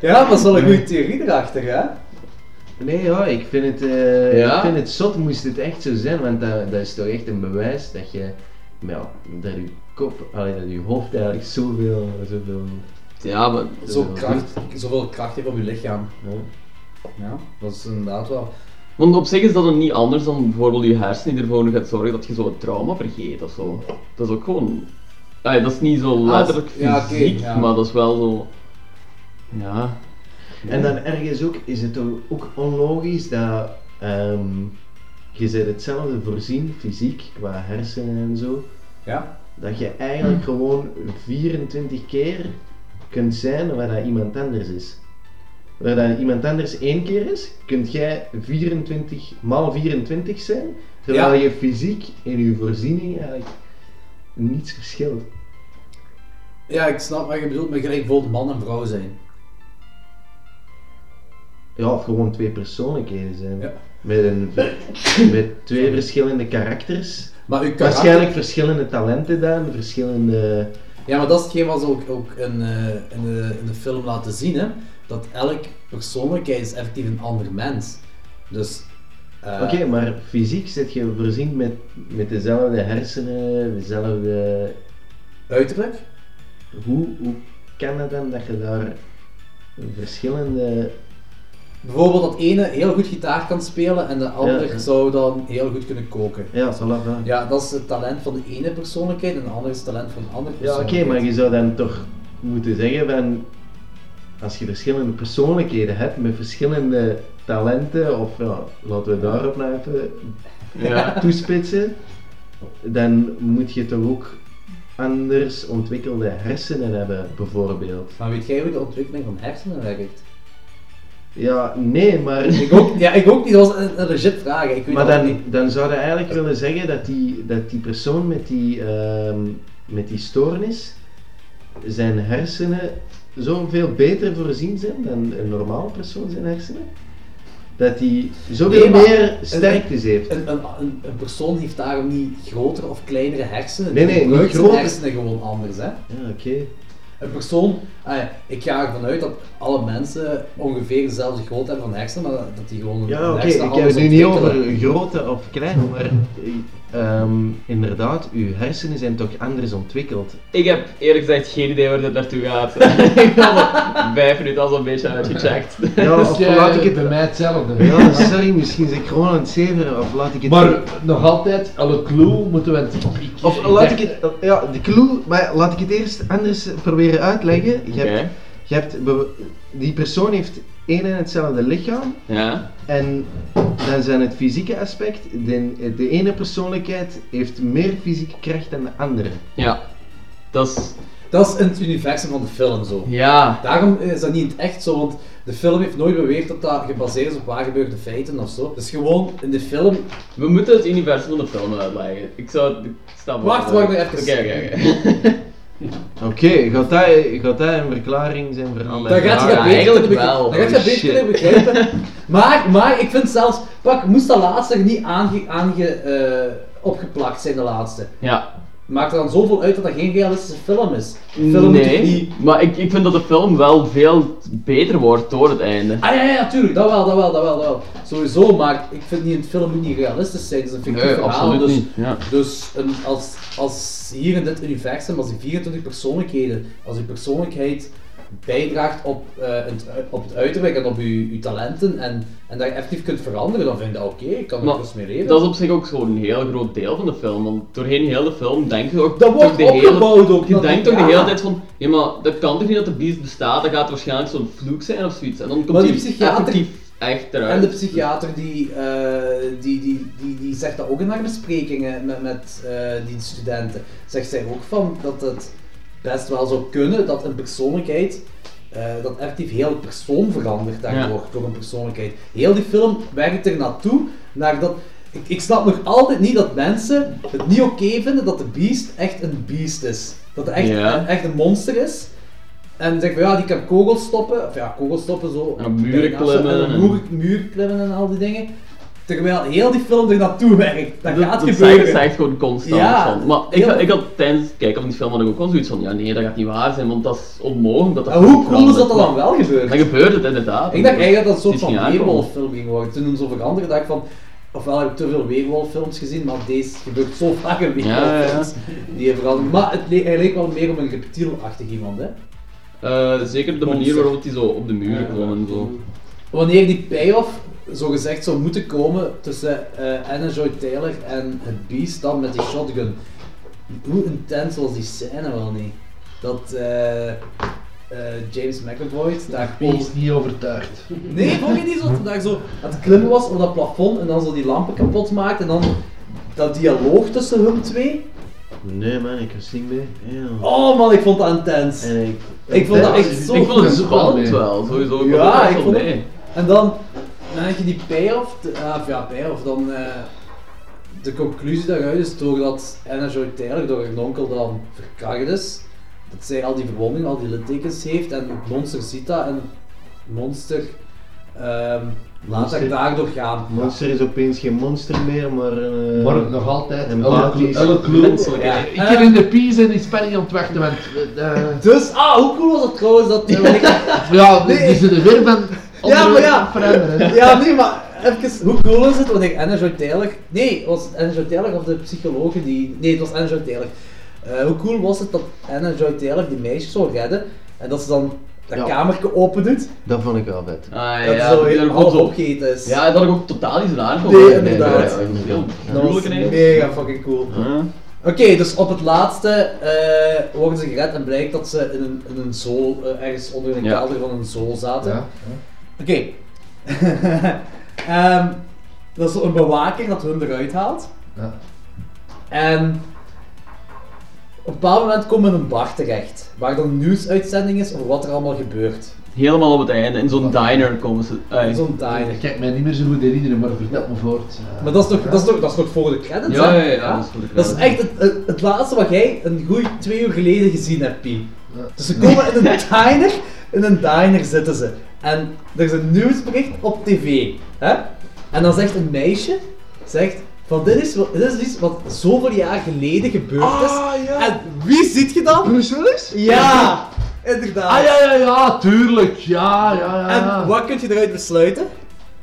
Speaker 6: ja, maar dat is wel een goede theorie erachter, hè?
Speaker 1: Nee ja, ik vind het, eh,
Speaker 7: Ja?
Speaker 1: ik vind het zot moest het echt zo zijn, want dat, dat is toch echt een bewijs dat je, nou, dat je kop, allee, dat je hoofd eigenlijk zoveel, zoveel...
Speaker 7: Ja, maar...
Speaker 6: Zo kracht, zoveel kracht heeft op je lichaam. Ja, dat is inderdaad wel.
Speaker 7: Want op zich is dat dan niet anders dan bijvoorbeeld je hersenen die ervoor gaat zorgen dat je zo het trauma vergeet of zo. Dat is ook gewoon... Allee, dat is niet zo
Speaker 1: Ah,
Speaker 7: letterlijk
Speaker 6: ja, oké,
Speaker 7: fysiek,
Speaker 6: ja.
Speaker 7: maar dat is wel zo... Ja...
Speaker 1: En dan ergens ook is het ook- ook onlogisch dat ehm, je zit hetzelfde voorzien, fysiek, qua hersenen en zo.
Speaker 6: Ja.
Speaker 1: Dat je
Speaker 6: Hm.
Speaker 1: eigenlijk gewoon 24 keer kunt zijn waar dat iemand anders is. Waar dat iemand anders één keer is, kunt jij 24 maal 24 zijn, terwijl
Speaker 6: Ja.
Speaker 1: je fysiek in je voorziening eigenlijk niets verschilt.
Speaker 6: Ja, ik snap wat je bedoelt, maar gelijk bijvoorbeeld man en vrouw zijn.
Speaker 1: Ja, of gewoon twee persoonlijkheden zijn.
Speaker 6: Ja.
Speaker 1: Met, een, met twee verschillende karakters.
Speaker 6: Maar uw karakter-
Speaker 1: Waarschijnlijk verschillende talenten dan, verschillende...
Speaker 6: Ja, maar dat is hetgeen wat ze ook, ook in, eh, in, de, in de film laten zien, hè. Dat elk persoonlijkheid is effectief een ander mens. Dus... eh,
Speaker 1: Oké, maar fysiek zit je voorzien met, met dezelfde hersenen, dezelfde...
Speaker 6: Uiterlijk?
Speaker 1: Hoe, hoe kan het dan dat je daar verschillende...
Speaker 6: Bijvoorbeeld dat ene heel goed gitaar kan spelen en de ander
Speaker 1: Ja.
Speaker 6: zou dan heel goed kunnen koken.
Speaker 1: Ja, voilà, voilà.
Speaker 6: Ja, dat is het talent van de ene persoonlijkheid en de andere is het talent van de andere
Speaker 1: Ja, oké,
Speaker 6: persoonlijkheid.
Speaker 1: maar je zou dan toch moeten zeggen van... Als je verschillende persoonlijkheden hebt met verschillende talenten, of ja, laten we daarop nou even
Speaker 7: Ja.
Speaker 1: toespitsen, dan moet je toch ook anders ontwikkelde hersenen hebben, bijvoorbeeld.
Speaker 6: Maar weet jij hoe de ontwikkeling van hersenen werkt?
Speaker 1: Ja, nee, maar...
Speaker 6: Ik ook, ja, ik ook niet. Dat was een, een legit vraag. Ik weet
Speaker 1: Maar
Speaker 6: dat
Speaker 1: dan,
Speaker 6: niet.
Speaker 1: dan zou je eigenlijk willen zeggen dat die, dat die persoon met die, ehm, met die stoornis zijn hersenen zoveel beter voorzien zijn dan een normale persoon zijn hersenen? Dat die zoveel
Speaker 6: Nee, maar
Speaker 1: meer
Speaker 6: een-
Speaker 1: sterktes heeft?
Speaker 6: Een, een, een, een persoon heeft daarom niet grotere of kleinere hersenen.
Speaker 1: Nee, nee,
Speaker 6: Die
Speaker 1: niet
Speaker 6: gebruikt zijn
Speaker 1: groter.
Speaker 6: hersenen gewoon anders, hè.
Speaker 1: Ja, oké.
Speaker 6: Een persoon... ah ja, ik ga ervan uit dat alle mensen ongeveer dezelfde grootte hebben van hersenen, maar dat die gewoon
Speaker 1: Ja, oké,
Speaker 6: hersenen
Speaker 1: ik heb het nu
Speaker 6: anders
Speaker 1: niet
Speaker 6: ontwikkelen.
Speaker 1: over grote of klein, maar ehm, inderdaad, uw hersenen zijn toch anders ontwikkeld.
Speaker 7: Ik heb eerlijk gezegd geen idee waar dit naartoe gaat. ik had vijf minuten al zo'n beetje uitgecheckt.
Speaker 1: Ja, of laat ik het
Speaker 2: bij mij hetzelfde.
Speaker 1: Ja, sorry, misschien zit ik gewoon aan het zeveren, of laat ik het...
Speaker 2: Maar nog altijd, alle clue moeten we het...
Speaker 1: Of laat ik het... Ja, de clue, maar laat ik het eerst anders proberen uitleggen. Je hebt,
Speaker 7: Oké.
Speaker 1: je hebt bewe- die persoon heeft één en hetzelfde lichaam,
Speaker 7: Ja.
Speaker 1: En dan zijn het fysieke aspect. De, de ene persoonlijkheid heeft meer fysieke kracht dan de andere.
Speaker 7: Ja. Dat is...
Speaker 6: Dat is in het universum van de film zo.
Speaker 7: Ja.
Speaker 6: Daarom is dat niet in het echt zo, want de film heeft nooit beweerd dat dat gebaseerd is op waargebeurde feiten of zo. Dus gewoon in de film.
Speaker 7: We moeten het universum van de film uitleggen. Ik zou... Ik snap wel.
Speaker 6: Wacht, wacht nog even.
Speaker 7: Oké, oké, oké.
Speaker 1: Oké, gaat, dat, gaat dat een verklaring zijn voor alle
Speaker 6: Dan gaat je dat
Speaker 1: vragen?
Speaker 6: beter kunnen begrijpen. Dan gaat je dat beter kunnen begrijpen. Maar, maar ik vind zelfs, pak, moest dat laatste er niet aange, aange, eh, opgeplakt zijn, de laatste.
Speaker 7: Ja.
Speaker 6: Maakt er dan zoveel uit dat dat geen realistische film is? Een Film moet toch
Speaker 7: nee,
Speaker 6: niet...
Speaker 7: maar ik, ik vind dat de film wel veel beter wordt door het einde.
Speaker 6: Ah ja, ja, ja, tuurlijk, dat wel, dat wel, dat wel, dat wel. Sowieso, maar ik vind niet, een film moet niet realistisch zijn, het is een fictief
Speaker 7: Nee,
Speaker 6: verhaal.
Speaker 7: Eh, absoluut
Speaker 6: dus
Speaker 7: niet, ja.
Speaker 6: dus een, als, als hier in dit universum, als die 24 persoonlijkheden, als uw persoonlijkheid bijdraagt op, eh, het, u- op het uiterlijk en op uw, uw talenten en, en daar effectief kunt veranderen, dan vind ik dat oké, ik kan er
Speaker 7: Maar
Speaker 6: dus mee leven.
Speaker 7: dat is op zich ook gewoon een heel groot deel van de film. Want doorheen heel de film denk je ook...
Speaker 6: Dat wordt
Speaker 7: toch de hele-
Speaker 6: opgebouwd ook,
Speaker 7: Je
Speaker 6: dat-
Speaker 7: denkt toch
Speaker 6: ja.
Speaker 7: de hele tijd van... Ja, maar dat kan toch niet dat de beest bestaat? Dat gaat waarschijnlijk zo'n vloek zijn of zoiets. En dan komt
Speaker 6: Maar die
Speaker 7: die
Speaker 6: psychiater-
Speaker 7: effectief echt eruit.
Speaker 6: En de psychiater die, eh, die, die, die, die zegt dat ook in haar besprekingen met, met eh, die studenten. Zegt zij ook van dat het best wel zou kunnen dat een persoonlijkheid, eh, dat effectief heel de persoon verandert daardoor,
Speaker 7: Ja.
Speaker 6: door een persoonlijkheid. Heel die film werkt er naartoe, naar dat... Ik, ik snap nog altijd niet dat mensen het niet oké vinden dat de beest echt een beest is. Dat het echt,
Speaker 7: Ja.
Speaker 6: een, echt een monster is. En zeg van ja, die kan kogels stoppen, of ja, kogels stoppen zo.
Speaker 7: En op muren klimmen
Speaker 6: En
Speaker 7: en-
Speaker 6: op muren, muren klimmen en al die dingen. Terwijl heel die film er naartoe werkt. Dat, gaat
Speaker 7: dat
Speaker 6: gebeuren.
Speaker 7: zeggen ze echt gewoon constant.
Speaker 6: Ja,
Speaker 7: van. Maar ik,
Speaker 6: heel-
Speaker 7: had- ik had tijdens het kijken van die film had ik ook wel zoiets van, ja nee, dat gaat niet waar zijn, want dat is onmogelijk dat dat
Speaker 6: En hoe cool is
Speaker 7: verandert.
Speaker 6: dat dat dan
Speaker 7: Maar-
Speaker 6: wel gebeurt?
Speaker 7: Dan gebeurt het inderdaad.
Speaker 6: Ik dacht eigenlijk dat het een
Speaker 7: Het
Speaker 6: soort
Speaker 7: is
Speaker 6: van
Speaker 7: niet aankomen.
Speaker 6: weerwolffilm ging worden. Toen ze over andere dacht ik van, ofwel heb ik te veel weerwolffilms gezien, maar deze gebeurt zo vaak in weerwolffilms. Die veranderen. Maar het le- hij leek wel meer op een reptielachtig iemand, hè.
Speaker 7: Eh, zeker de manier
Speaker 6: Monster.
Speaker 7: waarop die zo op de muren kwam en zo.
Speaker 6: Wanneer die payoff zo gezegd zou moeten komen tussen eh, Anna Joy Taylor en het beest dan met die shotgun. Hoe intens was die scène wel niet? Dat eh, eh, James McAvoy daar
Speaker 2: Die is niet overtuigd.
Speaker 6: Nee, vond je niet zo? Dat hij zo aan het klimmen was op dat plafond en dan zo die lampen kapot maakt en dan dat dialoog tussen hun twee.
Speaker 1: Nee man, ik was niet mee. Ja.
Speaker 6: Oh man, ik vond dat intens.
Speaker 1: En ik,
Speaker 6: Ik vond dat echt
Speaker 1: Ja,
Speaker 6: zo
Speaker 7: ik vond het
Speaker 6: goed.
Speaker 7: spannend wel, sowieso. Ik vond
Speaker 6: Ja,
Speaker 7: het
Speaker 6: ik
Speaker 7: wel
Speaker 6: vond
Speaker 7: mee.
Speaker 6: En dan, dan heb je die payoff, de- ah, of ja, payoff, dan eh, de conclusie daaruit is doordat Anna Joy Taylor door haar onkel dan verkracht is, dat zij al die verwondingen, al die littekens heeft en het monster ziet dat en het monster ehm, laat
Speaker 1: Monster.
Speaker 6: haar daardoor gaan.
Speaker 1: Monster is opeens geen monster meer, maar... eh,
Speaker 2: Maar nog altijd,
Speaker 1: een
Speaker 2: alle
Speaker 1: baas
Speaker 2: clue.
Speaker 1: is-
Speaker 2: Alle clue.
Speaker 6: Ja.
Speaker 2: Ik heb in de peas en die spanning aan het wachten, want... eh, eh,
Speaker 6: Dus, ah, hoe cool was dat trouwens dat...
Speaker 2: Ja, die die zitten weer van...
Speaker 6: Ja, maar ja.
Speaker 2: veranderen.
Speaker 6: Ja, nee, maar even, hoe cool is het? Want ik Anna Joy Taylor. Nee, was het Anna Joy Taylor of de psychologe die. Nee, het was Anna Joy Taylor. Eh, hoe cool was het dat Anna Joy Taylor die meisjes zou redden en dat ze dan dat
Speaker 1: Ja.
Speaker 6: kamertje open doet?
Speaker 1: Dat vond ik al vet.
Speaker 7: Ah,
Speaker 6: Dat
Speaker 7: ja,
Speaker 6: zo
Speaker 7: die daar
Speaker 6: helemaal
Speaker 7: gewoon zo-
Speaker 6: opgegeten is.
Speaker 7: Ja, dat had ik ook totaal niet zo aankomen.
Speaker 6: Nee, inderdaad.
Speaker 7: Ja, ja, Veel
Speaker 6: Dat was
Speaker 7: gruwelijker, hè.
Speaker 6: mega fucking cool.
Speaker 7: Ja.
Speaker 6: Oké, dus op het laatste eh, worden ze gered en blijkt dat ze in een, in een zool, eh, ergens onder een
Speaker 7: Ja.
Speaker 6: kelder van een zool zaten.
Speaker 2: Ja.
Speaker 6: Oké. Ehm, dat is zo een bewaking dat hun eruit haalt.
Speaker 2: Ja.
Speaker 6: En op een bepaald moment komen we in een bar terecht, waar dan een nieuwsuitzending is over wat er allemaal gebeurt.
Speaker 7: Helemaal op het einde, in zo'n diner komen ze.
Speaker 6: In
Speaker 7: uit.
Speaker 6: Zo'n diner.
Speaker 2: Ik kan mij niet meer zo goed herinneren, maar vertel me voort. Eh. Ja.
Speaker 6: Maar dat is toch, dat is toch, dat is toch voor de credits,
Speaker 7: Ja,
Speaker 6: hè?
Speaker 7: ja, ja, dat is voor de
Speaker 6: Dat is
Speaker 7: credits.
Speaker 6: echt het, het, het laatste wat jij een goeie twee uur geleden gezien hebt, Pie.
Speaker 2: Ja.
Speaker 6: Dus ze komen in een diner, in een diner zitten ze. En er is een nieuwsbericht op tv. Hè? En dan zegt een meisje, zegt, van dit is, wat- dit is iets wat zoveel jaar geleden gebeurd is.
Speaker 7: Ah,
Speaker 6: En wie ziet je dan?
Speaker 1: Bruce Willis?
Speaker 6: Ja, inderdaad.
Speaker 2: Ah ja, ja, ja, tuurlijk. Ja, ja, ja. ja.
Speaker 6: En wat kun je eruit besluiten?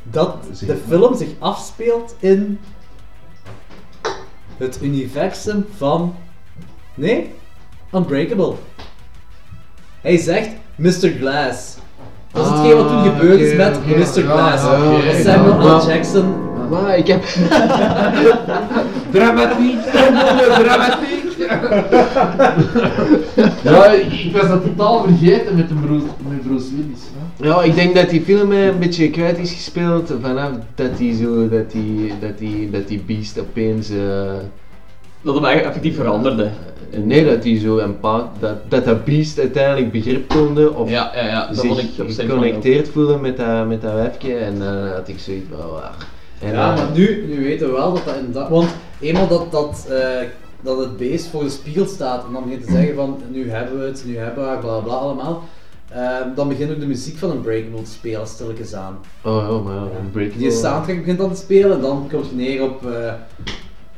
Speaker 6: Dat de film zich afspeelt in het universum van. Nee? Unbreakable. Hij zegt Mr. Glass. Dat is hetgeen wat toen gebeurd is met Mr. Glass. Als Samuel L. Jackson.
Speaker 1: Maar ik heb.
Speaker 2: Dramatiek, dramatiek. ja, ik, ik was dat totaal vergeten met de Bruce, met Bruce Willis. hè.
Speaker 1: Ja, ik denk dat die film eh, een beetje kwijt is gespeeld vanaf dat die zo, dat die, dat die, dat die beest opeens... eh,
Speaker 7: dat hem eigenlijk effectief veranderde.
Speaker 1: Nee, dat die zo een paar, dat, dat dat beest uiteindelijk begrip toonde of
Speaker 7: Ja, ja, ja, dat vond ik op
Speaker 1: zich
Speaker 7: zich wel
Speaker 1: geconnecteerd voelde met dat, met dat wijfje en dan had ik zoiets van, waar. En
Speaker 6: ja,
Speaker 1: dan-
Speaker 6: maar nu, nu weten we wel dat dat inderdaad. Want eenmaal dat, dat, eh, dat het beest voor de spiegel staat en dan begint te zeggen van nu hebben we het, nu hebben we haar, bla bla allemaal. ehm, dan begint ook de muziek van Unbreakable te spelen, stilletjes aan.
Speaker 1: Oh ja, maar ja, Unbreakable.
Speaker 6: Die soundtrack begint dan te spelen en dan komt je neer op eh,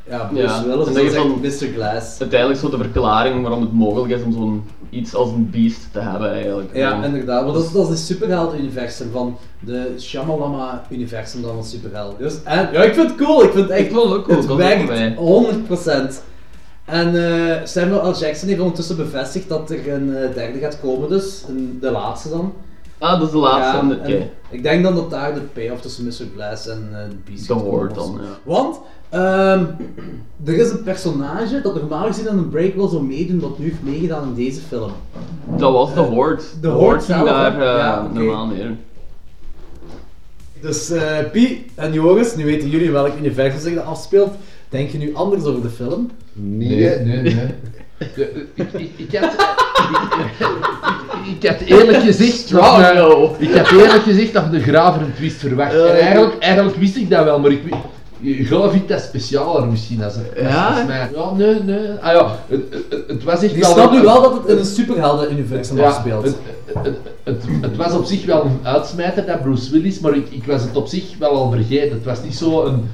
Speaker 6: ja, Bruce
Speaker 7: Ja,
Speaker 6: Willis.
Speaker 7: en
Speaker 6: En
Speaker 7: dat
Speaker 6: dan
Speaker 7: je
Speaker 6: zegt
Speaker 7: van-
Speaker 6: Mr. Glass.
Speaker 7: Uiteindelijk zo de verklaring waarom het mogelijk is om zo'n iets als een beest te hebben eigenlijk.
Speaker 6: Ja, inderdaad. Want dat is, dat is het superheld-universum van de Shyamalama-universum dan van superheld. Dus, en, ja, ik vind het cool. Ik vind het echt
Speaker 7: Ik vond het ook cool,
Speaker 6: Het
Speaker 7: ik was ook
Speaker 6: werkt
Speaker 7: bij.
Speaker 6: 100%. En eh, Samuel L. Jackson heeft ondertussen bevestigd dat er een eh, derde gaat komen, dus een- de laatste dan.
Speaker 7: Ah, dat is de laatste,
Speaker 6: Ja,
Speaker 7: oké.
Speaker 6: en Ik denk dan dat daar de payoff tussen Mr. Glass en eh, de Beast
Speaker 7: De
Speaker 6: gaat komen
Speaker 7: Horde
Speaker 6: of zo.
Speaker 7: dan, ja.
Speaker 6: Want ehm, er is een personage dat normaal gezien aan een break wel zou meedoen, dat nu heeft meegedaan in deze film.
Speaker 7: Dat was de
Speaker 6: Eh,
Speaker 7: Horde.
Speaker 6: De Horde
Speaker 7: ging
Speaker 6: zelf, hè?
Speaker 7: daar eh,
Speaker 6: Ja, oké.
Speaker 7: normaal neer.
Speaker 6: Dus eh Pi en Joris, nu weten jullie welk universum zich dat afspeelt. Denk je nu anders over de film?
Speaker 2: Nee, nee, nee. Ik, ik, ik, had, ik, ik had eerlijk gezegd, nog een- ik had eerlijk gezegd nog de graveren twist verwacht. En eigenlijk, eigenlijk wist ik dat wel, maar ik geloof ik dat specialer misschien als het als-
Speaker 6: Ja?
Speaker 2: als mij. Ja, nee, nee. Ah ja, het, het, het was echt
Speaker 6: Je
Speaker 2: wel.
Speaker 6: snapt nu wel dat het in een superhelden-universum
Speaker 2: Ja,
Speaker 6: afspeelt.
Speaker 2: het, het, het, het was op zich wel een uitsmijter dat Bruce Willis, maar ik, ik was het op zich wel al vergeten. Het was niet zo een,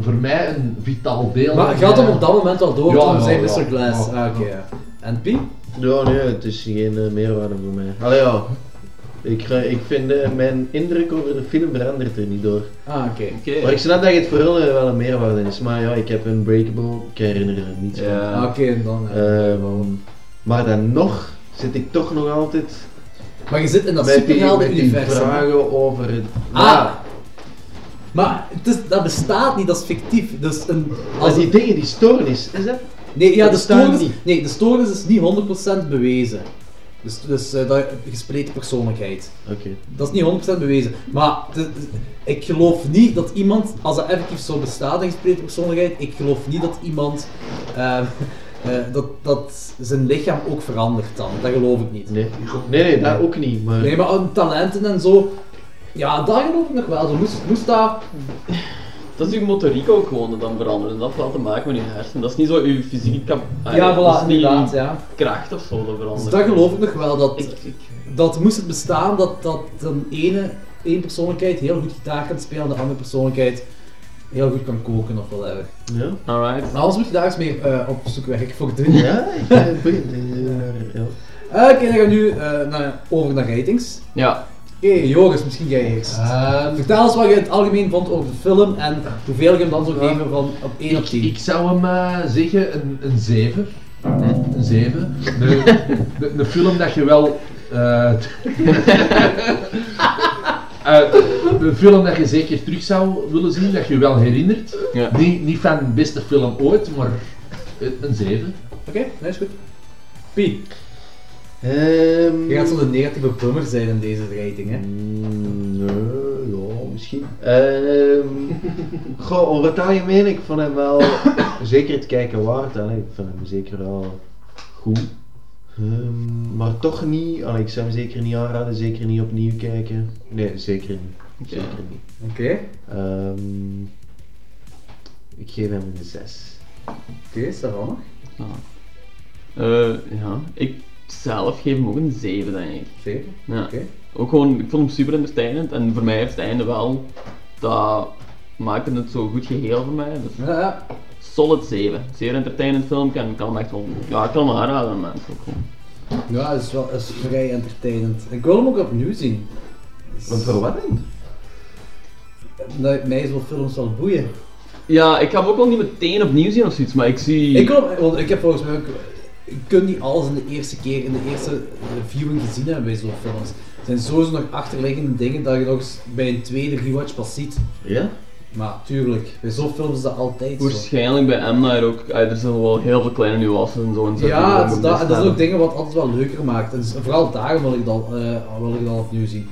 Speaker 2: voor mij een vitaal deel.
Speaker 6: Maar
Speaker 2: van
Speaker 6: gaat hem
Speaker 2: mijn-
Speaker 6: op dat moment wel door,
Speaker 2: Ja,
Speaker 6: toen
Speaker 2: ja,
Speaker 6: zei
Speaker 2: ja.
Speaker 6: Mr. Glass.
Speaker 2: Ja.
Speaker 6: Ah, oké. ja. En Pi?
Speaker 1: Ja, nee, het is geen eh, meerwaarde voor mij. Allee ja, ik, eh, ik vind eh, mijn indruk over de film verandert er niet door.
Speaker 6: Ah, oké.
Speaker 1: Maar ik snap dat het voor hun wel een meerwaarde is, maar ja, ik heb Unbreakable, ik herinner er niets
Speaker 7: Ja.
Speaker 1: van.
Speaker 6: Ah, Oké, en dan. eh.
Speaker 1: Ehm, maar dan nog zit ik toch nog altijd
Speaker 6: Maar je zit in dat
Speaker 1: met die, met die
Speaker 6: superhelden-universum.
Speaker 1: vragen over het...
Speaker 6: Ah! Maar het is, dat bestaat niet, dat is fictief. Dus een,
Speaker 1: Als die dingen, die stoornis, is dat?
Speaker 6: Nee, ja,
Speaker 1: Dat
Speaker 6: de
Speaker 1: bestaat
Speaker 6: stoornis,
Speaker 1: niet.
Speaker 6: nee, de stoornis is niet 100% bewezen. Dus, dus eh, dat, gespleten persoonlijkheid.
Speaker 1: Oké.
Speaker 6: Dat is niet 100% bewezen. Maar het- het- ik geloof niet dat iemand, als dat effectief zo bestaat, een gespleten persoonlijkheid, ik geloof niet dat iemand eh, eh, dat, dat zijn lichaam ook verandert dan. Dat geloof ik niet.
Speaker 1: Nee. nee, nee, dat ook niet, maar...
Speaker 6: Nee, maar aan talenten en zo, ja, daar geloof ik nog wel. Zo moest, moest dat.
Speaker 7: Dat is uw motoriek ook gewoon dat dan veranderen. Dat heeft wel te maken met uw hersenen. Dat is niet zo uw fysieke kap... ah,
Speaker 6: Ja,
Speaker 7: dat is
Speaker 6: voilà,
Speaker 7: niet
Speaker 6: inderdaad, ja.
Speaker 7: kracht of zo dat verandert.
Speaker 6: Dus dat geloof ik nog wel, dat, dat moest het bestaan dat, dat een ene één persoonlijkheid heel goed gitaar kan spelen en de andere persoonlijkheid heel goed kan koken of whatever.
Speaker 1: Ja?
Speaker 7: Alright.
Speaker 6: Maar anders moet je daar eens mee eh, op zoekwerk voor doen.
Speaker 1: Ja, ik eh, boeien, eh, ja.
Speaker 6: Eh, Oké, dan gaan we nu eh, naar, over naar ratings.
Speaker 7: Ja.
Speaker 6: Oké, Joris, misschien jij eerst.
Speaker 2: Ehm,
Speaker 6: Vertel eens wat je in het algemeen vond over de film en hoeveel je hem dan zou geven van op 1 op 10.
Speaker 2: Ik zou hem eh, zeggen een, een 7. Een 7. De, de, de film dat je wel. eh, eh, een film dat je zeker terug zou willen zien, dat je wel herinnert.
Speaker 7: Ja.
Speaker 2: Niet, niet van de beste film ooit, maar een een 7.
Speaker 6: Oké, nee, is goed. Pi,
Speaker 1: Ehm,
Speaker 6: je gaat zo de negatieve bummer zijn in deze rating, hè?
Speaker 1: Mm, nee, ja, misschien. Ehm goh, over het algemeen, ik vond hem wel zeker het kijken waard. Allee, ik vond hem zeker wel goed. Ehm, maar toch niet, allee, ik zou hem zeker niet aanraden, zeker niet opnieuw kijken. Nee, zeker niet. Zeker niet.
Speaker 6: Oké.
Speaker 1: Ehm, ik geef hem een 6.
Speaker 6: Oké, is dat wel nog?
Speaker 7: Eh, ja. Ik zelf geef hem ook een 7, denk ik.
Speaker 6: Zeker.
Speaker 7: Ja.
Speaker 6: Oké.
Speaker 7: Ook gewoon, ik vond hem super entertainend. En voor mij heeft het einde wel... Dat maakte het zo goed geheel voor mij. Dus
Speaker 6: Ja, ja.
Speaker 7: solid 7. Zeer entertainend film. Kan, kan hem echt wel... Ja, ik kan hem aanraden aan mensen ook gewoon.
Speaker 6: Ja, dat is wel is vrij entertainend. Ik wil hem ook opnieuw zien.
Speaker 1: Want voor wat dan?
Speaker 6: Omdat mij zo'n films wel boeien.
Speaker 7: Ja, ik ga hem ook wel niet meteen opnieuw zien of zoiets, maar ik zie...
Speaker 6: Ik, wil- want ik heb volgens mij ook... Je kunt niet alles in de eerste keer, in de eerste eh, viewing gezien hebben bij zo'n films. Er zijn sowieso nog achterliggende dingen dat je nog eens bij een tweede rewatch pas ziet.
Speaker 16: Ja?
Speaker 6: Maar tuurlijk, bij zo'n films is dat altijd zo.
Speaker 7: Waarschijnlijk bij M. Night ook, ah, er zijn wel heel veel kleine nuances en zo. En zo die
Speaker 6: Ja,
Speaker 7: we
Speaker 6: het is
Speaker 7: gemist
Speaker 6: dat, en dat is
Speaker 7: hebben.
Speaker 6: ook dingen wat altijd wel leuker maakt. En dus vooral daarom wil ik dan, eh, wil ik dan opnieuw zien.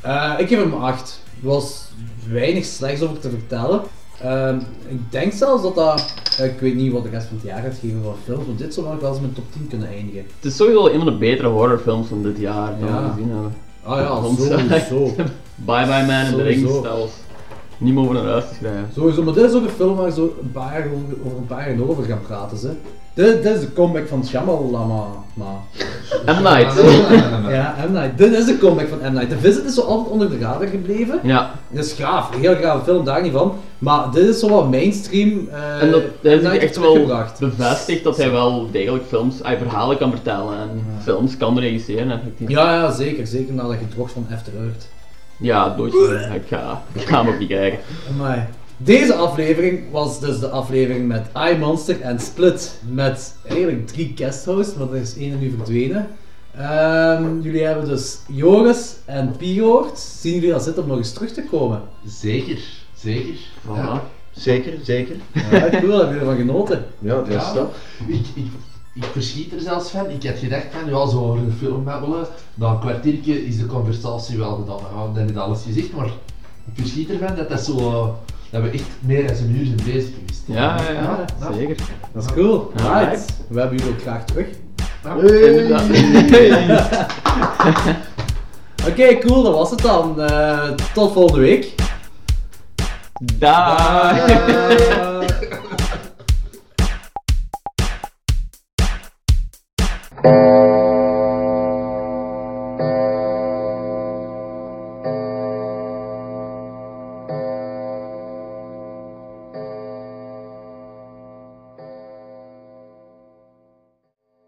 Speaker 6: Eh, ik geef hem 8. Er was weinig slechts over te vertellen. Ehm, ik denk zelfs dat dat. eh, ik weet niet wat de rest van het jaar gaat geven voor films, want dit zou wel eens in mijn top 10 kunnen eindigen.
Speaker 7: Het is sowieso wel een van de betere horrorfilms van dit jaar dat
Speaker 6: Ja.
Speaker 7: we gezien hebben.
Speaker 6: Ah ja,
Speaker 7: Want,
Speaker 6: sowieso.
Speaker 7: Bye Bye Man en de Rings,
Speaker 6: Sowieso.
Speaker 7: dat was niet meer over naar huis te schrijven.
Speaker 6: Sowieso, maar dit is ook een film waar zo een paar jaar over, over een paar jaar over gaan praten. Ze. Dit, dit is de comeback van Shyamalama.
Speaker 7: M. Night.
Speaker 6: ja, M. Night. Dit is de comeback van M. Night. The Visit is zo altijd onder de radar gebleven.
Speaker 7: Ja.
Speaker 6: Dat is gaaf, een heel gaaf film, daar niet van. Maar dit is zo wat mainstream. eh,
Speaker 7: En dat hij
Speaker 6: M.
Speaker 7: zich
Speaker 6: Night
Speaker 7: echt
Speaker 6: heeft
Speaker 7: wel
Speaker 6: teruggebracht.
Speaker 7: bevestigt dat hij wel degelijk films, hij verhalen kan vertellen en films kan regisseren effectief.
Speaker 6: Ja, ja, zeker. Zeker nadat je drocht van After Earth.
Speaker 7: Ja, doodje. Ik ga, ik ga hem ook niet kijken.
Speaker 6: Amai. Deze aflevering was dus de aflevering met I Monster en Split. Met eigenlijk drie guesthosts, maar er is één nu verdwenen. Ehm, jullie hebben dus Joris en Pi gehoord. Zien jullie dat zitten om nog eens terug te komen?
Speaker 2: Zeker, zeker.
Speaker 6: Ja.
Speaker 16: Zeker, zeker.
Speaker 6: Ja, cool, hebben jullie ervan genoten?
Speaker 16: Ja, dat is dat.
Speaker 2: Ik, ik, ik verschiet er zelfs van. Ik had gedacht van, ja, zo over een film babbelen, na een kwartiertje is de conversatie wel gedaan. We hebben dan niet alles gezegd, maar ik verschiet ervan dat dat zo... eh, Dat we echt meer dan een uur zijn bezig geweest.
Speaker 7: Ja, ja, ja, zeker.
Speaker 6: Dat is cool.
Speaker 7: Ja.
Speaker 6: Right. We hebben jullie ook graag terug.
Speaker 7: Inderdaad.
Speaker 6: Oké, cool, dat was het dan. Eh, tot volgende week.
Speaker 7: Daag.
Speaker 6: Daag.